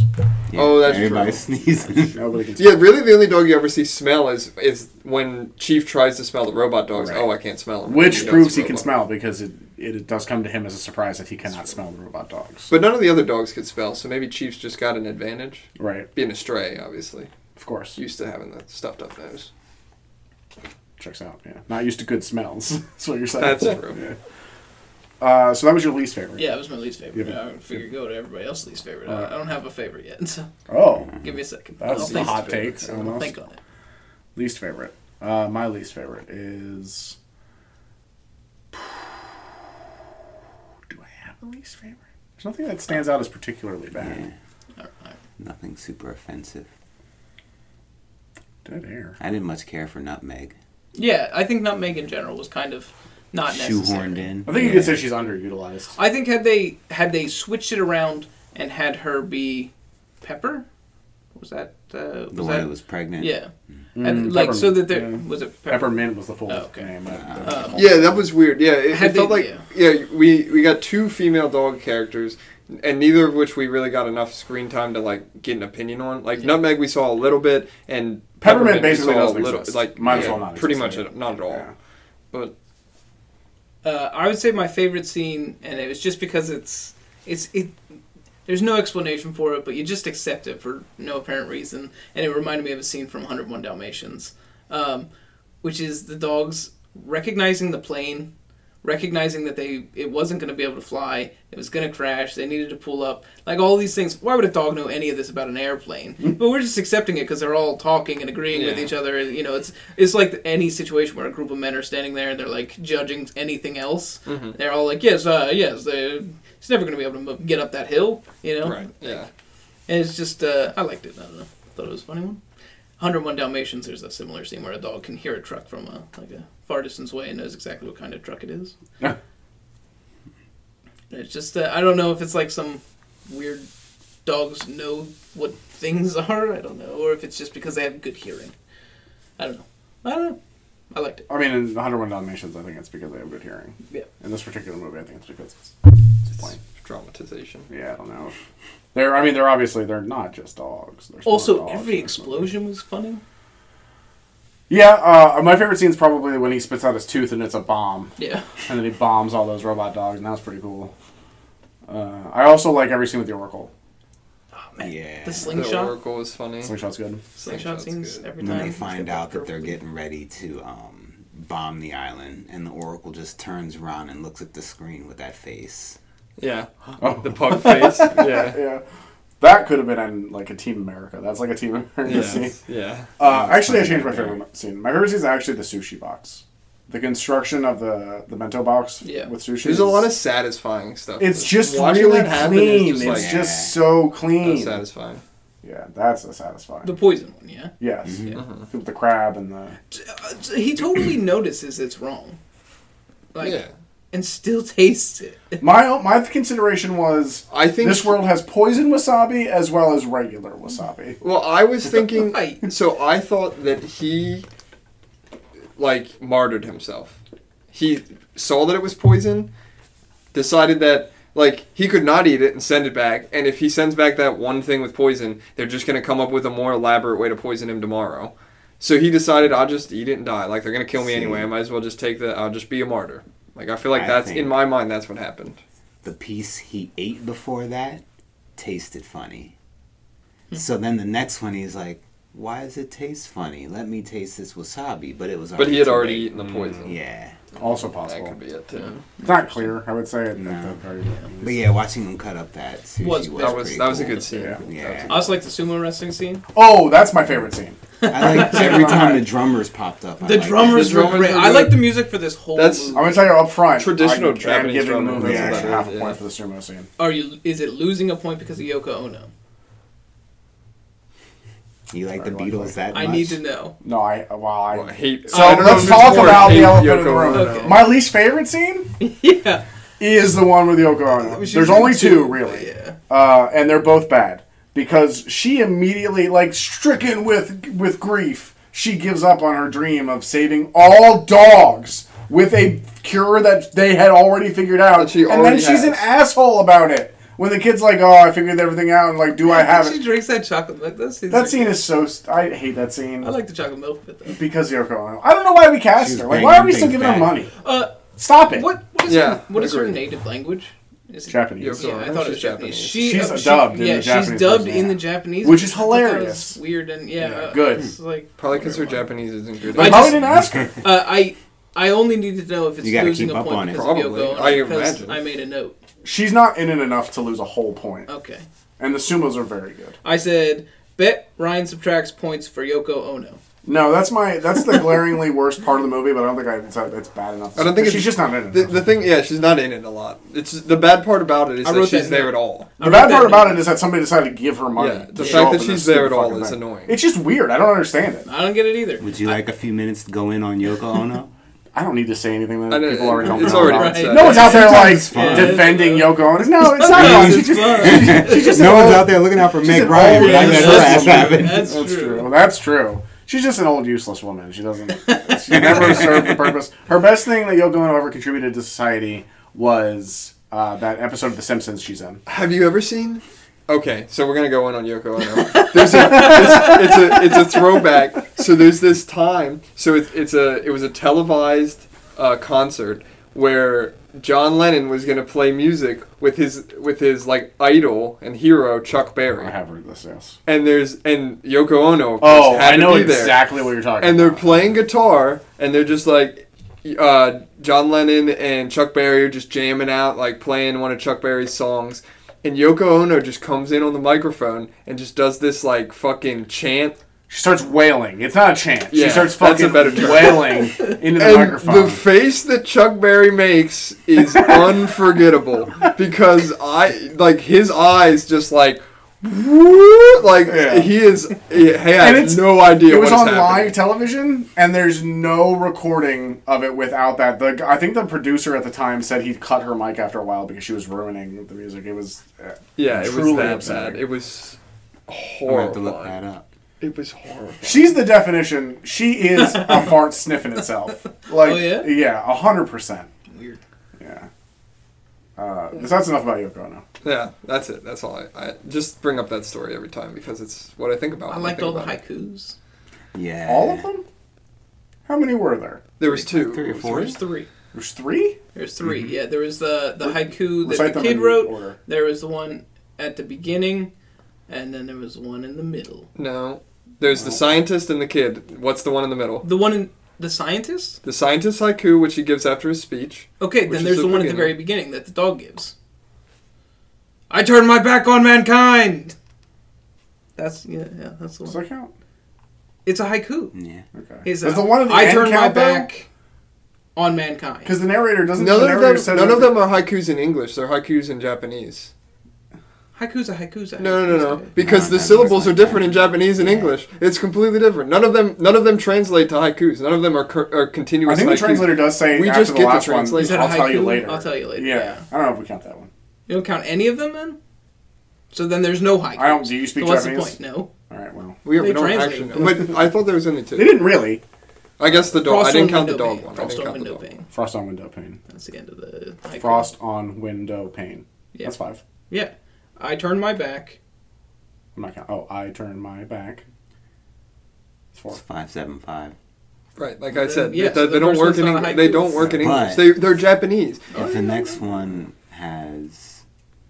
[SPEAKER 2] Oh, that's true.
[SPEAKER 4] everybody sneezes.
[SPEAKER 1] Nobody can.
[SPEAKER 2] Yeah, really, the only dog you ever see smell is is when Chief tries to smell the robot dogs.
[SPEAKER 1] Right.
[SPEAKER 2] Oh, I can't smell them.
[SPEAKER 1] Which
[SPEAKER 2] He
[SPEAKER 1] proves
[SPEAKER 2] knows
[SPEAKER 1] he
[SPEAKER 2] it's
[SPEAKER 1] can
[SPEAKER 2] robot.
[SPEAKER 1] smell because it, it does come to him as a surprise that he cannot smell the robot dogs.
[SPEAKER 2] But none of the other dogs could smell, so maybe Chief's just got an advantage.
[SPEAKER 1] right,
[SPEAKER 2] Being a stray, obviously,
[SPEAKER 1] of course.
[SPEAKER 2] used to having the stuffed up nose.
[SPEAKER 1] Checks out. Yeah, not used to good smells. [laughs] That's what you're saying.
[SPEAKER 2] That's
[SPEAKER 1] [laughs]
[SPEAKER 2] true.
[SPEAKER 1] Uh, so that was your least favorite.
[SPEAKER 3] Yeah, it was my least favorite.
[SPEAKER 1] Yeah.
[SPEAKER 3] I would figure go to everybody else's least favorite. I- I don't have a favorite yet, so [laughs]
[SPEAKER 1] Oh,
[SPEAKER 3] give me a second. I'll
[SPEAKER 1] that's a
[SPEAKER 3] think-
[SPEAKER 1] hot take.
[SPEAKER 3] I'll
[SPEAKER 1] almost.
[SPEAKER 3] think on it.
[SPEAKER 1] Least favorite. Uh, my least favorite is. Do I have a least favorite? There's nothing that stands out as particularly bad.
[SPEAKER 4] Yeah,
[SPEAKER 3] All right.
[SPEAKER 4] nothing super offensive.
[SPEAKER 1] Dead air.
[SPEAKER 4] I didn't much care for nutmeg.
[SPEAKER 3] Yeah, I think nutmeg in general was kind of not necessary.
[SPEAKER 4] Shoehorned in.
[SPEAKER 1] I think you
[SPEAKER 4] Yeah.
[SPEAKER 1] could say she's underutilized.
[SPEAKER 3] I think had they had they switched it around and had her be Pepper, was that uh, was
[SPEAKER 4] the one
[SPEAKER 3] that
[SPEAKER 4] that was pregnant.
[SPEAKER 3] yeah,
[SPEAKER 1] Mm,
[SPEAKER 3] and like so
[SPEAKER 1] peppermint,
[SPEAKER 3] that there
[SPEAKER 1] yeah.
[SPEAKER 3] was it Pepper?
[SPEAKER 1] Peppermint was the full
[SPEAKER 3] Oh, okay.
[SPEAKER 1] name. I-
[SPEAKER 3] Um,
[SPEAKER 2] Yeah, that was weird. Yeah, it,
[SPEAKER 3] Had
[SPEAKER 2] it felt
[SPEAKER 3] they-
[SPEAKER 2] like yeah. we we got two female dog characters, and neither of which we really got enough screen time to like get an opinion on. Like Nutmeg, we saw a little bit, and
[SPEAKER 1] Peppermint
[SPEAKER 2] we
[SPEAKER 1] basically
[SPEAKER 2] saw
[SPEAKER 1] doesn't
[SPEAKER 2] a little,
[SPEAKER 1] exist.
[SPEAKER 2] Like
[SPEAKER 1] Might as
[SPEAKER 2] yeah,
[SPEAKER 1] well not
[SPEAKER 2] Pretty
[SPEAKER 1] exist,
[SPEAKER 2] much
[SPEAKER 1] yeah.
[SPEAKER 2] not at all.
[SPEAKER 1] Yeah.
[SPEAKER 2] But
[SPEAKER 3] Uh, I would say my favorite scene, and it was just because it's it's it. There's no explanation for it, but you just accept it for no apparent reason, and it reminded me of a scene from 101 Dalmatians, um, which is the dogs recognizing the plane recognizing that they it wasn't going to be able to fly, it was going to crash, they needed to pull up, like all these things. Why would a dog know any of this about an airplane? but we're just accepting it because they're all talking and agreeing with
[SPEAKER 2] Yeah.
[SPEAKER 3] each other. And, you know, it's it's like any situation where a group of men are standing there and they're like judging anything else. They're all like, yes, uh, yes, they. He's never going to be able to mo- get up that hill, you know.
[SPEAKER 2] Right. Yeah.
[SPEAKER 3] And it's just, uh, I liked it. I don't know. Thought it was a funny one. 101 Dalmatians, there's a similar scene where a dog can hear a truck from a, like a far distance away and knows exactly what kind of truck it is.
[SPEAKER 1] [laughs] Yeah.
[SPEAKER 3] It's just, uh, I don't know if it's like some weird dogs know what things [laughs] are. I don't know. Or if it's just because they have good hearing. I don't know. I don't know. I liked it.
[SPEAKER 1] I mean, in 101 Dalmatians, I think it's because they have good hearing.
[SPEAKER 3] Yeah.
[SPEAKER 1] In this particular movie, I think it's because it's, it's plain.
[SPEAKER 2] Dramatization.
[SPEAKER 1] Yeah, I don't know. They're. I mean, they're obviously they're not just dogs. They're smart
[SPEAKER 3] Also,
[SPEAKER 1] dogs
[SPEAKER 3] every
[SPEAKER 1] in this movie.
[SPEAKER 3] explosion was funny.
[SPEAKER 1] Yeah, uh, my favorite scene is probably when he spits out his tooth and it's a bomb,
[SPEAKER 3] Yeah.
[SPEAKER 1] and then he bombs all those robot dogs, and that's pretty cool. Uh, I also like every scene with the Oracle.
[SPEAKER 3] Oh, man.
[SPEAKER 4] Yeah.
[SPEAKER 3] The
[SPEAKER 2] The
[SPEAKER 3] slingshot.
[SPEAKER 2] Oracle was funny.
[SPEAKER 1] Slingshot's good.
[SPEAKER 3] Slingshot
[SPEAKER 2] Slingshot's
[SPEAKER 3] scenes
[SPEAKER 2] good.
[SPEAKER 3] every
[SPEAKER 4] And
[SPEAKER 3] time.
[SPEAKER 4] then they find out that they're
[SPEAKER 3] Perfect.
[SPEAKER 4] getting ready to um, bomb the island, and the Oracle just turns around and looks at the screen with that face.
[SPEAKER 2] Yeah.
[SPEAKER 1] Oh.
[SPEAKER 2] The pug
[SPEAKER 1] [laughs]
[SPEAKER 2] face. Yeah.
[SPEAKER 1] Yeah, that could have been in like a Team America. That's like a Team America
[SPEAKER 2] Yeah.
[SPEAKER 1] scene.
[SPEAKER 2] Yeah.
[SPEAKER 1] Uh, actually, I changed my favorite scene. My favorite scene is actually the sushi box. The construction of the the bento box
[SPEAKER 3] Yeah.
[SPEAKER 1] with sushi.
[SPEAKER 2] There's
[SPEAKER 1] is-
[SPEAKER 2] a lot of satisfying stuff.
[SPEAKER 1] It's just
[SPEAKER 2] Watching
[SPEAKER 1] really
[SPEAKER 2] that happen is
[SPEAKER 1] clean.
[SPEAKER 2] just,
[SPEAKER 1] it's
[SPEAKER 2] like,
[SPEAKER 1] just so
[SPEAKER 2] so
[SPEAKER 1] clean.
[SPEAKER 2] satisfying.
[SPEAKER 1] yeah, that's a satisfying.
[SPEAKER 3] The poison one, yeah.
[SPEAKER 1] yes,
[SPEAKER 2] Mm-hmm.
[SPEAKER 1] with the crab and the
[SPEAKER 3] Uh, He totally [clears throat] notices it's wrong, like,
[SPEAKER 2] yeah.
[SPEAKER 3] and still [laughs] tastes it.
[SPEAKER 1] my my consideration was
[SPEAKER 2] I think
[SPEAKER 1] this world has poison wasabi as well as regular wasabi.
[SPEAKER 2] Well, I was thinking.
[SPEAKER 3] Right.
[SPEAKER 2] So I thought that he, like, martyred himself. He saw that it was poison, decided that, like, he could not eat it and send it back. And if he sends back that one thing with poison, they're just going to come up with a more elaborate way to poison him tomorrow. So he decided, I'll just eat it and die. Like, they're going to kill me
[SPEAKER 4] See.
[SPEAKER 2] anyway. I might as well just take the. I'll just be a martyr. Like, I feel like
[SPEAKER 4] I
[SPEAKER 2] that's,
[SPEAKER 4] think-
[SPEAKER 2] in my mind, that's what happened.
[SPEAKER 4] The piece he ate before that tasted funny. So then the next one, he's like, "Why does it taste funny? Let me taste this wasabi." But it was.
[SPEAKER 2] But he had
[SPEAKER 4] too
[SPEAKER 2] already
[SPEAKER 4] late.
[SPEAKER 2] eaten the poison.
[SPEAKER 4] mm, Yeah,
[SPEAKER 1] Also
[SPEAKER 2] That
[SPEAKER 1] possible.
[SPEAKER 2] could be it, too.
[SPEAKER 1] It's not clear. I would say at- at
[SPEAKER 4] No.
[SPEAKER 1] the very
[SPEAKER 4] but yeah, watching him cut up that sushi
[SPEAKER 3] Was
[SPEAKER 4] was,
[SPEAKER 3] bad.
[SPEAKER 2] That was,
[SPEAKER 4] pretty
[SPEAKER 2] that was a
[SPEAKER 4] cool.
[SPEAKER 2] good scene.
[SPEAKER 1] Yeah.
[SPEAKER 4] Yeah.
[SPEAKER 3] I also like the sumo wrestling scene.
[SPEAKER 1] Oh, that's my favorite scene.
[SPEAKER 4] I
[SPEAKER 2] [laughs]
[SPEAKER 4] like every time the drummers popped up. I
[SPEAKER 3] The
[SPEAKER 4] liked it.
[SPEAKER 3] drummers,
[SPEAKER 2] The drummers
[SPEAKER 3] were great.
[SPEAKER 2] were
[SPEAKER 3] I
[SPEAKER 2] good.
[SPEAKER 3] like the music for this whole.
[SPEAKER 2] That's-
[SPEAKER 1] I'm
[SPEAKER 3] movie.
[SPEAKER 1] gonna tell you up front.
[SPEAKER 2] Traditional
[SPEAKER 1] I'm
[SPEAKER 2] Japanese
[SPEAKER 1] giving the
[SPEAKER 2] drumming,
[SPEAKER 1] movie
[SPEAKER 4] that's
[SPEAKER 1] actually
[SPEAKER 4] what it
[SPEAKER 1] half a
[SPEAKER 2] is,
[SPEAKER 1] point
[SPEAKER 2] yeah.
[SPEAKER 1] for the sumo scene.
[SPEAKER 3] Are you? Is it losing a point because of Yoko Ono?
[SPEAKER 4] You like the
[SPEAKER 1] Sorry, what?
[SPEAKER 4] Beatles that
[SPEAKER 3] I
[SPEAKER 4] much?
[SPEAKER 3] need to know.
[SPEAKER 1] No, I well, I.
[SPEAKER 2] Well, I hate.
[SPEAKER 1] so
[SPEAKER 2] I don't know
[SPEAKER 1] let's
[SPEAKER 2] if it's
[SPEAKER 1] talk
[SPEAKER 2] more
[SPEAKER 1] about
[SPEAKER 2] hate
[SPEAKER 1] the elephant in the
[SPEAKER 2] Yoko
[SPEAKER 1] room.
[SPEAKER 2] Ono.
[SPEAKER 3] Okay.
[SPEAKER 1] My least favorite scene
[SPEAKER 3] [laughs] yeah.
[SPEAKER 1] is the one with Yoko Ono. There's only two, really,
[SPEAKER 3] Yeah.
[SPEAKER 1] uh, and they're both bad because she immediately, like, stricken with with grief, she gives up on her dream of saving all dogs with a cure that they had already figured out,
[SPEAKER 2] That she
[SPEAKER 1] and then
[SPEAKER 2] already
[SPEAKER 1] she's an
[SPEAKER 2] has.
[SPEAKER 1] asshole about it. When the kid's like, "Oh, I figured everything out," and like, "Do I have
[SPEAKER 3] She
[SPEAKER 1] it?"
[SPEAKER 3] drinks that chocolate milk. That scene.
[SPEAKER 1] That scene is so. St- I hate that scene.
[SPEAKER 3] I like the chocolate milk bit though.
[SPEAKER 1] because Yoko Ono. I don't know why we cast
[SPEAKER 4] She's
[SPEAKER 1] her. Like, why are
[SPEAKER 4] banging
[SPEAKER 1] we still
[SPEAKER 4] things
[SPEAKER 1] giving her
[SPEAKER 4] back.
[SPEAKER 1] money?
[SPEAKER 3] Uh,
[SPEAKER 1] Stop it.
[SPEAKER 3] what? What is
[SPEAKER 2] Yeah,
[SPEAKER 3] her? What is her
[SPEAKER 2] agreed.
[SPEAKER 3] native language? Is it
[SPEAKER 1] Japanese.
[SPEAKER 2] Yoko
[SPEAKER 3] Yeah, I
[SPEAKER 2] Ono?
[SPEAKER 3] thought it
[SPEAKER 2] She's
[SPEAKER 3] was Japanese.
[SPEAKER 2] Japanese.
[SPEAKER 3] She,
[SPEAKER 1] She's
[SPEAKER 3] uh,
[SPEAKER 1] dubbed in
[SPEAKER 3] yeah,
[SPEAKER 1] the Japanese
[SPEAKER 3] she's dubbed
[SPEAKER 1] version.
[SPEAKER 3] in the Japanese,
[SPEAKER 1] Which is
[SPEAKER 3] I thought that was
[SPEAKER 1] hilarious.
[SPEAKER 3] weird and yeah,
[SPEAKER 1] Yeah,
[SPEAKER 3] uh,
[SPEAKER 1] good.
[SPEAKER 3] It's like
[SPEAKER 2] Probably because her Japanese isn't good.
[SPEAKER 1] They
[SPEAKER 3] I
[SPEAKER 1] I
[SPEAKER 3] just-
[SPEAKER 1] probably didn't ask her.
[SPEAKER 2] [laughs]
[SPEAKER 3] Uh, I I only need to know if it's
[SPEAKER 4] You gotta
[SPEAKER 3] losing
[SPEAKER 4] keep
[SPEAKER 3] a
[SPEAKER 4] up
[SPEAKER 3] point
[SPEAKER 4] on it.
[SPEAKER 3] because of
[SPEAKER 2] Probably.
[SPEAKER 3] Yoko Ono,
[SPEAKER 2] I
[SPEAKER 3] because
[SPEAKER 2] imagine.
[SPEAKER 3] I made a note.
[SPEAKER 1] She's not in it enough to lose a whole point.
[SPEAKER 3] Okay,
[SPEAKER 1] And the sumos are very good.
[SPEAKER 3] I said bet Ryan subtracts points for Yoko Ono.
[SPEAKER 1] No, that's my that's the glaringly worst part of the movie, but I don't think I decided that's bad enough.
[SPEAKER 2] I don't think
[SPEAKER 1] But she's
[SPEAKER 2] it's-
[SPEAKER 1] just not in it.
[SPEAKER 2] the,
[SPEAKER 1] enough.
[SPEAKER 2] the thing, yeah, she's not in it a lot. It's the bad part about it is
[SPEAKER 3] I
[SPEAKER 2] that
[SPEAKER 3] wrote that
[SPEAKER 2] she's there
[SPEAKER 3] down.
[SPEAKER 2] at all.
[SPEAKER 1] The, bad
[SPEAKER 3] that
[SPEAKER 1] part about
[SPEAKER 3] down.
[SPEAKER 1] it is that somebody decided to give her money.
[SPEAKER 2] Yeah,
[SPEAKER 1] to
[SPEAKER 2] the fact
[SPEAKER 1] show
[SPEAKER 2] that
[SPEAKER 1] up in this
[SPEAKER 2] she's there at
[SPEAKER 1] stupid
[SPEAKER 2] all
[SPEAKER 1] fucking
[SPEAKER 2] is
[SPEAKER 1] thing.
[SPEAKER 2] annoying.
[SPEAKER 1] It's just weird. I don't understand it.
[SPEAKER 3] I don't get it either.
[SPEAKER 4] Would you like a few minutes to go in on
[SPEAKER 2] [laughs]
[SPEAKER 4] Yoko Ono?
[SPEAKER 1] I don't need to say anything
[SPEAKER 2] I
[SPEAKER 1] that
[SPEAKER 2] know,
[SPEAKER 1] people already don't
[SPEAKER 2] it's
[SPEAKER 1] know.
[SPEAKER 2] already
[SPEAKER 1] about.
[SPEAKER 2] been said.
[SPEAKER 1] No one's out there like
[SPEAKER 4] Sometimes it's fun.
[SPEAKER 1] defending Yoko
[SPEAKER 2] [laughs]
[SPEAKER 1] Ono. No, it's not.
[SPEAKER 3] Sometimes
[SPEAKER 1] fun.
[SPEAKER 3] it's
[SPEAKER 1] She's just- [laughs] "Oh,
[SPEAKER 3] fun.
[SPEAKER 1] she's just
[SPEAKER 4] no
[SPEAKER 1] an
[SPEAKER 4] one's
[SPEAKER 1] old-
[SPEAKER 4] out there looking out for Meg
[SPEAKER 1] an
[SPEAKER 4] Ryan.
[SPEAKER 1] old
[SPEAKER 4] but I
[SPEAKER 1] woman.
[SPEAKER 4] let her
[SPEAKER 1] That's
[SPEAKER 4] ass happen.
[SPEAKER 3] [laughs] That's,
[SPEAKER 1] That's
[SPEAKER 3] true.
[SPEAKER 1] true. Well, that's true. She's just an old useless woman. She doesn't. She
[SPEAKER 2] [laughs]
[SPEAKER 1] never served the purpose. Her best thing that Yoko Ono ever contributed to society was uh, that episode of The Simpsons she's in.
[SPEAKER 2] Have you ever seen? Okay, so we're gonna go in on
[SPEAKER 1] [laughs]
[SPEAKER 2] Yoko Ono. There's a, it's, it's a it's a throwback. So there's this time. So it's it's a it was a televised uh, concert where John Lennon was gonna play music with his with his like idol and hero Chuck Berry.
[SPEAKER 1] I have heard this. Yes.
[SPEAKER 2] and there's and Yoko Ono. of course,
[SPEAKER 1] Oh,
[SPEAKER 2] had
[SPEAKER 1] I
[SPEAKER 2] to
[SPEAKER 1] know
[SPEAKER 2] be there.
[SPEAKER 1] exactly what you're talking.
[SPEAKER 2] And they're
[SPEAKER 1] about.
[SPEAKER 2] playing guitar, and they're just like, uh, John Lennon and Chuck Berry are just jamming out, like playing one of Chuck Berry's songs. And Yoko Ono just comes in on the microphone and just does this like fucking chant.
[SPEAKER 1] She starts wailing. It's not a chant.
[SPEAKER 2] Yeah,
[SPEAKER 1] she starts
[SPEAKER 2] that's a
[SPEAKER 1] fucking
[SPEAKER 2] better term. [laughs]
[SPEAKER 1] wailing into the
[SPEAKER 2] and
[SPEAKER 1] microphone.
[SPEAKER 2] the face that Chuck Berry makes
[SPEAKER 1] [laughs]
[SPEAKER 2] is unforgettable because I like his eyes just like "Woo," like
[SPEAKER 1] Yeah.
[SPEAKER 2] he is he
[SPEAKER 1] And
[SPEAKER 2] has
[SPEAKER 1] it's-
[SPEAKER 2] no idea
[SPEAKER 1] it was
[SPEAKER 2] what's
[SPEAKER 1] on
[SPEAKER 2] happening.
[SPEAKER 1] live television, and there's no recording of it without that. The, I think the producer at the time said he cut her mic after a while because she was ruining the music. It was uh,
[SPEAKER 2] Yeah, it was
[SPEAKER 1] truly
[SPEAKER 2] that
[SPEAKER 1] upsetting.
[SPEAKER 2] bad. It was
[SPEAKER 4] I'm gonna have to look
[SPEAKER 2] horrible.
[SPEAKER 4] that up.
[SPEAKER 2] It was horrible.
[SPEAKER 1] She's the definition. She is
[SPEAKER 3] [laughs]
[SPEAKER 1] a fart sniffing itself. Like,
[SPEAKER 3] Oh, yeah?
[SPEAKER 1] yeah, a hundred percent.
[SPEAKER 3] Weird.
[SPEAKER 1] Yeah. Uh, so that's enough about Yoko Ono.
[SPEAKER 2] Yeah, that's it. That's all I, I just bring up that story every time because it's what I think about.
[SPEAKER 3] I
[SPEAKER 2] when
[SPEAKER 3] liked
[SPEAKER 2] think
[SPEAKER 3] all the
[SPEAKER 2] about it.
[SPEAKER 3] haikus.
[SPEAKER 4] Yeah.
[SPEAKER 1] All
[SPEAKER 3] Eh.
[SPEAKER 1] of them? How many were there?
[SPEAKER 2] There was two.
[SPEAKER 4] Three or four?
[SPEAKER 3] There's three.
[SPEAKER 1] There's three.
[SPEAKER 3] There's 3 Yeah, there was the the haiku that
[SPEAKER 1] Mm-hmm. Recite
[SPEAKER 3] the
[SPEAKER 1] them
[SPEAKER 3] kid
[SPEAKER 1] in
[SPEAKER 3] wrote.
[SPEAKER 1] order.
[SPEAKER 3] There was the one at the beginning, and then there was one in the middle.
[SPEAKER 2] No, there's the scientist and the kid. What's the one in the middle?
[SPEAKER 3] The one in the scientist.
[SPEAKER 2] The scientist haiku, which he gives after his speech.
[SPEAKER 3] Okay,
[SPEAKER 2] Which
[SPEAKER 3] then
[SPEAKER 2] is
[SPEAKER 3] there's
[SPEAKER 2] the
[SPEAKER 3] the one at the
[SPEAKER 2] beginning.
[SPEAKER 3] very beginning that the dog gives. I turn my back on mankind. That's yeah, yeah, that's the
[SPEAKER 1] Does
[SPEAKER 3] one.
[SPEAKER 1] that count?
[SPEAKER 3] It's a haiku.
[SPEAKER 4] Yeah.
[SPEAKER 1] Okay.
[SPEAKER 3] It's
[SPEAKER 1] Does
[SPEAKER 3] a,
[SPEAKER 1] the one at the
[SPEAKER 3] uh, I
[SPEAKER 1] end
[SPEAKER 3] turn my
[SPEAKER 1] count, though?
[SPEAKER 3] back on mankind.
[SPEAKER 1] Because the narrator doesn't. the
[SPEAKER 2] None of
[SPEAKER 1] narrator says
[SPEAKER 2] them. None of
[SPEAKER 1] every-
[SPEAKER 2] them are haikus in English. They're haikus in Japanese.
[SPEAKER 3] Haiku's a haiku's a
[SPEAKER 2] No, no,
[SPEAKER 3] haiku's
[SPEAKER 2] no,
[SPEAKER 3] a
[SPEAKER 2] no.
[SPEAKER 3] haiku.
[SPEAKER 2] Because the
[SPEAKER 4] No, no,
[SPEAKER 2] syllables
[SPEAKER 4] no,
[SPEAKER 2] are
[SPEAKER 4] it's not
[SPEAKER 2] different in
[SPEAKER 4] that.
[SPEAKER 2] Japanese and
[SPEAKER 4] Yeah.
[SPEAKER 2] English. It's completely different. None of them. None of them translate to haikus. None of them are, cur- are
[SPEAKER 1] I
[SPEAKER 2] continuous.
[SPEAKER 1] think the
[SPEAKER 2] haikus.
[SPEAKER 1] translator does say
[SPEAKER 2] We
[SPEAKER 1] after
[SPEAKER 2] just
[SPEAKER 1] the
[SPEAKER 2] get the
[SPEAKER 1] last one.
[SPEAKER 2] translation.
[SPEAKER 3] Is that a
[SPEAKER 1] I'll tell you
[SPEAKER 3] haiku?
[SPEAKER 1] later.
[SPEAKER 3] I'll tell you later,
[SPEAKER 1] Yeah.
[SPEAKER 3] yeah.
[SPEAKER 1] I don't know if we count that one.
[SPEAKER 3] You don't count any of them then. So then there's no haiku.
[SPEAKER 1] I don't. Do you speak
[SPEAKER 3] So what's the
[SPEAKER 1] Japanese?
[SPEAKER 3] point? No.
[SPEAKER 1] All right. Well,
[SPEAKER 2] We, we
[SPEAKER 3] They
[SPEAKER 2] don't
[SPEAKER 3] translate
[SPEAKER 2] actually. know.
[SPEAKER 3] them.
[SPEAKER 2] But I thought there was only
[SPEAKER 1] they
[SPEAKER 2] two.
[SPEAKER 1] didn't really.
[SPEAKER 2] I guess the dog. I
[SPEAKER 3] Frost on
[SPEAKER 2] didn't count the
[SPEAKER 3] window
[SPEAKER 2] dog
[SPEAKER 3] pane.
[SPEAKER 2] one. I
[SPEAKER 3] Frost
[SPEAKER 2] didn't
[SPEAKER 3] on
[SPEAKER 2] count the
[SPEAKER 3] window
[SPEAKER 2] dog one.
[SPEAKER 3] pane.
[SPEAKER 1] Frost on window pane.
[SPEAKER 3] That's the end of the haiku.
[SPEAKER 1] Frost on window pane.
[SPEAKER 3] Yeah.
[SPEAKER 1] That's five.
[SPEAKER 3] Yeah. I turn my back.
[SPEAKER 1] I'm not counting. Oh, I turn my back. It's four.
[SPEAKER 4] It's five seven five.
[SPEAKER 2] Right, like I said,
[SPEAKER 3] yeah,
[SPEAKER 2] they,
[SPEAKER 3] so the
[SPEAKER 2] they don't
[SPEAKER 3] first
[SPEAKER 2] work
[SPEAKER 3] one's
[SPEAKER 2] in
[SPEAKER 3] not a
[SPEAKER 2] English. They
[SPEAKER 3] haiku.
[SPEAKER 2] don't work in
[SPEAKER 4] But-
[SPEAKER 2] English. They they're Japanese.
[SPEAKER 4] If the next one has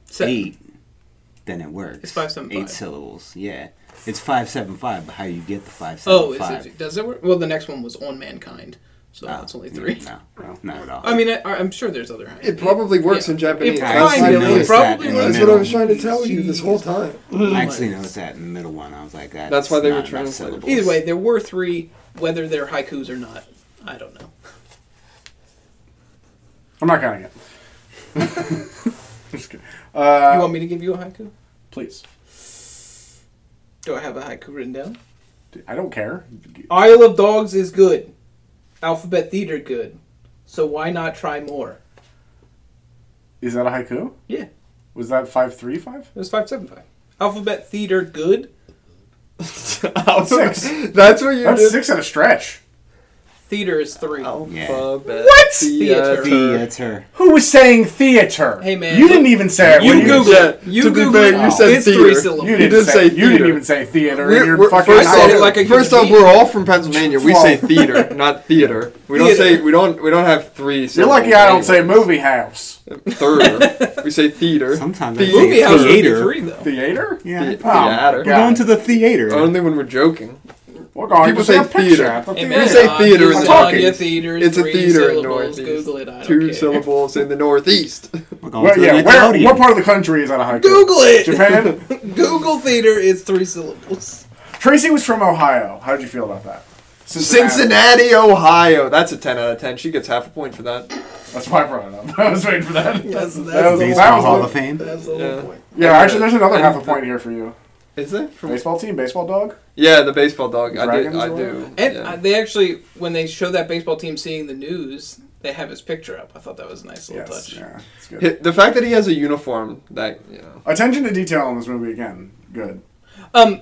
[SPEAKER 3] Se-
[SPEAKER 4] eight, then it works.
[SPEAKER 3] It's five, seven,
[SPEAKER 4] eight
[SPEAKER 3] five.
[SPEAKER 4] syllables. Yeah. It's five seven five. But how you get the five
[SPEAKER 3] Oh,
[SPEAKER 4] seven
[SPEAKER 3] is
[SPEAKER 4] five?
[SPEAKER 3] it, does it work? Well, the next one was on mankind, so
[SPEAKER 4] Oh,
[SPEAKER 3] that's only three.
[SPEAKER 4] No,
[SPEAKER 1] No.
[SPEAKER 4] not at all.
[SPEAKER 3] [laughs] I mean, I, I'm sure there's other. high-
[SPEAKER 2] It probably works in Japanese.
[SPEAKER 3] It
[SPEAKER 4] I also
[SPEAKER 3] probably, it
[SPEAKER 4] noticed that
[SPEAKER 3] probably
[SPEAKER 4] in the
[SPEAKER 3] works.
[SPEAKER 2] That's what I was trying to tell you this whole time.
[SPEAKER 4] I actually noticed that in the middle one. I was like, that's,
[SPEAKER 2] why they were
[SPEAKER 4] not enough
[SPEAKER 2] translated.
[SPEAKER 4] syllables.
[SPEAKER 3] Either way, there were three. Whether they're haikus or not, I don't know.
[SPEAKER 1] I'm not counting it. Just kidding.
[SPEAKER 3] you
[SPEAKER 1] Uh,
[SPEAKER 3] want me to give you a haiku?
[SPEAKER 1] please.
[SPEAKER 3] Do I have a haiku written down?
[SPEAKER 1] I don't care.
[SPEAKER 3] Isle of Dogs is good. Alphabet Theater good. So why not try more?
[SPEAKER 1] Is that a haiku?
[SPEAKER 3] Yeah, it
[SPEAKER 1] Was that five three five?
[SPEAKER 3] was five seven five. Alphabet Theater good. [laughs]
[SPEAKER 1] Six.
[SPEAKER 2] That's what you
[SPEAKER 1] That's
[SPEAKER 2] did.
[SPEAKER 1] six at a stretch.
[SPEAKER 3] Theater is three.
[SPEAKER 4] Oh,
[SPEAKER 2] Alphabet.
[SPEAKER 1] What?
[SPEAKER 2] Theater.
[SPEAKER 4] Theater.
[SPEAKER 1] Who was saying theater?
[SPEAKER 3] Hey, man.
[SPEAKER 1] you didn't even say it.
[SPEAKER 3] You
[SPEAKER 1] when
[SPEAKER 3] Googled
[SPEAKER 2] Yeah,
[SPEAKER 3] it. You
[SPEAKER 2] to be
[SPEAKER 3] Googled
[SPEAKER 2] fair,
[SPEAKER 3] it.
[SPEAKER 2] you said
[SPEAKER 3] It's three
[SPEAKER 2] theater.
[SPEAKER 3] syllables.
[SPEAKER 1] You
[SPEAKER 2] You
[SPEAKER 1] didn't
[SPEAKER 2] didn't
[SPEAKER 1] say,
[SPEAKER 2] say
[SPEAKER 1] you didn't
[SPEAKER 2] theater.
[SPEAKER 1] even say theater.
[SPEAKER 2] We're-
[SPEAKER 1] You're
[SPEAKER 2] we're-
[SPEAKER 1] fucking
[SPEAKER 2] first
[SPEAKER 3] said
[SPEAKER 2] off,
[SPEAKER 3] it like a
[SPEAKER 2] first
[SPEAKER 3] human
[SPEAKER 2] off, we're all from Pennsylvania. We say
[SPEAKER 1] Whoa.
[SPEAKER 2] theater, not theater. We don't say
[SPEAKER 3] Theater.
[SPEAKER 2] we don't we don't have three.
[SPEAKER 1] You're
[SPEAKER 2] syllables
[SPEAKER 1] lucky I don't say
[SPEAKER 2] anyway.
[SPEAKER 1] movie house.
[SPEAKER 3] [laughs]
[SPEAKER 2] Third, we say theater.
[SPEAKER 4] Sometimes I
[SPEAKER 2] Theater.
[SPEAKER 4] say
[SPEAKER 3] Movie house would be
[SPEAKER 4] theater.
[SPEAKER 3] three though.
[SPEAKER 1] Theater?
[SPEAKER 4] Yeah.
[SPEAKER 2] The-
[SPEAKER 1] Oh, my
[SPEAKER 2] theater.
[SPEAKER 4] We're
[SPEAKER 1] God.
[SPEAKER 4] going to the theater.
[SPEAKER 2] Only when we're joking.
[SPEAKER 1] We're going
[SPEAKER 2] People
[SPEAKER 1] to see
[SPEAKER 2] say
[SPEAKER 1] a picture
[SPEAKER 2] theater.
[SPEAKER 1] at the
[SPEAKER 3] Hey,
[SPEAKER 1] theater.
[SPEAKER 3] man,
[SPEAKER 2] say
[SPEAKER 3] uh,
[SPEAKER 2] theater
[SPEAKER 1] in the
[SPEAKER 3] lasagna
[SPEAKER 2] Northeast.
[SPEAKER 3] theater is
[SPEAKER 2] It's a
[SPEAKER 3] three
[SPEAKER 2] theater in
[SPEAKER 3] syllables.
[SPEAKER 2] Northeast.
[SPEAKER 3] Google it. I don't
[SPEAKER 2] Two
[SPEAKER 3] care.
[SPEAKER 2] syllables in
[SPEAKER 3] [laughs]
[SPEAKER 2] the Northeast.
[SPEAKER 4] We're going
[SPEAKER 1] Well,
[SPEAKER 4] to
[SPEAKER 1] yeah,
[SPEAKER 4] the
[SPEAKER 1] where,
[SPEAKER 4] Nickelodeon.
[SPEAKER 1] what part of the country is that a haiku?
[SPEAKER 3] Google it. [laughs]
[SPEAKER 1] Japan?
[SPEAKER 3] Google theater is three [laughs] syllables.
[SPEAKER 1] Tracy was from Ohio. How did you feel about that?
[SPEAKER 2] Cincinnati, Ohio. That's a ten out of ten. She gets half a point for that.
[SPEAKER 1] That's why I brought it up. [laughs] I was waiting for that.
[SPEAKER 3] Yes,
[SPEAKER 1] That was-
[SPEAKER 4] Baseball
[SPEAKER 1] that was
[SPEAKER 4] Hall
[SPEAKER 1] the-
[SPEAKER 4] of Fame.
[SPEAKER 3] That's the
[SPEAKER 2] Yeah.
[SPEAKER 3] whole point.
[SPEAKER 1] Yeah, actually, there's another
[SPEAKER 2] And
[SPEAKER 1] half a
[SPEAKER 2] the-
[SPEAKER 1] point here for you.
[SPEAKER 2] Is there? From,
[SPEAKER 1] Baseball team, baseball dog.
[SPEAKER 2] yeah, the baseball dog. I do.
[SPEAKER 1] Dragons
[SPEAKER 2] I
[SPEAKER 1] or
[SPEAKER 2] do.
[SPEAKER 3] And
[SPEAKER 2] yeah.
[SPEAKER 3] uh, they actually, when they show that baseball team seeing the news, they have his picture up. I thought that was a nice little
[SPEAKER 1] Yes,
[SPEAKER 3] touch.
[SPEAKER 1] yeah, it's good.
[SPEAKER 2] Hi- the fact that he has a uniform that you know
[SPEAKER 1] Attention to detail in this movie again. Good.
[SPEAKER 3] Um,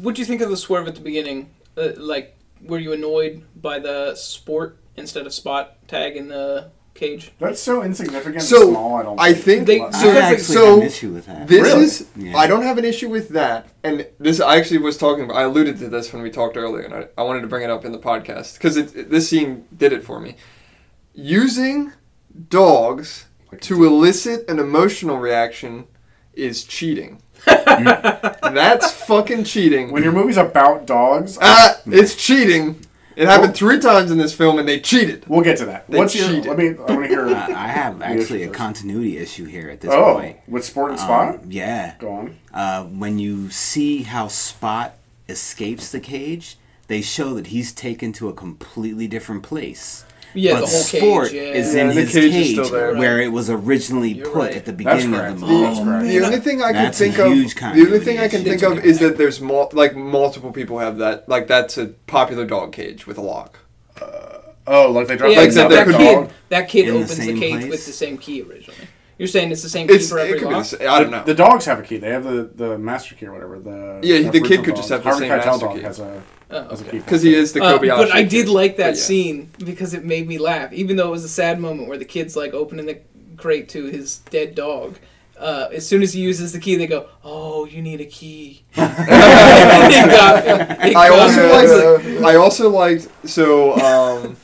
[SPEAKER 3] what do you think of the swerve at the beginning? Uh, like, were you annoyed by the sport instead of spot tag in the cage?
[SPEAKER 1] That's so insignificant and
[SPEAKER 2] So,
[SPEAKER 1] small. I don't.
[SPEAKER 2] I think-
[SPEAKER 3] They-
[SPEAKER 1] Wow.
[SPEAKER 2] so-
[SPEAKER 4] I actually
[SPEAKER 2] so
[SPEAKER 4] had an issue with that.
[SPEAKER 2] this
[SPEAKER 1] Really?
[SPEAKER 2] is
[SPEAKER 4] Yeah.
[SPEAKER 2] i don't have an issue with that and this i actually was talking about i alluded to this when we talked earlier and i, I wanted to bring it up in the podcast because it, it- this scene did it for me using dogs to elicit an emotional reaction is cheating that's fucking cheating
[SPEAKER 1] when your movie's about dogs,
[SPEAKER 2] Uh, ah, it's cheating It happened three times in this film, and they cheated.
[SPEAKER 1] We'll get to that.
[SPEAKER 2] They
[SPEAKER 1] What's your?
[SPEAKER 2] cheated.
[SPEAKER 1] Let me. I want to
[SPEAKER 2] [laughs]
[SPEAKER 1] hear.
[SPEAKER 4] I I have actually a
[SPEAKER 1] first.
[SPEAKER 4] continuity issue here at this
[SPEAKER 1] oh,
[SPEAKER 4] point.
[SPEAKER 1] with Sport and Spot.
[SPEAKER 4] Um, yeah.
[SPEAKER 1] Go on.
[SPEAKER 4] Uh, when you see how Spot escapes the cage, they show that he's taken to a completely different place.
[SPEAKER 3] Yeah,
[SPEAKER 4] but
[SPEAKER 3] the whole cage,
[SPEAKER 4] Sport
[SPEAKER 3] yeah.
[SPEAKER 4] is
[SPEAKER 2] Yeah,
[SPEAKER 4] in
[SPEAKER 2] the
[SPEAKER 4] his
[SPEAKER 2] cage
[SPEAKER 4] cage,
[SPEAKER 2] is still there.
[SPEAKER 4] where it was originally
[SPEAKER 3] You're
[SPEAKER 4] put
[SPEAKER 3] right.
[SPEAKER 4] at the
[SPEAKER 1] That's
[SPEAKER 4] beginning
[SPEAKER 1] correct.
[SPEAKER 4] of the
[SPEAKER 1] That's
[SPEAKER 4] movie.
[SPEAKER 1] correct.
[SPEAKER 2] Oh, The only thing I can
[SPEAKER 4] That's a
[SPEAKER 2] think of,
[SPEAKER 4] huge
[SPEAKER 2] the only thing I
[SPEAKER 4] continuity
[SPEAKER 2] can
[SPEAKER 4] issue.
[SPEAKER 2] think of is that there's mul- like multiple people have that. Like that's a popular dog cage with a lock.
[SPEAKER 1] Oh, like they dropped
[SPEAKER 3] Yeah,
[SPEAKER 1] like
[SPEAKER 3] except
[SPEAKER 2] except that
[SPEAKER 3] that
[SPEAKER 2] could-
[SPEAKER 1] dog.
[SPEAKER 3] kid, that kid
[SPEAKER 4] In the
[SPEAKER 3] opens the,
[SPEAKER 4] same
[SPEAKER 3] cage
[SPEAKER 4] place?
[SPEAKER 3] with the same key originally. You're saying it's the same key
[SPEAKER 2] It's
[SPEAKER 3] for
[SPEAKER 2] it
[SPEAKER 3] every
[SPEAKER 2] could be. The,
[SPEAKER 3] lock?
[SPEAKER 2] sa- I don't know.
[SPEAKER 1] The dogs have a key. They have the, the master key or whatever. The
[SPEAKER 2] Yeah, he- the kid
[SPEAKER 1] original
[SPEAKER 2] could just have the
[SPEAKER 1] Harvey
[SPEAKER 2] same
[SPEAKER 1] Keitel
[SPEAKER 2] master
[SPEAKER 1] dog
[SPEAKER 2] key.
[SPEAKER 1] Has a,
[SPEAKER 3] Oh,
[SPEAKER 1] has a
[SPEAKER 3] okay.
[SPEAKER 1] key.
[SPEAKER 2] Because he is the
[SPEAKER 3] Uh,
[SPEAKER 2] Kobayashi.
[SPEAKER 3] but I
[SPEAKER 2] kid.
[SPEAKER 3] did like that
[SPEAKER 2] But yeah.
[SPEAKER 3] scene because it made me laugh, even though it was a sad moment where the kid's like opening the crate to his dead dog. Uh, as soon as he uses the key, they go, "Oh, you need a key." [laughs] It
[SPEAKER 2] [laughs]
[SPEAKER 3] got me. It
[SPEAKER 2] I
[SPEAKER 3] got me.
[SPEAKER 2] also
[SPEAKER 3] I was like,
[SPEAKER 2] liked. I also liked. So um,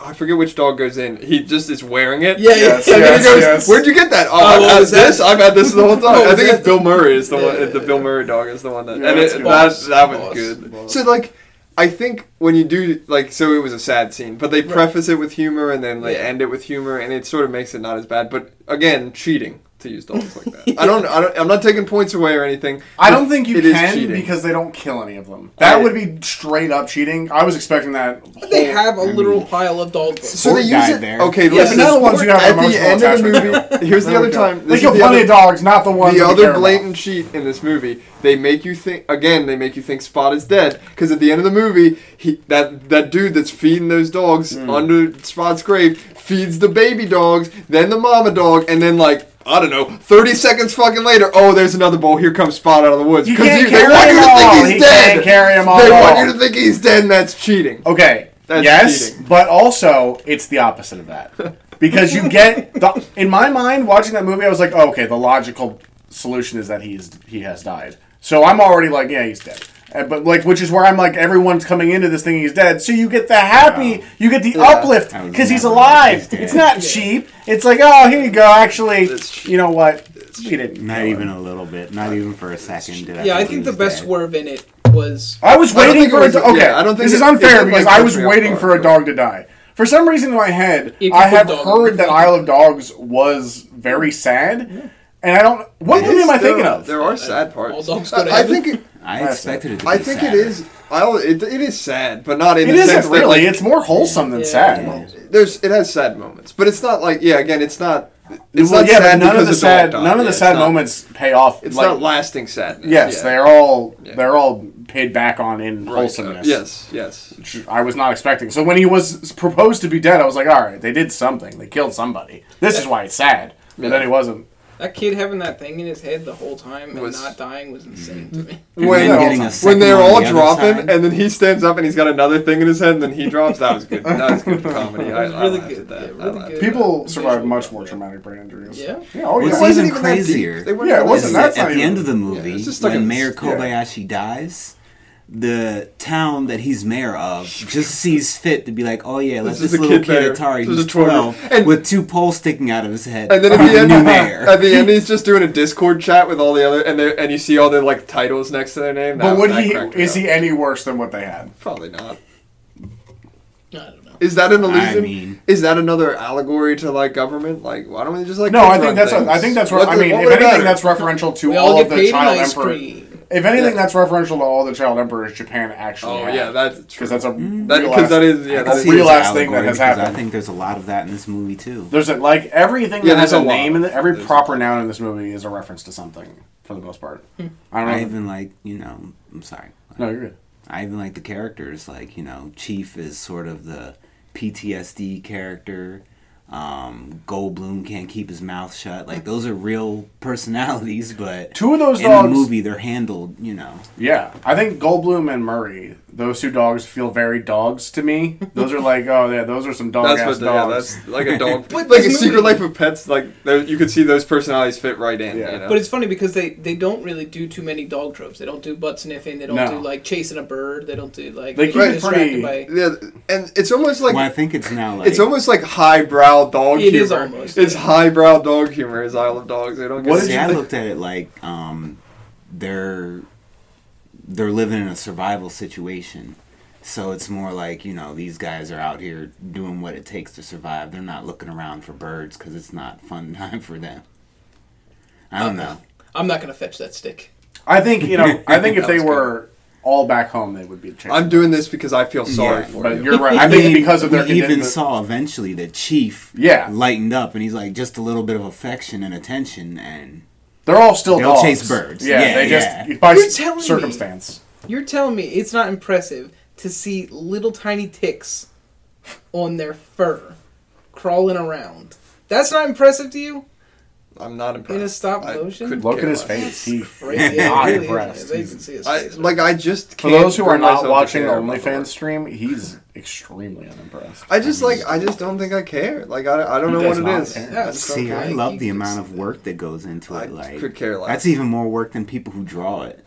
[SPEAKER 2] I forget which dog goes in. He just is wearing it.
[SPEAKER 3] Yeah, yeah.
[SPEAKER 1] Yes,
[SPEAKER 2] And then
[SPEAKER 1] yes,
[SPEAKER 2] he goes,
[SPEAKER 1] yes.
[SPEAKER 2] "Where'd you get that? Oh,
[SPEAKER 3] what
[SPEAKER 2] I've had
[SPEAKER 3] was that?
[SPEAKER 2] this. I've had this the whole time.
[SPEAKER 3] What
[SPEAKER 2] I
[SPEAKER 3] was
[SPEAKER 2] think
[SPEAKER 3] that?
[SPEAKER 2] it's Bill Murray. Is the
[SPEAKER 3] Yeah,
[SPEAKER 2] one.
[SPEAKER 3] yeah,
[SPEAKER 2] the
[SPEAKER 3] yeah.
[SPEAKER 2] Bill Murray dog is the one that.
[SPEAKER 1] Yeah,
[SPEAKER 2] and
[SPEAKER 1] that's
[SPEAKER 2] it,
[SPEAKER 1] good.
[SPEAKER 2] that that was
[SPEAKER 3] Boss.
[SPEAKER 2] good.
[SPEAKER 1] Boss.
[SPEAKER 2] So like, I think when you do like, so it was a sad scene, but they preface it with humor and then they
[SPEAKER 3] Yeah.
[SPEAKER 2] end it with humor, and it sort of makes it not as bad. But again, cheating to use dogs like that. I don't. I don't. I'm not taking points away or anything.
[SPEAKER 1] I
[SPEAKER 2] but
[SPEAKER 1] don't think you
[SPEAKER 2] it is
[SPEAKER 1] can
[SPEAKER 2] cheating.
[SPEAKER 1] because they don't kill any of them. That
[SPEAKER 2] I-
[SPEAKER 1] would be straight up cheating. I was expecting that.
[SPEAKER 3] they
[SPEAKER 1] whole-
[SPEAKER 3] have a literal pile of dog books.
[SPEAKER 2] So they
[SPEAKER 4] Poor
[SPEAKER 2] use
[SPEAKER 4] guy
[SPEAKER 2] it.
[SPEAKER 4] there.
[SPEAKER 2] Okay,
[SPEAKER 4] Yeah,
[SPEAKER 1] Yeah, but
[SPEAKER 2] listen.
[SPEAKER 1] not the ones you have
[SPEAKER 2] at the
[SPEAKER 1] emotional
[SPEAKER 2] end of the
[SPEAKER 1] attachment to.
[SPEAKER 2] movie, here's the
[SPEAKER 1] There we
[SPEAKER 2] other
[SPEAKER 1] go.
[SPEAKER 2] time.
[SPEAKER 1] They
[SPEAKER 2] This is
[SPEAKER 1] kill
[SPEAKER 2] the
[SPEAKER 1] plenty
[SPEAKER 2] other,
[SPEAKER 1] of dogs, not the ones.
[SPEAKER 2] the
[SPEAKER 1] that we care
[SPEAKER 2] other
[SPEAKER 1] about.
[SPEAKER 2] blatant cheat in this movie, they make you think again. They make you think Spot is dead because at the end of the movie, he that that dude that's feeding those dogs
[SPEAKER 1] Hmm.
[SPEAKER 2] under Spot's grave feeds the baby dogs, then the mama dog, and then like I don't know, thirty seconds fucking later, oh, there's another bull. Here comes Spot out of the woods
[SPEAKER 1] He
[SPEAKER 2] because
[SPEAKER 1] can't
[SPEAKER 2] they
[SPEAKER 1] carry
[SPEAKER 2] want you
[SPEAKER 1] them
[SPEAKER 2] to
[SPEAKER 1] all.
[SPEAKER 2] think
[SPEAKER 1] He
[SPEAKER 2] he's
[SPEAKER 1] can't
[SPEAKER 2] dead.
[SPEAKER 1] carry them all.
[SPEAKER 2] They want
[SPEAKER 1] all.
[SPEAKER 2] you to think he's dead, and that's cheating.
[SPEAKER 1] Okay.
[SPEAKER 2] That's
[SPEAKER 1] yes,
[SPEAKER 2] cheating.
[SPEAKER 1] but also it's the opposite of that because you get the. In my mind, watching that movie, I was like, oh, okay, the logical solution is that he's he has died. So I'm already like, yeah, he's dead. Uh, But like, which is where I'm like, everyone's coming into this thing, he's dead. So you get the happy,
[SPEAKER 4] Yeah.
[SPEAKER 1] you get the
[SPEAKER 2] Yeah.
[SPEAKER 1] uplift
[SPEAKER 4] I was
[SPEAKER 1] because he's
[SPEAKER 4] never
[SPEAKER 1] alive.
[SPEAKER 4] like he's dead.
[SPEAKER 1] it's not cheap. It's like, oh, here you go. Actually,
[SPEAKER 2] It's cheap.
[SPEAKER 1] you know what? We didn't.
[SPEAKER 4] Not
[SPEAKER 1] kill him.
[SPEAKER 4] even a little bit. Not even for a second. Did I
[SPEAKER 3] Yeah, I
[SPEAKER 4] think he
[SPEAKER 3] think the
[SPEAKER 4] was
[SPEAKER 3] best
[SPEAKER 4] dead.
[SPEAKER 3] swerve in it was
[SPEAKER 1] I was
[SPEAKER 2] I don't
[SPEAKER 1] waiting
[SPEAKER 2] think it
[SPEAKER 1] for a
[SPEAKER 2] was-
[SPEAKER 1] dog. Okay,
[SPEAKER 2] yeah, I don't think
[SPEAKER 1] this is
[SPEAKER 2] it- it
[SPEAKER 1] unfair
[SPEAKER 2] didn't, like,
[SPEAKER 1] because I
[SPEAKER 2] push
[SPEAKER 1] was
[SPEAKER 2] me off
[SPEAKER 1] waiting
[SPEAKER 2] guard,
[SPEAKER 1] for a
[SPEAKER 2] but-
[SPEAKER 1] dog to die. For some reason in my head,
[SPEAKER 3] If you
[SPEAKER 1] I
[SPEAKER 3] put
[SPEAKER 1] have
[SPEAKER 3] dog-
[SPEAKER 1] heard that Isle of Dogs was very sad, and I don't. What
[SPEAKER 2] It
[SPEAKER 1] movie
[SPEAKER 2] is
[SPEAKER 1] am I thinking
[SPEAKER 2] still-
[SPEAKER 1] of?
[SPEAKER 2] There are sad parts.
[SPEAKER 3] All dogs go to
[SPEAKER 2] I, I
[SPEAKER 3] heaven.
[SPEAKER 2] think.
[SPEAKER 3] [laughs]
[SPEAKER 2] It,
[SPEAKER 4] I expected it. To
[SPEAKER 2] I
[SPEAKER 4] be
[SPEAKER 2] think
[SPEAKER 4] sad.
[SPEAKER 2] it is. I al- it, it is sad, but not in
[SPEAKER 1] It
[SPEAKER 2] the
[SPEAKER 1] isn't
[SPEAKER 2] sense
[SPEAKER 1] really.
[SPEAKER 2] that like
[SPEAKER 1] it's more wholesome than
[SPEAKER 3] Yeah.
[SPEAKER 1] sad.
[SPEAKER 3] Yeah.
[SPEAKER 2] there's it has sad moments, but it's not like yeah. Again, it's not. It's
[SPEAKER 1] Well,
[SPEAKER 2] not
[SPEAKER 1] yeah,
[SPEAKER 2] sad
[SPEAKER 1] but none of
[SPEAKER 2] because
[SPEAKER 1] the
[SPEAKER 2] dog
[SPEAKER 1] sad
[SPEAKER 2] died.
[SPEAKER 1] none of
[SPEAKER 2] Yeah,
[SPEAKER 1] the
[SPEAKER 2] it's
[SPEAKER 1] sad
[SPEAKER 2] not-
[SPEAKER 1] moments pay off.
[SPEAKER 2] It's
[SPEAKER 1] like,
[SPEAKER 2] not lasting sadness.
[SPEAKER 1] Yes,
[SPEAKER 2] yeah.
[SPEAKER 1] they're all
[SPEAKER 2] Yeah.
[SPEAKER 1] they're all paid back on in
[SPEAKER 2] Right, uh,
[SPEAKER 1] wholesomeness.
[SPEAKER 2] Yes, yes.
[SPEAKER 1] which I was not expecting. So when he was proposed to be dead, I was like, all right, they did something. They killed somebody. This is why it's sad. But then he wasn't.
[SPEAKER 3] that kid having that thing in his head the whole time and
[SPEAKER 2] Was-
[SPEAKER 3] not dying was insane
[SPEAKER 1] Mm-hmm.
[SPEAKER 3] to me. [laughs]
[SPEAKER 4] And
[SPEAKER 2] When,
[SPEAKER 4] then
[SPEAKER 1] they're all-
[SPEAKER 4] getting a
[SPEAKER 1] when
[SPEAKER 2] when
[SPEAKER 4] second
[SPEAKER 2] they're
[SPEAKER 4] on
[SPEAKER 2] all
[SPEAKER 4] the other
[SPEAKER 2] dropping,
[SPEAKER 4] side.
[SPEAKER 2] and then he stands up and he's got another thing in his head, and then he drops. That was good. That
[SPEAKER 1] [laughs]
[SPEAKER 2] was good comedy.
[SPEAKER 3] It
[SPEAKER 2] I,
[SPEAKER 3] was
[SPEAKER 2] I
[SPEAKER 3] really
[SPEAKER 2] laughed at
[SPEAKER 3] good,
[SPEAKER 2] That.
[SPEAKER 3] yeah, really
[SPEAKER 2] I laughed
[SPEAKER 3] good.
[SPEAKER 2] at that.
[SPEAKER 1] People survive
[SPEAKER 3] Visual
[SPEAKER 1] much
[SPEAKER 3] stuff,
[SPEAKER 1] more
[SPEAKER 3] yeah.
[SPEAKER 1] traumatic brain injuries.
[SPEAKER 3] Yeah?
[SPEAKER 1] Yeah. Oh,
[SPEAKER 4] What's
[SPEAKER 1] yeah.
[SPEAKER 2] It wasn't
[SPEAKER 4] even
[SPEAKER 2] even that deep.
[SPEAKER 4] crazier
[SPEAKER 2] They weren't
[SPEAKER 1] Yeah, it
[SPEAKER 2] even
[SPEAKER 1] wasn't that
[SPEAKER 2] that
[SPEAKER 4] at
[SPEAKER 1] that's not
[SPEAKER 4] the
[SPEAKER 1] even-
[SPEAKER 4] end of the
[SPEAKER 2] yeah,
[SPEAKER 4] movie,
[SPEAKER 2] it's just like
[SPEAKER 4] when
[SPEAKER 2] a-
[SPEAKER 4] Mayor
[SPEAKER 2] yeah.
[SPEAKER 4] Kobayashi dies, the town that he's mayor of just sees fit to be like, "Oh yeah, let's
[SPEAKER 2] is
[SPEAKER 4] this
[SPEAKER 2] a
[SPEAKER 4] little
[SPEAKER 2] kid
[SPEAKER 4] kid,
[SPEAKER 2] mayor.
[SPEAKER 4] Atari,
[SPEAKER 2] This is
[SPEAKER 4] who's
[SPEAKER 2] a 12
[SPEAKER 4] twelve,
[SPEAKER 2] And-
[SPEAKER 4] with two poles sticking out of his head,
[SPEAKER 2] And then at
[SPEAKER 4] be
[SPEAKER 2] the end,
[SPEAKER 4] new mayor."
[SPEAKER 2] at the end, he's just doing a Discord chat with all the other, and they and you see all their like titles next to their name.
[SPEAKER 1] But
[SPEAKER 2] That-
[SPEAKER 1] would
[SPEAKER 2] that
[SPEAKER 1] he?
[SPEAKER 2] cracked me
[SPEAKER 1] Is
[SPEAKER 2] up.
[SPEAKER 1] he any worse than what they had?
[SPEAKER 2] Probably not.
[SPEAKER 3] I don't know.
[SPEAKER 2] Is that an illusion?
[SPEAKER 4] mean-
[SPEAKER 2] is that another allegory to like government? Like, why don't we just like?
[SPEAKER 1] No, I
[SPEAKER 2] kids run
[SPEAKER 1] think that's.
[SPEAKER 2] things?
[SPEAKER 1] I think that's. Re-
[SPEAKER 2] What-
[SPEAKER 1] I mean,
[SPEAKER 2] what
[SPEAKER 1] if
[SPEAKER 2] would it
[SPEAKER 1] anything,
[SPEAKER 2] matter?
[SPEAKER 1] that's referential to
[SPEAKER 3] We all
[SPEAKER 1] all,
[SPEAKER 3] get
[SPEAKER 1] of the
[SPEAKER 3] paid in
[SPEAKER 1] child
[SPEAKER 3] ice
[SPEAKER 1] emperor.
[SPEAKER 3] cream.
[SPEAKER 1] If anything,
[SPEAKER 2] Yeah.
[SPEAKER 1] that's referential to all the child emperors Japan actually.
[SPEAKER 2] Oh yeah, that's true.
[SPEAKER 1] because that's a
[SPEAKER 2] that
[SPEAKER 1] real
[SPEAKER 2] because
[SPEAKER 1] ass-
[SPEAKER 2] that is yeah
[SPEAKER 4] I
[SPEAKER 2] that
[SPEAKER 4] can
[SPEAKER 2] is
[SPEAKER 4] see it
[SPEAKER 1] real
[SPEAKER 4] as an
[SPEAKER 1] ass thing that
[SPEAKER 4] allegory
[SPEAKER 1] has
[SPEAKER 4] because
[SPEAKER 1] happened.
[SPEAKER 4] I think there's a lot of that in this movie too.
[SPEAKER 1] There's a, like everything
[SPEAKER 2] Yeah,
[SPEAKER 1] that has
[SPEAKER 2] there's
[SPEAKER 1] a,
[SPEAKER 2] a lot. Hmm.
[SPEAKER 1] name in it. Every
[SPEAKER 2] There's a
[SPEAKER 1] proper noun in this movie is a reference to something for the most part. I don't know.
[SPEAKER 4] I
[SPEAKER 1] if-
[SPEAKER 4] even like, you know, I'm sorry.
[SPEAKER 1] no, you're good.
[SPEAKER 4] I even like the characters. Like, you know, Chief is sort of the PTSD character. Um, Goldblum can't keep his mouth shut. Like, those are real [laughs] personalities, but
[SPEAKER 1] Two of those
[SPEAKER 4] in
[SPEAKER 1] dogs.
[SPEAKER 4] the movie, they're handled, you know.
[SPEAKER 1] Yeah, I think Goldblum and Murray, those two dogs feel very dogs to me. Those are like, oh yeah, those are some dog
[SPEAKER 2] that's
[SPEAKER 1] ass
[SPEAKER 2] what yeah,
[SPEAKER 1] dogs. [laughs]
[SPEAKER 2] that's like a dog
[SPEAKER 3] But
[SPEAKER 2] like a
[SPEAKER 3] this
[SPEAKER 2] Secret
[SPEAKER 3] movie-
[SPEAKER 2] Life of Pets like there, you could see those personalities fit right in.
[SPEAKER 1] Yeah.
[SPEAKER 2] You know?
[SPEAKER 3] But it's funny because they, they don't really do too many dog tropes. They don't do butt sniffing. They don't
[SPEAKER 1] No.
[SPEAKER 3] do like chasing a bird. They don't do like
[SPEAKER 1] They
[SPEAKER 3] get
[SPEAKER 1] keep it pretty-
[SPEAKER 2] yeah, and it's almost like
[SPEAKER 4] well, I think it's now like.
[SPEAKER 2] It's almost like highbrow dog
[SPEAKER 3] It
[SPEAKER 2] humor.
[SPEAKER 3] is almost,
[SPEAKER 2] It's
[SPEAKER 3] yeah.
[SPEAKER 2] highbrow dog humor. Is Isle of Dogs. They don't. Get
[SPEAKER 1] What
[SPEAKER 2] it.
[SPEAKER 1] did
[SPEAKER 4] See,
[SPEAKER 1] you
[SPEAKER 4] I
[SPEAKER 1] think-
[SPEAKER 4] looked at it like um, they're they're living in a survival situation. So it's more like, you know, these guys are out here doing what it takes to survive. They're not looking around for birds because it's not [laughs] fun time for them. I don't know.
[SPEAKER 3] I'm not gonna fetch that stick.
[SPEAKER 1] I think you know. I
[SPEAKER 2] [laughs]
[SPEAKER 1] think if they
[SPEAKER 2] That was
[SPEAKER 1] were all back home, they would be a chance.
[SPEAKER 2] I'm doing this because I feel sorry
[SPEAKER 4] Yeah,
[SPEAKER 2] for
[SPEAKER 1] but
[SPEAKER 2] you.
[SPEAKER 1] you're
[SPEAKER 4] [laughs]
[SPEAKER 1] right. Uh, I think because of their
[SPEAKER 4] we even
[SPEAKER 1] condi-
[SPEAKER 4] saw eventually the chief
[SPEAKER 1] Yeah.
[SPEAKER 4] lightened up and he's like just a little bit of affection and attention and
[SPEAKER 1] they're all still
[SPEAKER 4] They'll
[SPEAKER 1] dogs.
[SPEAKER 4] chase birds.
[SPEAKER 1] Yeah,
[SPEAKER 4] Yeah,
[SPEAKER 1] they
[SPEAKER 4] yeah.
[SPEAKER 1] just by
[SPEAKER 3] You're telling me.
[SPEAKER 1] circumstance.
[SPEAKER 3] You're telling me it's not impressive to see little tiny ticks on their fur crawling around. That's not impressive to you?
[SPEAKER 2] I'm not impressed.
[SPEAKER 3] In a stop
[SPEAKER 2] I
[SPEAKER 3] motion?
[SPEAKER 2] couldn't
[SPEAKER 1] Look
[SPEAKER 2] care
[SPEAKER 1] at his
[SPEAKER 2] less.
[SPEAKER 1] face. He [laughs]
[SPEAKER 3] Crazy.
[SPEAKER 1] not
[SPEAKER 3] It really is.
[SPEAKER 1] impressed.
[SPEAKER 3] They can see his
[SPEAKER 2] I,
[SPEAKER 3] face.
[SPEAKER 2] like I just
[SPEAKER 1] For
[SPEAKER 2] can't
[SPEAKER 1] those who are
[SPEAKER 2] bring myself
[SPEAKER 1] not
[SPEAKER 2] to
[SPEAKER 1] watching the
[SPEAKER 2] care about
[SPEAKER 1] OnlyFans stream, he's extremely unimpressed.
[SPEAKER 2] I just like I just don't think I care. Like I, I don't
[SPEAKER 1] He
[SPEAKER 2] know what
[SPEAKER 1] does
[SPEAKER 2] it
[SPEAKER 1] not
[SPEAKER 2] is.
[SPEAKER 1] care.
[SPEAKER 2] I just don't
[SPEAKER 4] see
[SPEAKER 2] care.
[SPEAKER 4] I
[SPEAKER 3] like,
[SPEAKER 4] love
[SPEAKER 3] you
[SPEAKER 4] the
[SPEAKER 3] could
[SPEAKER 4] amount
[SPEAKER 3] see
[SPEAKER 4] of work that goes into
[SPEAKER 2] I
[SPEAKER 4] it. Like
[SPEAKER 2] could care less.
[SPEAKER 4] That's even more work than people who draw it.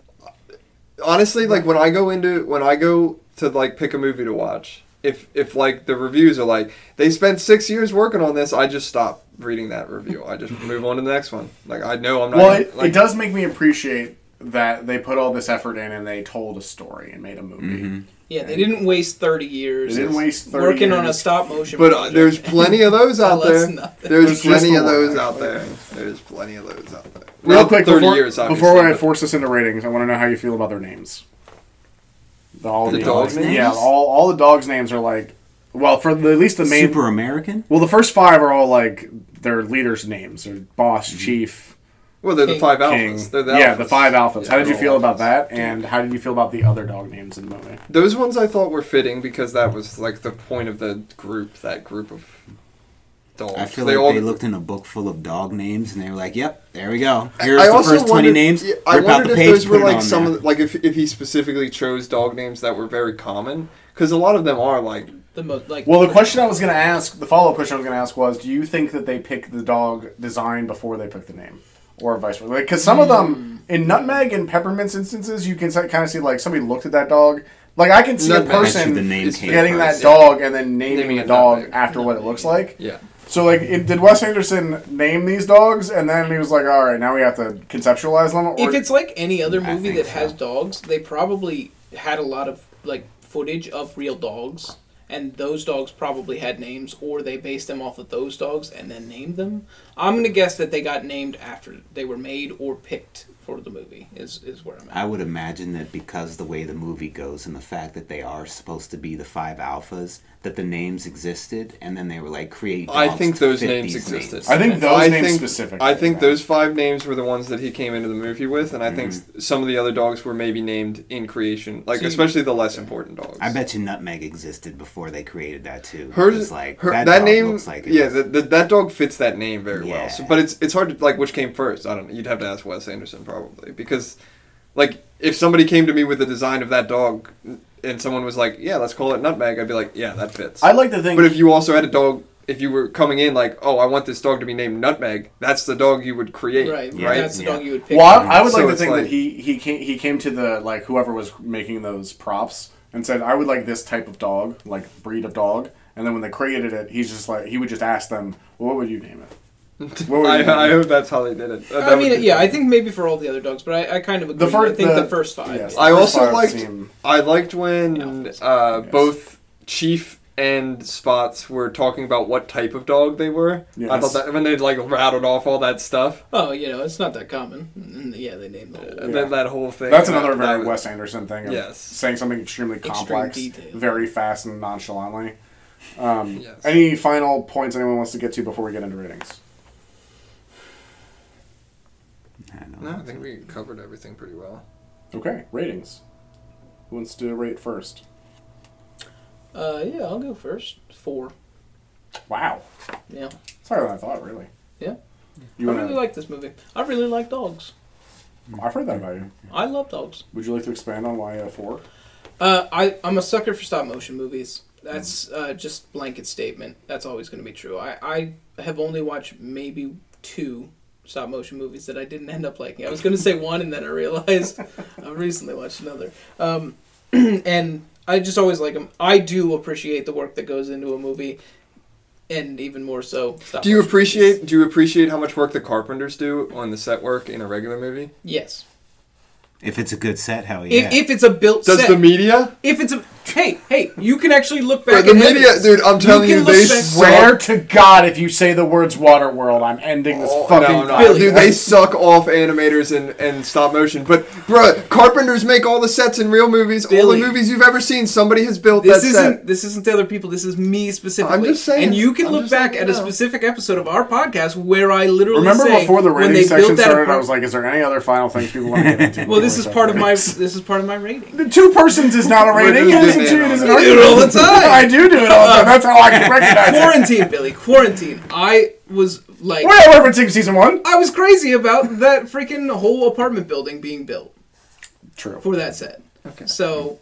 [SPEAKER 2] honestly like when i go into when i go to like pick a movie to watch if if like the reviews are like they spent six years working on this i just stop reading that review i just move on to the next one like i know i'm not
[SPEAKER 1] Well, it,
[SPEAKER 2] like,
[SPEAKER 1] it does make me appreciate that they put all this effort in and they told a story and made a movie.
[SPEAKER 3] Yeah, they didn't waste 30
[SPEAKER 1] They
[SPEAKER 3] years.
[SPEAKER 1] didn't waste 30
[SPEAKER 3] working on a
[SPEAKER 1] years.
[SPEAKER 3] stop motion.
[SPEAKER 2] but uh, there's plenty of
[SPEAKER 3] [laughs]
[SPEAKER 2] those out
[SPEAKER 3] Tell us
[SPEAKER 2] there
[SPEAKER 3] nothing.
[SPEAKER 2] there's
[SPEAKER 1] There's just
[SPEAKER 2] plenty
[SPEAKER 1] the
[SPEAKER 2] of
[SPEAKER 1] one,
[SPEAKER 2] those out
[SPEAKER 1] actually.
[SPEAKER 2] there there's plenty of those out there
[SPEAKER 1] Real
[SPEAKER 2] Not
[SPEAKER 1] quick,
[SPEAKER 2] 30
[SPEAKER 1] before,
[SPEAKER 2] years obviously,
[SPEAKER 1] before I
[SPEAKER 2] but-
[SPEAKER 1] force this into ratings, I want to know how you feel about their names. The, all
[SPEAKER 2] The dogs' names?
[SPEAKER 1] Yeah, all, all the dogs' names are like, well, for the, at least the main.
[SPEAKER 4] Super American?
[SPEAKER 1] Well, the first five are all like their leaders' names, or boss, chief,
[SPEAKER 2] well they're the
[SPEAKER 3] King.
[SPEAKER 2] five
[SPEAKER 1] king.
[SPEAKER 2] Mm-hmm. alphas they're the
[SPEAKER 1] yeah,
[SPEAKER 2] alphas.
[SPEAKER 1] the five alphas.
[SPEAKER 2] Yeah,
[SPEAKER 1] how did you
[SPEAKER 2] they're
[SPEAKER 1] feel
[SPEAKER 2] all
[SPEAKER 1] about
[SPEAKER 2] alphas.
[SPEAKER 1] that? And how did you feel about the other dog names in the movie?
[SPEAKER 2] Those ones I thought were fitting because that was like the point of the group, that group of dogs.
[SPEAKER 4] I feel like
[SPEAKER 2] all-
[SPEAKER 4] they looked in a book full of dog names and they were like, "Yep, there we go. Here's
[SPEAKER 2] I
[SPEAKER 4] the
[SPEAKER 2] also
[SPEAKER 4] first twenty
[SPEAKER 2] wondered-
[SPEAKER 4] names.
[SPEAKER 2] yeah,
[SPEAKER 4] Rip
[SPEAKER 2] I
[SPEAKER 4] out
[SPEAKER 2] wondered
[SPEAKER 4] the
[SPEAKER 2] if
[SPEAKER 4] page,
[SPEAKER 2] those
[SPEAKER 4] put
[SPEAKER 2] were
[SPEAKER 4] it
[SPEAKER 2] like
[SPEAKER 4] on
[SPEAKER 2] some,
[SPEAKER 4] there.
[SPEAKER 2] of the, like if if he specifically chose dog names that were very common, because a lot of them are like
[SPEAKER 3] the mo- like,
[SPEAKER 1] Well, the question I was going to ask, the follow up question I was going to ask was, do you think that they pick the dog design before they pick the name, or vice versa? Because some of them in Nutmeg and Peppermint's instances, you can kind of see like somebody looked at that dog. Like I can see
[SPEAKER 2] Nutmeg.
[SPEAKER 1] a
[SPEAKER 4] I bet you
[SPEAKER 1] person
[SPEAKER 4] the name
[SPEAKER 2] is
[SPEAKER 4] came
[SPEAKER 1] getting
[SPEAKER 4] first.
[SPEAKER 1] that dog and then naming,
[SPEAKER 2] Naming
[SPEAKER 1] the
[SPEAKER 2] it
[SPEAKER 1] dog
[SPEAKER 2] Nutmeg.
[SPEAKER 1] after what it looks like.
[SPEAKER 2] yeah.
[SPEAKER 1] So like, it, did Wes Anderson name these dogs, and then he was like, all right, now we have to conceptualize them? Or,
[SPEAKER 3] if it's like any other
[SPEAKER 4] I
[SPEAKER 3] movie
[SPEAKER 4] think
[SPEAKER 3] that has
[SPEAKER 4] so.
[SPEAKER 3] dogs, they probably had a lot of like footage of real dogs, and those dogs probably had names, or they based them off of those dogs and then named them. I'm gonna guess that they got named after they were made or picked for the movie. Is is where I'm at.
[SPEAKER 4] I would imagine that because the way the movie goes and the fact that they are supposed to be the five alphas, that the names existed, and then they were like, "Create." Dogs
[SPEAKER 2] I think
[SPEAKER 4] to
[SPEAKER 2] those
[SPEAKER 4] fit
[SPEAKER 2] names
[SPEAKER 4] these
[SPEAKER 2] existed.
[SPEAKER 4] names.
[SPEAKER 1] I think those
[SPEAKER 2] I
[SPEAKER 1] names
[SPEAKER 2] think-
[SPEAKER 1] specifically.
[SPEAKER 2] I think
[SPEAKER 1] yeah.
[SPEAKER 2] those five names were the ones that he came into the movie with, and I think
[SPEAKER 1] Mm-hmm.
[SPEAKER 2] s- some of the other dogs were maybe named in creation, like
[SPEAKER 3] See-
[SPEAKER 2] especially the less important dogs.
[SPEAKER 4] I bet you Nutmeg existed before they created that too.
[SPEAKER 2] Hers
[SPEAKER 4] It's like
[SPEAKER 2] her,
[SPEAKER 4] that,
[SPEAKER 2] that,
[SPEAKER 4] dog
[SPEAKER 2] name
[SPEAKER 4] looks like it
[SPEAKER 2] yeah
[SPEAKER 4] was-
[SPEAKER 2] the, the, that dog fits that name very well so,
[SPEAKER 4] Yeah.
[SPEAKER 2] but it's it's hard to like which came first i don't know you'd have to ask wes anderson probably because like if somebody came to me with the design of that dog and someone was like yeah let's call it nutmeg i'd be like yeah that fits
[SPEAKER 1] I like to think.
[SPEAKER 2] but if you also had a dog if you were coming in like oh i want this dog to be named nutmeg that's the dog you would create
[SPEAKER 3] Right,
[SPEAKER 2] right,
[SPEAKER 4] Yeah.
[SPEAKER 3] That's the
[SPEAKER 4] Yeah.
[SPEAKER 3] dog you would pick.
[SPEAKER 1] Well, I, I would
[SPEAKER 2] So
[SPEAKER 1] like to
[SPEAKER 2] it's
[SPEAKER 1] think
[SPEAKER 2] like-
[SPEAKER 1] that he he came he came to the like whoever was making those props and said, "I would like this type of dog, like breed of dog." And then when they created it, he's just like he would just ask them, well, "What would you name it?"
[SPEAKER 2] [laughs]
[SPEAKER 1] What would you name
[SPEAKER 2] I, I
[SPEAKER 1] it?
[SPEAKER 2] hope that's how they did it That
[SPEAKER 3] I
[SPEAKER 2] would
[SPEAKER 3] mean,
[SPEAKER 2] be-
[SPEAKER 3] yeah, I think maybe for all the other dogs, but I, I kind of agree.
[SPEAKER 1] The fir-
[SPEAKER 3] I think the,
[SPEAKER 1] the-
[SPEAKER 3] first five.
[SPEAKER 1] yes.
[SPEAKER 2] I
[SPEAKER 1] First
[SPEAKER 2] also
[SPEAKER 1] five
[SPEAKER 2] liked.
[SPEAKER 1] seem-
[SPEAKER 2] I liked when
[SPEAKER 3] Yeah.
[SPEAKER 2] uh,
[SPEAKER 1] Yes.
[SPEAKER 2] both Chief and Spots were talking about what type of dog they were. I
[SPEAKER 1] Yes.
[SPEAKER 2] thought that when they like rattled off all that stuff,
[SPEAKER 3] Oh, you know, it's not that common. Mm, Yeah, they named the whole.
[SPEAKER 2] and then that whole thing.
[SPEAKER 1] That's
[SPEAKER 2] that-
[SPEAKER 1] another
[SPEAKER 2] that
[SPEAKER 1] very
[SPEAKER 2] was-
[SPEAKER 1] Wes Anderson thing of
[SPEAKER 2] Yes.
[SPEAKER 1] saying something extremely
[SPEAKER 3] Extreme
[SPEAKER 1] complex,
[SPEAKER 3] detail.
[SPEAKER 1] very fast and nonchalantly. Um,
[SPEAKER 2] Yes.
[SPEAKER 1] Any final points anyone wants to get to before we get into ratings?
[SPEAKER 4] I don't
[SPEAKER 2] No, I
[SPEAKER 4] know.
[SPEAKER 2] think we covered everything pretty well.
[SPEAKER 1] Okay, ratings. Who wants to rate first?
[SPEAKER 3] Uh, yeah, I'll go first. Four.
[SPEAKER 1] Wow,
[SPEAKER 3] Yeah,
[SPEAKER 1] it's higher than I thought. Really.
[SPEAKER 3] Yeah.
[SPEAKER 1] You
[SPEAKER 3] I
[SPEAKER 1] want
[SPEAKER 3] really like this movie. I really like dogs.
[SPEAKER 1] I've heard that about you.
[SPEAKER 3] I love dogs.
[SPEAKER 1] Would you like to expand on why uh, four?
[SPEAKER 3] Uh, I I'm a sucker for stop motion movies. That's uh, just blanket statement. That's always going to be true. I I have only watched maybe two stop motion movies that I didn't end up liking. I was going to say one, and then I realized [laughs] I recently watched another. Um, [clears throat] and I just always like them. I do appreciate the work that goes into a movie, and even more so. stop
[SPEAKER 2] Do
[SPEAKER 3] motion
[SPEAKER 2] you
[SPEAKER 3] movies.
[SPEAKER 2] appreciate? Do you appreciate how much work the carpenters do on the set work in a regular movie?
[SPEAKER 3] Yes.
[SPEAKER 4] If it's a good set, hell yeah.
[SPEAKER 3] If, if it's a built
[SPEAKER 2] Does
[SPEAKER 3] set.
[SPEAKER 2] the media?
[SPEAKER 3] if it's a hey, hey, you can actually look back.
[SPEAKER 2] But the
[SPEAKER 3] at
[SPEAKER 2] media,
[SPEAKER 3] evidence.
[SPEAKER 2] dude, I'm telling
[SPEAKER 3] can
[SPEAKER 2] you,
[SPEAKER 3] look
[SPEAKER 2] they
[SPEAKER 3] back-
[SPEAKER 2] suck.
[SPEAKER 1] Swear to God, if you say the words Waterworld, I'm ending this
[SPEAKER 2] Oh,
[SPEAKER 1] fucking.
[SPEAKER 2] no, no,
[SPEAKER 3] Billy,
[SPEAKER 2] dude,
[SPEAKER 3] right?
[SPEAKER 2] they suck off animators and, and stop motion. But bruh, carpenters make all the sets in real movies. All
[SPEAKER 3] Billy.
[SPEAKER 2] the movies you've ever seen, somebody has built
[SPEAKER 3] This
[SPEAKER 2] that
[SPEAKER 3] isn't
[SPEAKER 2] set.
[SPEAKER 3] this isn't the other people. This is me specifically.
[SPEAKER 2] I'm just saying.
[SPEAKER 3] And you can
[SPEAKER 2] I'm
[SPEAKER 3] look
[SPEAKER 2] just letting
[SPEAKER 3] back
[SPEAKER 2] you
[SPEAKER 3] at a
[SPEAKER 2] know.
[SPEAKER 3] specific episode of our podcast where I literally
[SPEAKER 1] Remember
[SPEAKER 3] say,
[SPEAKER 1] before the
[SPEAKER 3] when
[SPEAKER 1] rating
[SPEAKER 3] they
[SPEAKER 1] section
[SPEAKER 3] built that
[SPEAKER 1] started,
[SPEAKER 3] apart-
[SPEAKER 1] I was like, "Is there any other final things people want to get into?"
[SPEAKER 3] [laughs] well, this is part of my this is part of my rating.
[SPEAKER 1] The two persons is not a rating.
[SPEAKER 2] just
[SPEAKER 1] It isn't
[SPEAKER 2] getting
[SPEAKER 1] two. It
[SPEAKER 2] in on
[SPEAKER 1] is an
[SPEAKER 2] it.
[SPEAKER 3] You do it
[SPEAKER 1] argument.
[SPEAKER 3] all the
[SPEAKER 1] [laughs]
[SPEAKER 3] time. [laughs]
[SPEAKER 1] I do do it all the time. [laughs] That's how I can recognize it.
[SPEAKER 3] Quarantine, Billy. Quarantine. I was like,
[SPEAKER 1] We're not referencing season one.
[SPEAKER 3] I was crazy about that freaking whole apartment building being built
[SPEAKER 1] True.
[SPEAKER 3] for that set.
[SPEAKER 2] Okay.
[SPEAKER 3] So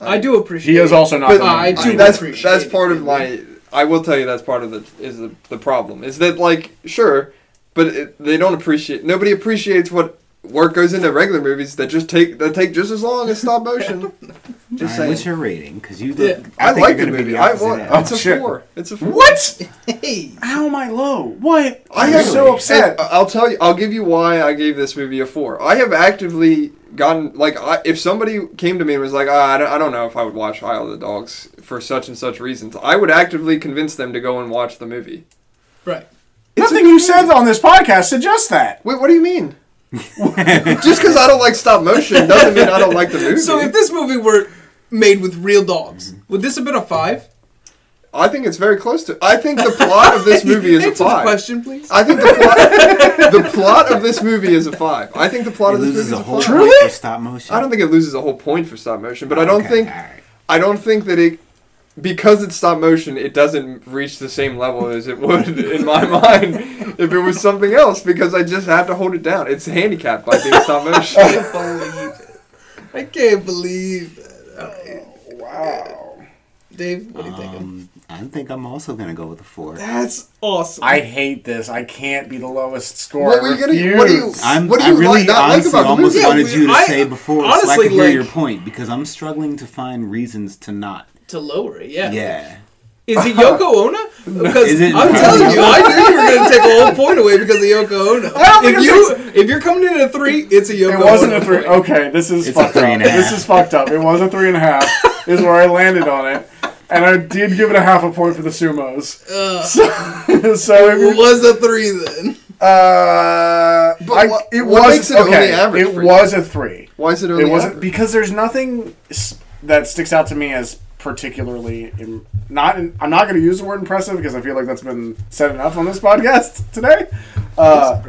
[SPEAKER 3] I do appreciate.
[SPEAKER 1] He is also not.
[SPEAKER 2] But
[SPEAKER 1] the
[SPEAKER 3] I
[SPEAKER 1] main
[SPEAKER 3] do
[SPEAKER 1] guy.
[SPEAKER 2] that's
[SPEAKER 3] appreciate
[SPEAKER 2] that's
[SPEAKER 3] it,
[SPEAKER 2] part of
[SPEAKER 3] dude.
[SPEAKER 2] my. I will tell you that's part of the is the, the problem is that like sure, but it, they don't appreciate. Nobody appreciates what work goes into regular movies that just take that take just as long as
[SPEAKER 3] [laughs]
[SPEAKER 2] stop motion. just
[SPEAKER 4] All right, what's
[SPEAKER 2] saying.
[SPEAKER 4] your rating? Because you
[SPEAKER 3] Yeah.
[SPEAKER 4] look,
[SPEAKER 2] I,
[SPEAKER 4] think
[SPEAKER 2] like
[SPEAKER 4] you're
[SPEAKER 2] the
[SPEAKER 4] gonna be
[SPEAKER 2] movie. I
[SPEAKER 4] opposite
[SPEAKER 2] want.
[SPEAKER 4] end.
[SPEAKER 2] It's
[SPEAKER 1] Oh,
[SPEAKER 2] a
[SPEAKER 1] shit.
[SPEAKER 2] four. It's a four.
[SPEAKER 1] What?
[SPEAKER 3] Hey,
[SPEAKER 1] How am I low? What?
[SPEAKER 2] I
[SPEAKER 1] I'm
[SPEAKER 2] have
[SPEAKER 1] so upset.
[SPEAKER 2] and uh, I'll tell you. I'll give you why I gave this movie a four. I have actively gotten like, I, if somebody came to me and was like, ah, I, don't, I don't know if I would watch Isle of the Dogs for such and such reasons, I would actively convince them to go and watch the movie.
[SPEAKER 3] right.
[SPEAKER 1] Nothing you said on this podcast suggests that.
[SPEAKER 2] Wait, what do you mean? [laughs] Just because I don't like stop motion doesn't mean I don't like the movie.
[SPEAKER 3] [laughs] So if this movie were made with real dogs, would this have been a five?
[SPEAKER 2] I think it's very close to. I think the plot
[SPEAKER 3] [laughs]
[SPEAKER 2] of this movie is a
[SPEAKER 3] Answer the
[SPEAKER 2] five.
[SPEAKER 3] question, please.
[SPEAKER 2] I think the
[SPEAKER 3] [laughs]
[SPEAKER 2] plot, the plot of this movie is a five. I think the plot
[SPEAKER 4] It
[SPEAKER 2] of this movie is
[SPEAKER 4] loses a
[SPEAKER 2] a
[SPEAKER 4] whole
[SPEAKER 2] five.
[SPEAKER 4] point for stop motion.
[SPEAKER 2] I don't think it loses a whole point for stop motion, but I don't
[SPEAKER 4] Okay,
[SPEAKER 2] think
[SPEAKER 4] all right.
[SPEAKER 2] I don't think that it because it's stop motion, it doesn't reach the same level as it
[SPEAKER 4] [laughs]
[SPEAKER 2] would in my mind if it was something else because I just have to hold it down. It's handicapped by being
[SPEAKER 3] [laughs]
[SPEAKER 2] stop
[SPEAKER 3] I
[SPEAKER 2] motion.
[SPEAKER 3] can't believe it. I can't believe it. Okay.
[SPEAKER 1] Wow.
[SPEAKER 3] Dave, what do you think?
[SPEAKER 4] Um, I think I'm also gonna go with a four.
[SPEAKER 3] That's awesome.
[SPEAKER 1] I hate this. I can't be the lowest score.
[SPEAKER 2] What
[SPEAKER 1] I
[SPEAKER 2] were you gonna- what do you-
[SPEAKER 1] refuse.
[SPEAKER 4] I'm,
[SPEAKER 2] What do
[SPEAKER 4] I
[SPEAKER 2] you
[SPEAKER 4] really
[SPEAKER 2] like- not like
[SPEAKER 4] honestly
[SPEAKER 2] about the
[SPEAKER 4] almost
[SPEAKER 2] movie?
[SPEAKER 4] wanted
[SPEAKER 3] Yeah,
[SPEAKER 4] you to
[SPEAKER 3] I-
[SPEAKER 4] say before so I
[SPEAKER 3] honestly,
[SPEAKER 4] could hear
[SPEAKER 3] like-
[SPEAKER 4] your point because I'm struggling to find reasons to not.
[SPEAKER 3] to lower it, yeah.
[SPEAKER 4] Yeah.
[SPEAKER 3] Is it Yoko Ono? Because
[SPEAKER 4] Is it-
[SPEAKER 3] I'm telling you, I knew you were going to take a whole point away because of Yoko Ono.
[SPEAKER 1] I don't think
[SPEAKER 3] if
[SPEAKER 1] it's
[SPEAKER 3] you if you're coming in at a three, it's a Yoko.
[SPEAKER 1] It wasn't a
[SPEAKER 3] Ono
[SPEAKER 1] three.
[SPEAKER 3] point.
[SPEAKER 1] Okay, this is
[SPEAKER 4] It's a
[SPEAKER 1] fucked
[SPEAKER 4] three
[SPEAKER 1] up.
[SPEAKER 4] and a half.
[SPEAKER 1] This is fucked up. It was a three and a half. is where I landed on it, and I did give it a half a point for the sumos.
[SPEAKER 3] Uh,
[SPEAKER 1] So, [laughs] so if
[SPEAKER 3] it
[SPEAKER 1] you-
[SPEAKER 3] was a three then.
[SPEAKER 1] uh,
[SPEAKER 2] But
[SPEAKER 1] I-
[SPEAKER 2] what-
[SPEAKER 1] it
[SPEAKER 2] what
[SPEAKER 1] was
[SPEAKER 2] makes it only
[SPEAKER 1] okay,
[SPEAKER 2] average
[SPEAKER 1] It
[SPEAKER 2] for you?
[SPEAKER 1] was a three.
[SPEAKER 2] Why is it only?
[SPEAKER 1] It wasn't
[SPEAKER 2] average?
[SPEAKER 1] because there's nothing s- that sticks out to me as particularly Im- not. In, I'm not going to use the word impressive because I feel like that's been said enough on this [laughs] podcast today. Uh,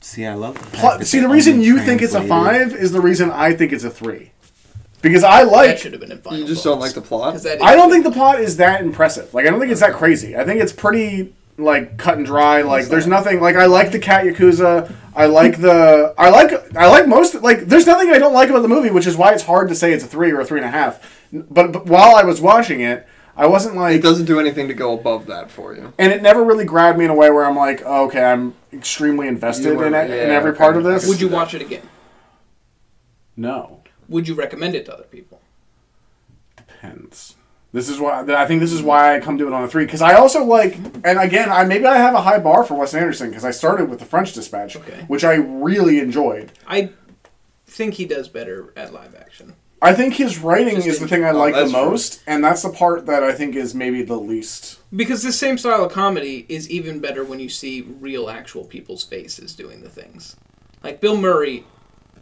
[SPEAKER 4] See, I love. The fact
[SPEAKER 1] Pl-
[SPEAKER 4] that
[SPEAKER 1] see,
[SPEAKER 4] they
[SPEAKER 1] the reason
[SPEAKER 4] only
[SPEAKER 1] you think it's a
[SPEAKER 4] translated-
[SPEAKER 1] five is the reason I think it's a three, because I like.
[SPEAKER 3] that should have been in final.
[SPEAKER 2] you just don't like the plot.
[SPEAKER 3] That is,
[SPEAKER 1] I don't think the plot is that impressive. Like, I don't think it's that crazy. I think it's pretty like cut and dry. Like, there's nothing. Like, I like the cat yakuza. I like the. I like. I like most. Like, there's nothing I don't like about the movie, which is why it's hard to say it's a three or a three and a half. But, but while I was watching it, I wasn't
[SPEAKER 2] It
[SPEAKER 1] like,
[SPEAKER 2] doesn't do anything to go above that for you.
[SPEAKER 1] and it never really grabbed me in a way where I'm like, oh, okay, I'm extremely invested
[SPEAKER 2] You were-
[SPEAKER 1] in, it, in
[SPEAKER 2] yeah,
[SPEAKER 1] every
[SPEAKER 2] okay.
[SPEAKER 1] part of this.
[SPEAKER 3] Would you watch it again?
[SPEAKER 1] No.
[SPEAKER 3] Would you recommend it to other people?
[SPEAKER 1] depends. This is why I think this is why I come to it on a three because I also like, and again, I maybe I have a high bar for Wes Anderson because I started with The French Dispatch,
[SPEAKER 3] Okay.
[SPEAKER 1] which I really enjoyed.
[SPEAKER 3] I think he does better at live action.
[SPEAKER 1] I think his writing
[SPEAKER 3] Just
[SPEAKER 1] is the thing I
[SPEAKER 2] oh,
[SPEAKER 1] like the
[SPEAKER 2] that's true.
[SPEAKER 1] most, and that's the part that I think is maybe the least.
[SPEAKER 3] Because this same style of comedy is even better when you see real, actual people's faces doing the things. Like Bill Murray,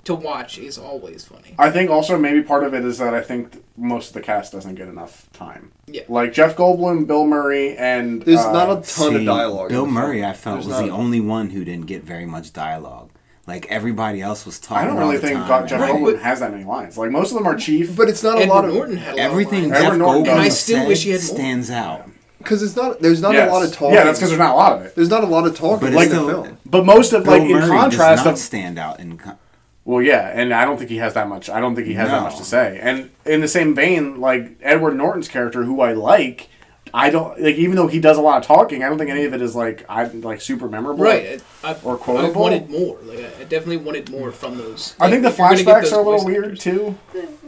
[SPEAKER 3] to watch is always funny.
[SPEAKER 1] I think also maybe part of it is that I think th- most of the cast doesn't get enough time.
[SPEAKER 3] Yeah.
[SPEAKER 1] Like Jeff Goldblum, Bill Murray, and
[SPEAKER 2] There's
[SPEAKER 1] uh,
[SPEAKER 2] not a ton of
[SPEAKER 4] See,
[SPEAKER 2] dialogue. in
[SPEAKER 4] Bill
[SPEAKER 2] the film.
[SPEAKER 4] Murray, I felt,
[SPEAKER 2] There's
[SPEAKER 4] was
[SPEAKER 2] not-
[SPEAKER 4] the only one who didn't get very much dialogue. Like everybody else was talking.
[SPEAKER 1] I don't
[SPEAKER 4] all
[SPEAKER 1] really
[SPEAKER 4] the
[SPEAKER 1] think
[SPEAKER 4] time,
[SPEAKER 1] God, Jeff
[SPEAKER 4] and I-
[SPEAKER 3] Right,
[SPEAKER 1] Goldblum
[SPEAKER 3] but-
[SPEAKER 1] has that many lines. Like most of them are chief.
[SPEAKER 2] But it's not a
[SPEAKER 3] Edward
[SPEAKER 2] lot of
[SPEAKER 3] Norton had a lot
[SPEAKER 4] Everything
[SPEAKER 3] of lines.
[SPEAKER 1] Edward
[SPEAKER 4] Jeff
[SPEAKER 1] Norton
[SPEAKER 4] Goldblum
[SPEAKER 1] does. And I
[SPEAKER 3] still wish he had more.
[SPEAKER 4] stands out.
[SPEAKER 2] because it's not. There's not
[SPEAKER 1] Yes.
[SPEAKER 2] a lot of talking.
[SPEAKER 1] Yeah, that's because there's not a lot of it.
[SPEAKER 2] there's not a lot of talking
[SPEAKER 4] But
[SPEAKER 2] in
[SPEAKER 4] it's
[SPEAKER 2] the
[SPEAKER 4] still-
[SPEAKER 2] film.
[SPEAKER 1] But most of
[SPEAKER 4] Bill
[SPEAKER 1] like
[SPEAKER 4] Murray
[SPEAKER 1] in contrast
[SPEAKER 4] does not
[SPEAKER 1] of
[SPEAKER 4] stand out in. Con-
[SPEAKER 1] Well, yeah, and I don't think he has that much. I don't think he has that
[SPEAKER 4] No.
[SPEAKER 1] much to say. And in the same vein, like Edward Norton's character, who I like, I don't like. Even though he does a lot of talking, I don't think any of it is like I like super memorable.
[SPEAKER 3] Right. I, I,
[SPEAKER 1] Or
[SPEAKER 3] I
[SPEAKER 1] quotable?
[SPEAKER 3] wanted more. Like I, I definitely wanted more from those.
[SPEAKER 1] I think the
[SPEAKER 3] Like, you're gonna get
[SPEAKER 1] flashbacks
[SPEAKER 3] those
[SPEAKER 1] are a little
[SPEAKER 3] voice
[SPEAKER 1] weird
[SPEAKER 3] actors.
[SPEAKER 1] too.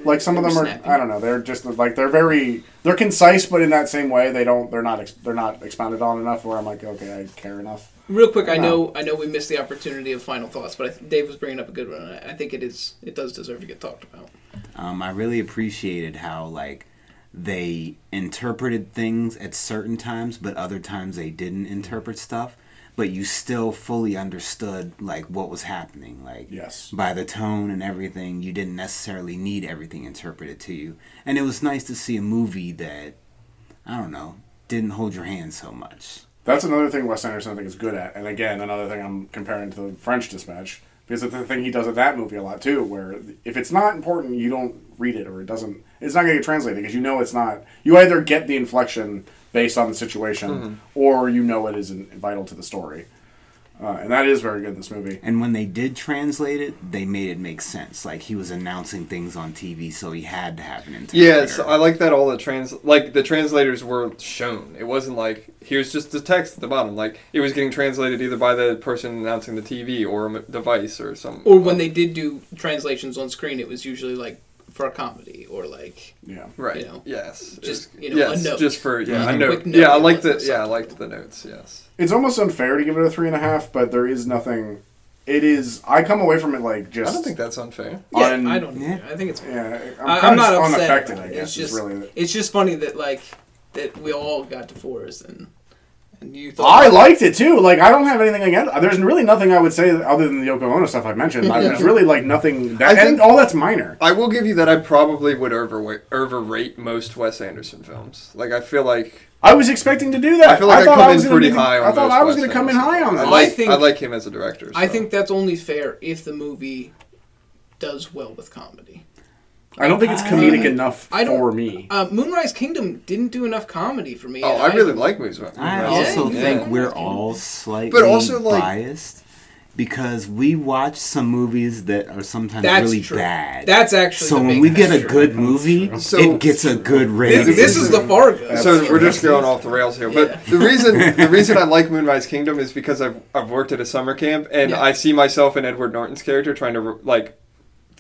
[SPEAKER 1] Like some of
[SPEAKER 3] They're
[SPEAKER 1] them are,
[SPEAKER 3] snappy.
[SPEAKER 1] I don't know. They're just like they're very they're concise, but in that same way, they don't. They're not. Ex- they're not expounded on enough. Where I'm like, okay, I care enough.
[SPEAKER 3] Real quick, I
[SPEAKER 1] Wow.
[SPEAKER 3] know I know we missed the opportunity of final thoughts, but I th- Dave was bringing up a good one. and I, I think it is it does deserve to get talked about.
[SPEAKER 4] Um, I really appreciated how like they interpreted things at certain times, but other times they didn't interpret stuff. But you still fully understood like what was happening. Like
[SPEAKER 1] Yes.
[SPEAKER 4] by the tone and everything, you didn't necessarily need everything interpreted to you. And it was nice to see a movie that I don't know didn't hold your hand so much.
[SPEAKER 1] That's another thing Wes Anderson I think is good at, and again another thing I'm comparing to the French Dispatch because it's the thing he does in that movie a lot too, where if it's not important, you don't read it or it doesn't. It's not going to get translated because you know it's not. You either get the inflection based on the situation,
[SPEAKER 3] Mm-hmm.
[SPEAKER 1] or you know it isn't vital to the story, uh, and that is very good in this movie.
[SPEAKER 4] And when they did translate it, they made it make sense. Like he was announcing things on TV, so he had to have an interpreter.
[SPEAKER 2] Yeah, so I like that all the trans like the translators were shown. It wasn't like here's just the text at the bottom. Like it was getting translated either by the person announcing the TV or a m- device or some.
[SPEAKER 3] Or when they did do translations on screen, it was usually like for a comedy or like
[SPEAKER 1] Yeah.
[SPEAKER 2] right.
[SPEAKER 3] you know,
[SPEAKER 2] yes.
[SPEAKER 3] just,
[SPEAKER 2] It's-
[SPEAKER 3] you know,
[SPEAKER 2] yes,
[SPEAKER 3] a note.
[SPEAKER 2] Just for yeah,
[SPEAKER 3] Like
[SPEAKER 2] I
[SPEAKER 3] a
[SPEAKER 2] know.
[SPEAKER 3] quick note
[SPEAKER 2] yeah, I
[SPEAKER 3] it
[SPEAKER 2] liked the
[SPEAKER 3] wasn't
[SPEAKER 2] yeah, I liked the notes. Yes.
[SPEAKER 1] It's almost unfair to give it a three and a half, but there is nothing. It is. I come away from it like
[SPEAKER 2] I
[SPEAKER 1] just.
[SPEAKER 2] don't think that's unfair.
[SPEAKER 3] Yeah,
[SPEAKER 1] on-
[SPEAKER 3] I don't.
[SPEAKER 4] yeah.
[SPEAKER 3] I think it's.
[SPEAKER 1] Yeah, I'm,
[SPEAKER 3] I-
[SPEAKER 1] kind
[SPEAKER 3] I'm not upset.
[SPEAKER 1] unaffected.
[SPEAKER 3] about
[SPEAKER 1] I
[SPEAKER 3] it.
[SPEAKER 1] guess
[SPEAKER 3] it's just
[SPEAKER 1] is really.
[SPEAKER 3] it's just funny that like that we all got to fours and and you thought
[SPEAKER 1] I liked it too. Like I don't have anything against. There's really nothing I would say other than the Yoko Ono stuff I
[SPEAKER 2] [laughs]
[SPEAKER 1] mentioned. Like, There's really like nothing. That,
[SPEAKER 2] I think-
[SPEAKER 1] and all that's minor.
[SPEAKER 2] I will give you that. I probably would overweight, overrate most Wes Anderson films. Like I feel like
[SPEAKER 1] I was expecting to do that.
[SPEAKER 2] I feel like I,
[SPEAKER 1] thought
[SPEAKER 2] come
[SPEAKER 1] was
[SPEAKER 2] in
[SPEAKER 1] gonna
[SPEAKER 2] pretty
[SPEAKER 1] be-
[SPEAKER 2] high. on
[SPEAKER 1] I thought
[SPEAKER 2] most
[SPEAKER 1] I was
[SPEAKER 2] Wes
[SPEAKER 1] going to come in
[SPEAKER 2] Anderson
[SPEAKER 1] high on
[SPEAKER 2] films.
[SPEAKER 1] that.
[SPEAKER 2] I
[SPEAKER 3] I
[SPEAKER 2] like,
[SPEAKER 3] think-
[SPEAKER 2] I like him as a director.
[SPEAKER 3] I
[SPEAKER 2] so.
[SPEAKER 3] think that's only fair if the movie does well with comedy.
[SPEAKER 1] I don't think it's comedic enough
[SPEAKER 3] I don't-
[SPEAKER 1] for me.
[SPEAKER 3] Uh, Moonrise Kingdom didn't do enough comedy for me.
[SPEAKER 2] Oh,
[SPEAKER 3] and
[SPEAKER 2] I really like movies. about-
[SPEAKER 4] I
[SPEAKER 2] Yeah.
[SPEAKER 4] also
[SPEAKER 3] yeah.
[SPEAKER 4] think we're all slightly but also,
[SPEAKER 2] also, like-
[SPEAKER 4] biased because we watch some movies that are sometimes
[SPEAKER 3] That's
[SPEAKER 4] really
[SPEAKER 3] true.
[SPEAKER 4] bad.
[SPEAKER 3] That's actually.
[SPEAKER 4] so
[SPEAKER 3] the
[SPEAKER 4] when
[SPEAKER 3] big
[SPEAKER 4] we get a
[SPEAKER 3] picture.
[SPEAKER 4] good movie,
[SPEAKER 2] So-
[SPEAKER 4] it gets a good rating.
[SPEAKER 3] This, this is the Fargo.
[SPEAKER 2] So we're just going off the rails here, but
[SPEAKER 3] Yeah.
[SPEAKER 2] the reason
[SPEAKER 3] [laughs]
[SPEAKER 2] the reason I like Moonrise Kingdom is because I've I've worked at a summer camp and
[SPEAKER 3] Yeah.
[SPEAKER 2] I see myself in Edward Norton's character trying to like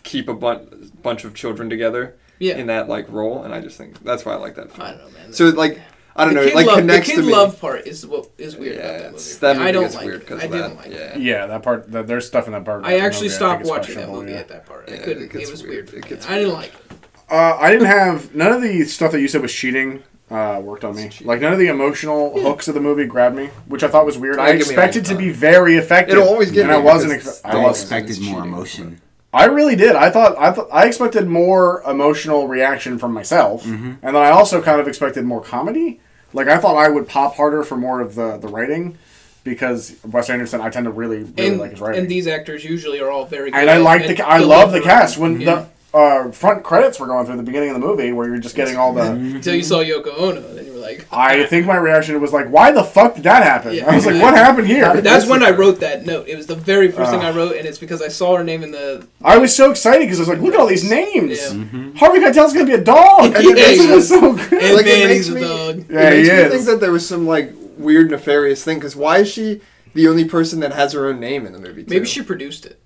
[SPEAKER 2] keep a bun- bunch of children together
[SPEAKER 3] Yeah.
[SPEAKER 2] in that like role, and I just think that's why I like that. Film.
[SPEAKER 3] I don't know, man.
[SPEAKER 2] So like I don't
[SPEAKER 3] the
[SPEAKER 2] know, it
[SPEAKER 3] kid
[SPEAKER 2] like
[SPEAKER 3] love,
[SPEAKER 2] connects
[SPEAKER 3] the
[SPEAKER 2] to
[SPEAKER 3] kid
[SPEAKER 2] me.
[SPEAKER 3] love part is what is weird
[SPEAKER 2] yeah,
[SPEAKER 3] about that movie.
[SPEAKER 2] it's- that
[SPEAKER 3] I
[SPEAKER 2] movie
[SPEAKER 3] don't
[SPEAKER 2] gets
[SPEAKER 3] like
[SPEAKER 2] weird
[SPEAKER 3] it.
[SPEAKER 2] because
[SPEAKER 3] I
[SPEAKER 2] of
[SPEAKER 3] didn't
[SPEAKER 2] that.
[SPEAKER 3] like it.
[SPEAKER 2] yeah.
[SPEAKER 1] yeah, that part. The, there's stuff in that part.
[SPEAKER 3] I actually
[SPEAKER 1] movie think
[SPEAKER 3] stopped
[SPEAKER 1] is
[SPEAKER 3] watching that
[SPEAKER 1] questionable,
[SPEAKER 3] movie
[SPEAKER 1] yeah.
[SPEAKER 3] at that part. I
[SPEAKER 2] Yeah, it
[SPEAKER 3] couldn't. It,
[SPEAKER 2] gets
[SPEAKER 3] was
[SPEAKER 2] weird.
[SPEAKER 3] weird.
[SPEAKER 2] It gets
[SPEAKER 3] I didn't like it.
[SPEAKER 1] Uh, I didn't have none of the stuff that you said was cheating. Uh, worked on me. Like none of the emotional hooks of the movie grabbed me, which I thought was weird. I
[SPEAKER 2] It'll get me
[SPEAKER 1] expected
[SPEAKER 2] every
[SPEAKER 1] to be
[SPEAKER 2] time.
[SPEAKER 1] very effective.
[SPEAKER 2] It'll always get
[SPEAKER 1] and
[SPEAKER 2] me
[SPEAKER 1] I wasn't.
[SPEAKER 2] because
[SPEAKER 1] Ex-
[SPEAKER 2] it's
[SPEAKER 1] I
[SPEAKER 4] I
[SPEAKER 1] was.
[SPEAKER 4] expected more
[SPEAKER 2] cheating.
[SPEAKER 4] emotion.
[SPEAKER 1] I really did. I thought I thought I expected more emotional reaction from myself, and then I also kind of expected more comedy. Like I thought I would pop harder for more of the the writing, because Wes Anderson I tend to really really
[SPEAKER 3] And,
[SPEAKER 1] like his writing.
[SPEAKER 3] and these actors usually are all very good.
[SPEAKER 1] And I like the
[SPEAKER 3] at
[SPEAKER 1] ca- I love the
[SPEAKER 3] delivering.
[SPEAKER 1] cast when
[SPEAKER 3] Yeah.
[SPEAKER 1] the uh, front credits were going through at the beginning of the movie, where you're just getting all the.
[SPEAKER 3] Until you saw Yoko Ono, then you were like,
[SPEAKER 1] I think my reaction was like, "Why the fuck did that happen?"
[SPEAKER 3] Yeah.
[SPEAKER 1] I was like, "What happened here?"
[SPEAKER 3] That's when I wrote that note. It was the very first thing I wrote, and it's because I saw her name in the.
[SPEAKER 1] I was so excited because I was like, "Look at all these names!
[SPEAKER 3] Yeah.
[SPEAKER 1] Harvey Keitel's gonna be a dog.
[SPEAKER 3] [laughs]
[SPEAKER 2] And then
[SPEAKER 1] this
[SPEAKER 2] they-
[SPEAKER 1] is so good."
[SPEAKER 3] And
[SPEAKER 2] Like, it
[SPEAKER 3] then
[SPEAKER 2] makes
[SPEAKER 3] he's a
[SPEAKER 2] me-
[SPEAKER 3] dog.
[SPEAKER 1] Yeah,
[SPEAKER 2] it makes
[SPEAKER 1] he
[SPEAKER 2] me
[SPEAKER 1] is.
[SPEAKER 2] think that there was some like weird nefarious thing because why is she the only person that has her own name in the movie? Too?
[SPEAKER 3] Maybe she produced it.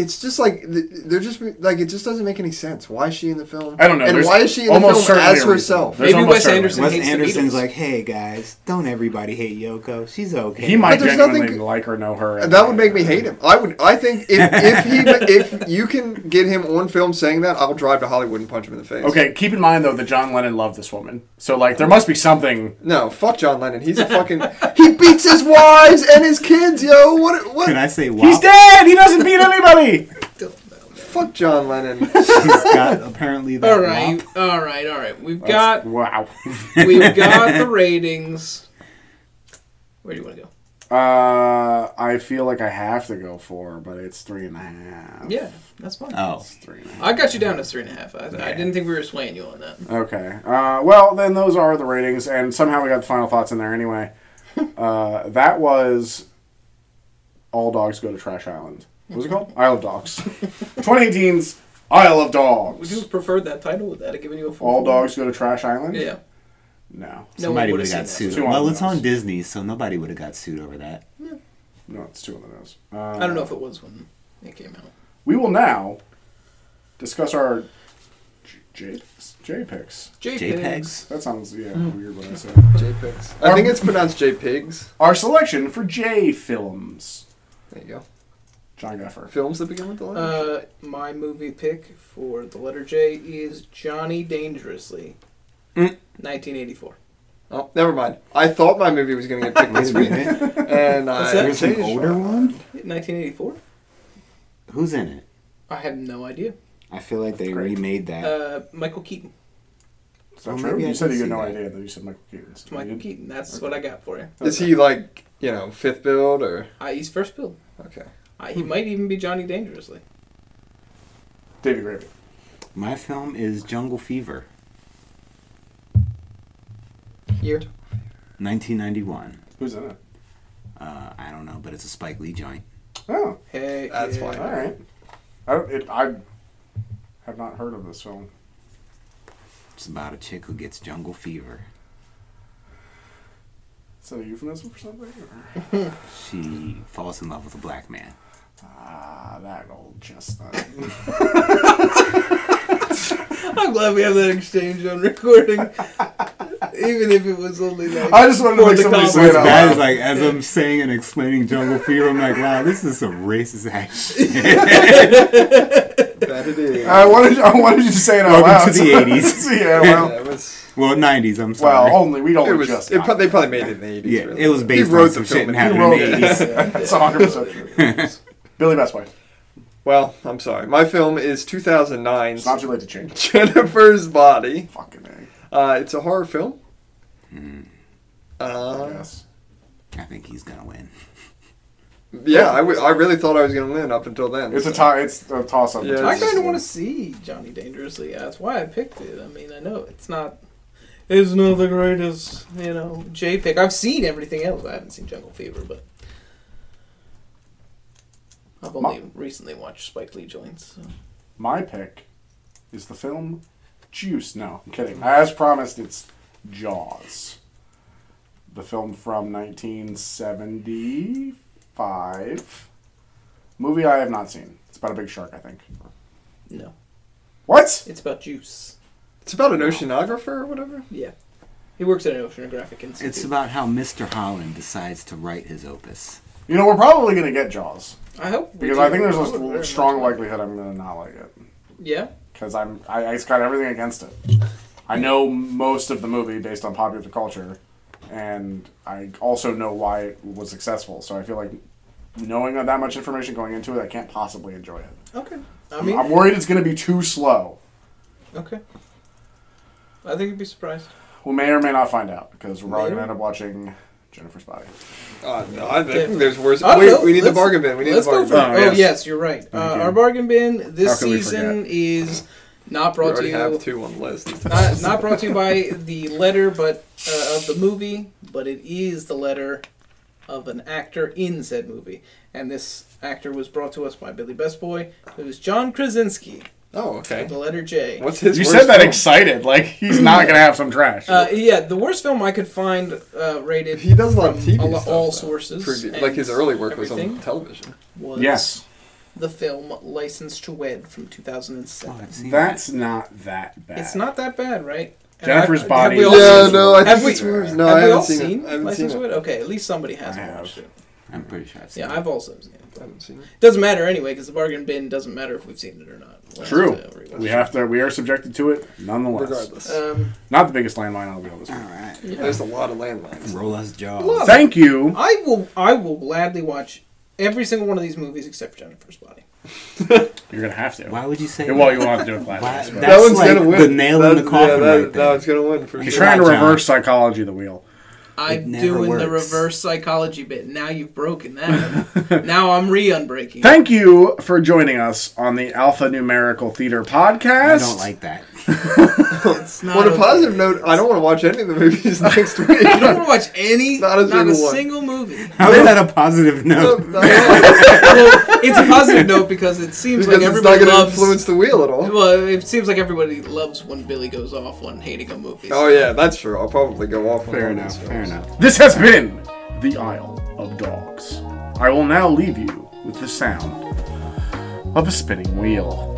[SPEAKER 2] It's just like th- they're just like it just doesn't make any sense. Why is she in the film?
[SPEAKER 1] I don't know.
[SPEAKER 2] And
[SPEAKER 1] There's
[SPEAKER 2] why is she in the
[SPEAKER 1] almost
[SPEAKER 2] film
[SPEAKER 1] certainly a
[SPEAKER 2] as
[SPEAKER 1] reason.
[SPEAKER 2] herself?
[SPEAKER 1] There's
[SPEAKER 3] Maybe
[SPEAKER 1] almost
[SPEAKER 3] Wes
[SPEAKER 1] certainly-
[SPEAKER 3] Anderson
[SPEAKER 4] Wes
[SPEAKER 3] hates the
[SPEAKER 4] Anderson's
[SPEAKER 3] Beatles.
[SPEAKER 4] like, hey guys, don't everybody hate Yoko. She's okay.
[SPEAKER 1] He might
[SPEAKER 2] But there's
[SPEAKER 1] genuinely
[SPEAKER 2] nothing-
[SPEAKER 1] like or know her.
[SPEAKER 2] That would make me hate him. I would. I think if, if
[SPEAKER 1] [laughs]
[SPEAKER 2] he if you can get him on film saying that, I'll drive to Hollywood and punch him in the face.
[SPEAKER 1] Okay, keep in mind though that John Lennon loved this woman, so like there must be something.
[SPEAKER 2] No, fuck John Lennon. He's a fucking. he beats his wives and his kids, yo. What? What?
[SPEAKER 4] Could I say wow?
[SPEAKER 1] He's dead. He doesn't beat
[SPEAKER 3] [laughs]
[SPEAKER 1] anybody.
[SPEAKER 3] Don't know. man.
[SPEAKER 2] Fuck John
[SPEAKER 1] [laughs]
[SPEAKER 2] Lennon.
[SPEAKER 4] He's got apparently that
[SPEAKER 3] All
[SPEAKER 4] wop.
[SPEAKER 3] right, all right, all right.
[SPEAKER 1] [laughs]
[SPEAKER 3] We've got
[SPEAKER 1] wow.
[SPEAKER 3] we've got the ratings. Where do you want to go?
[SPEAKER 1] Uh, I feel like I have to go four, but it's three and a half.
[SPEAKER 3] Yeah, that's fine.
[SPEAKER 4] Oh.
[SPEAKER 1] It's three and a half.
[SPEAKER 3] I got you down to three and a half. I, I didn't think we were swaying you on that.
[SPEAKER 1] Okay. Uh, well, then those are the ratings, and somehow we got the final thoughts in there
[SPEAKER 3] [laughs]
[SPEAKER 1] anyway. Uh, that was All Dogs Go to Trash Island. What was it called? Isle of
[SPEAKER 3] [laughs]
[SPEAKER 1] Dogs. 2018's Isle of
[SPEAKER 3] Would you
[SPEAKER 1] Dogs.
[SPEAKER 3] have preferred that title? Would that have given you a full
[SPEAKER 1] All Dogs Go to Trash Island?
[SPEAKER 3] Yeah.
[SPEAKER 1] No.
[SPEAKER 3] No
[SPEAKER 4] Somebody
[SPEAKER 3] one
[SPEAKER 4] would
[SPEAKER 3] would've
[SPEAKER 4] have got
[SPEAKER 3] seen
[SPEAKER 4] sued.
[SPEAKER 3] that.
[SPEAKER 1] Two on
[SPEAKER 4] Well,
[SPEAKER 1] the
[SPEAKER 4] it's
[SPEAKER 1] nose.
[SPEAKER 4] on Disney, so nobody would have got sued over that.
[SPEAKER 1] No, it's two of those. Uh,
[SPEAKER 3] I don't know if it was when it came out.
[SPEAKER 1] We will now discuss our J- J- JPEGs.
[SPEAKER 4] JPEGs.
[SPEAKER 1] That sounds, yeah,
[SPEAKER 3] Hmm.
[SPEAKER 1] weird what I said.
[SPEAKER 2] JPEGs. I think it's pronounced JPEGs.
[SPEAKER 1] Our selection for J films.
[SPEAKER 2] There you go.
[SPEAKER 1] John Gaffer.
[SPEAKER 2] Films that begin with the letter.
[SPEAKER 3] Uh, my movie pick for the letter J is Johnny Dangerously,
[SPEAKER 2] Mm.
[SPEAKER 3] 1984.
[SPEAKER 2] oh, never mind. I thought my movie was going to
[SPEAKER 1] [laughs]
[SPEAKER 2] get picked this week, and I
[SPEAKER 3] that?
[SPEAKER 4] There's an
[SPEAKER 2] changed.
[SPEAKER 4] older one.
[SPEAKER 3] 1984?
[SPEAKER 4] Who's in it?
[SPEAKER 3] I have no idea.
[SPEAKER 4] I feel like they
[SPEAKER 1] Great.
[SPEAKER 4] remade that.
[SPEAKER 3] Uh, Michael Keaton.
[SPEAKER 1] Is that
[SPEAKER 4] Oh,
[SPEAKER 1] true?
[SPEAKER 4] maybe I
[SPEAKER 1] You said
[SPEAKER 4] did
[SPEAKER 1] you had
[SPEAKER 4] see
[SPEAKER 1] no
[SPEAKER 4] that.
[SPEAKER 1] idea that you said Michael Keaton. So
[SPEAKER 3] It's Michael
[SPEAKER 1] you-
[SPEAKER 3] Keaton. That's what I got for you.
[SPEAKER 2] Is he like you know fifth build or
[SPEAKER 3] Uh, he's first build.
[SPEAKER 2] okay?
[SPEAKER 3] Uh, he might even be Johnny Dangerously.
[SPEAKER 1] David Gravy.
[SPEAKER 4] My film is Jungle Fever,
[SPEAKER 3] Year?
[SPEAKER 4] 1991.
[SPEAKER 1] Who's in it?
[SPEAKER 4] Uh, I don't know, but it's a Spike Lee joint.
[SPEAKER 1] Oh,
[SPEAKER 3] Heck
[SPEAKER 2] That's
[SPEAKER 3] yeah.
[SPEAKER 2] fine.
[SPEAKER 1] all right. I, don't- it, I have not heard of this film.
[SPEAKER 4] It's about a chick who gets jungle fever.
[SPEAKER 1] Is that a euphemism for something? Or?
[SPEAKER 4] She falls in love with a black man.
[SPEAKER 1] Ah, that old chestnut.
[SPEAKER 3] I'm glad we have that exchange on recording, even if it was only like.
[SPEAKER 1] I just wanted to
[SPEAKER 3] for
[SPEAKER 1] make
[SPEAKER 3] the
[SPEAKER 1] somebody say
[SPEAKER 3] comedy.
[SPEAKER 1] it out
[SPEAKER 4] That
[SPEAKER 1] loud.
[SPEAKER 4] is like as I'm saying and explaining jungle fever, I'm like, wow, this is some racist ass shit.
[SPEAKER 2] That it [laughs] is.
[SPEAKER 1] I wanted, I wanted you to say it out
[SPEAKER 4] Welcome
[SPEAKER 1] loud. [laughs]
[SPEAKER 4] to the 80s.
[SPEAKER 1] yeah, well,
[SPEAKER 4] [laughs]
[SPEAKER 2] that was.
[SPEAKER 4] Well, 90s. I'm
[SPEAKER 1] well,
[SPEAKER 4] sorry.
[SPEAKER 1] only we don't
[SPEAKER 2] It was.
[SPEAKER 1] adjust.
[SPEAKER 2] It, pro- they probably made it in the eighties.
[SPEAKER 4] yeah, it was based
[SPEAKER 2] He wrote
[SPEAKER 4] on some
[SPEAKER 2] the
[SPEAKER 4] shit
[SPEAKER 2] film
[SPEAKER 4] that
[SPEAKER 2] and
[SPEAKER 1] he wrote
[SPEAKER 4] happened in the 80s.
[SPEAKER 1] it. Yeah, [laughs] it's 100% true. Billy Best Boy.
[SPEAKER 2] Well, I'm sorry. My film is 2009's
[SPEAKER 1] It's not too late to change.
[SPEAKER 2] Jennifer's Body.
[SPEAKER 1] Fucking A.
[SPEAKER 2] Uh, it's a horror film.
[SPEAKER 1] I
[SPEAKER 2] Uh,
[SPEAKER 1] guess.
[SPEAKER 4] I think he's gonna win.
[SPEAKER 2] yeah, I, w- I really thought I was gonna win up until then.
[SPEAKER 1] It's a
[SPEAKER 2] so.
[SPEAKER 1] tie. It's a toss up.
[SPEAKER 2] Yeah,
[SPEAKER 3] I
[SPEAKER 2] it's-
[SPEAKER 3] kind of want to see Johnny Dangerously. Yeah, that's why I picked it. I mean, I know it's not. It's not the greatest, you know, J pick. I've seen everything else. I haven't seen Jungle Fever, but I've only recently watched Spike Lee joints. So.
[SPEAKER 1] My pick is the film Juice. No, I'm kidding. As promised, it's Jaws. The film from 1975. Movie I have not seen. It's about a big shark, I think.
[SPEAKER 3] No,
[SPEAKER 1] What?
[SPEAKER 3] it's about juice.
[SPEAKER 2] It's about an oceanographer or whatever.
[SPEAKER 3] Yeah, he works at an oceanographic institute.
[SPEAKER 4] It's about how Mr. Holland decides to write his opus.
[SPEAKER 1] You know, we're probably going to get Jaws.
[SPEAKER 3] I hope we
[SPEAKER 1] Because
[SPEAKER 3] do.
[SPEAKER 1] I think there's
[SPEAKER 3] I would very
[SPEAKER 1] a strong
[SPEAKER 3] much like
[SPEAKER 1] likelihood I'm going to not like it.
[SPEAKER 3] it. Yeah,
[SPEAKER 1] Because I'm, I, I just got everything against it. I know most of the movie based on popular culture, and I also know why it was successful. So I feel like knowing that much information going into it, I can't possibly enjoy it.
[SPEAKER 3] okay. I mean,
[SPEAKER 1] I'm worried it's going to be too slow.
[SPEAKER 3] okay. I think you'd be surprised.
[SPEAKER 1] We may or may not find out because we're probably
[SPEAKER 3] May
[SPEAKER 1] going
[SPEAKER 3] or-
[SPEAKER 1] to end up watching Jennifer's Body.
[SPEAKER 2] Uh, no, I
[SPEAKER 3] Yeah.
[SPEAKER 2] think there's worse.
[SPEAKER 3] I don't
[SPEAKER 2] Wait,
[SPEAKER 3] know.
[SPEAKER 2] we need
[SPEAKER 3] Oh,
[SPEAKER 2] the
[SPEAKER 3] Let's-
[SPEAKER 2] bargain bin. We need the
[SPEAKER 3] Let's go
[SPEAKER 2] bargain
[SPEAKER 3] for
[SPEAKER 2] bin.
[SPEAKER 1] bin.
[SPEAKER 3] it.
[SPEAKER 1] Oh,
[SPEAKER 3] Oh,
[SPEAKER 1] yes.
[SPEAKER 3] yes, you're right. Uh,
[SPEAKER 1] Okay.
[SPEAKER 3] our bargain bin this
[SPEAKER 1] How could we
[SPEAKER 3] season is not
[SPEAKER 2] We
[SPEAKER 3] brought to
[SPEAKER 2] already
[SPEAKER 3] you
[SPEAKER 2] have two on the list.
[SPEAKER 3] not, not brought to you
[SPEAKER 2] [laughs]
[SPEAKER 3] by the letter, but uh, of the movie, but it is the letter of an actor in said movie, and this actor was brought to us by Billy Best Boy. It was John Krasinski.
[SPEAKER 2] Oh, okay.
[SPEAKER 3] The letter J.
[SPEAKER 2] What's his?
[SPEAKER 1] You
[SPEAKER 2] worst
[SPEAKER 1] said that
[SPEAKER 2] film?
[SPEAKER 1] excited, like he's not going to have some trash.
[SPEAKER 3] Uh, yeah, the worst film I could find uh, rated.
[SPEAKER 2] He does a lot of
[SPEAKER 3] from
[SPEAKER 2] TV
[SPEAKER 3] all,
[SPEAKER 2] stuff,
[SPEAKER 3] all
[SPEAKER 2] though.
[SPEAKER 3] sources.
[SPEAKER 2] Previ-
[SPEAKER 3] and
[SPEAKER 2] like his early work was
[SPEAKER 3] everything
[SPEAKER 2] on television.
[SPEAKER 3] was
[SPEAKER 1] yes.
[SPEAKER 3] the film License to Wed from 2007.
[SPEAKER 4] I've seen
[SPEAKER 1] That's not that bad.
[SPEAKER 3] It's not that bad, right? And
[SPEAKER 1] Jennifer's
[SPEAKER 3] I- have
[SPEAKER 1] Body
[SPEAKER 3] we all
[SPEAKER 1] is-
[SPEAKER 3] seen-
[SPEAKER 1] Yeah, no, I
[SPEAKER 3] think it's
[SPEAKER 1] worse.
[SPEAKER 2] No,
[SPEAKER 3] have
[SPEAKER 2] I
[SPEAKER 3] we
[SPEAKER 2] haven't
[SPEAKER 3] all
[SPEAKER 2] seen,
[SPEAKER 3] seen
[SPEAKER 2] it. I haven't
[SPEAKER 3] License
[SPEAKER 2] seen
[SPEAKER 3] to
[SPEAKER 2] it.
[SPEAKER 3] Wed? Okay, at least somebody has
[SPEAKER 1] I have.
[SPEAKER 3] watched it.
[SPEAKER 4] that. I'm pretty sure I've seen
[SPEAKER 3] Yeah,
[SPEAKER 4] it.
[SPEAKER 3] I've also seen it.
[SPEAKER 2] I haven't seen it.
[SPEAKER 3] Doesn't matter anyway, because the bargain bin doesn't matter if we've seen it or not. We'll have
[SPEAKER 1] True.
[SPEAKER 3] to rewatch
[SPEAKER 1] We
[SPEAKER 3] it.
[SPEAKER 1] have to. We are subjected to it, nonetheless.
[SPEAKER 2] Regardless,
[SPEAKER 3] Um,
[SPEAKER 1] Not the biggest landmine on the wheel this
[SPEAKER 4] All
[SPEAKER 1] week.
[SPEAKER 4] right.
[SPEAKER 3] yeah.
[SPEAKER 2] there's a lot of landmines.
[SPEAKER 4] Roll us jaws.
[SPEAKER 3] Look.
[SPEAKER 1] Thank you.
[SPEAKER 3] I will. I will gladly watch every single one of these movies except for Jennifer's Body.
[SPEAKER 1] You're gonna have to.
[SPEAKER 4] Why would you say
[SPEAKER 1] Yeah, well,
[SPEAKER 4] that?
[SPEAKER 1] you won't have to do it
[SPEAKER 4] Why-
[SPEAKER 1] class.
[SPEAKER 4] that- That's like the nail in the
[SPEAKER 2] That's-
[SPEAKER 4] coffin
[SPEAKER 2] Yeah, that,
[SPEAKER 4] right there.
[SPEAKER 2] that one's gonna win for
[SPEAKER 1] He's
[SPEAKER 2] sure.
[SPEAKER 1] trying to
[SPEAKER 4] Good job.
[SPEAKER 1] reverse psychology of the wheel.
[SPEAKER 3] I'm
[SPEAKER 4] never
[SPEAKER 3] doing the
[SPEAKER 4] works.
[SPEAKER 3] reverse psychology bit. Now you've
[SPEAKER 1] [laughs]
[SPEAKER 3] broken that. now I'm re-unbreaking.
[SPEAKER 1] Thank you for joining us on the Alphanumerical Theater podcast.
[SPEAKER 4] I don't like that. [laughs]
[SPEAKER 3] It's not
[SPEAKER 2] On a
[SPEAKER 3] okay.
[SPEAKER 2] positive note, I don't want to watch any of the movies [laughs]
[SPEAKER 3] [laughs]
[SPEAKER 2] next week.
[SPEAKER 3] I don't want to watch any,
[SPEAKER 2] Not
[SPEAKER 3] not
[SPEAKER 2] a
[SPEAKER 3] a,
[SPEAKER 2] single one.
[SPEAKER 3] single movie.
[SPEAKER 4] How is that a positive note?
[SPEAKER 2] Because
[SPEAKER 3] Well, it's a positive note because it seems like
[SPEAKER 2] it's not
[SPEAKER 3] everybody
[SPEAKER 2] going to
[SPEAKER 3] loves.
[SPEAKER 2] influence the wheel at all.
[SPEAKER 3] Well, it seems like everybody loves when Billy goes off on hating a movie.
[SPEAKER 2] Oh yeah, that's true. I'll probably go off. on
[SPEAKER 4] Fair
[SPEAKER 2] all
[SPEAKER 4] enough.
[SPEAKER 2] these
[SPEAKER 4] Fair
[SPEAKER 2] films.
[SPEAKER 4] enough.
[SPEAKER 1] This has been the Isle of Dogs. I will now leave you with the sound of a spinning wheel.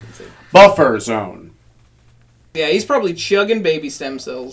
[SPEAKER 3] That's it.
[SPEAKER 1] Buffer zone.
[SPEAKER 3] Yeah, he's probably chugging baby stem cells.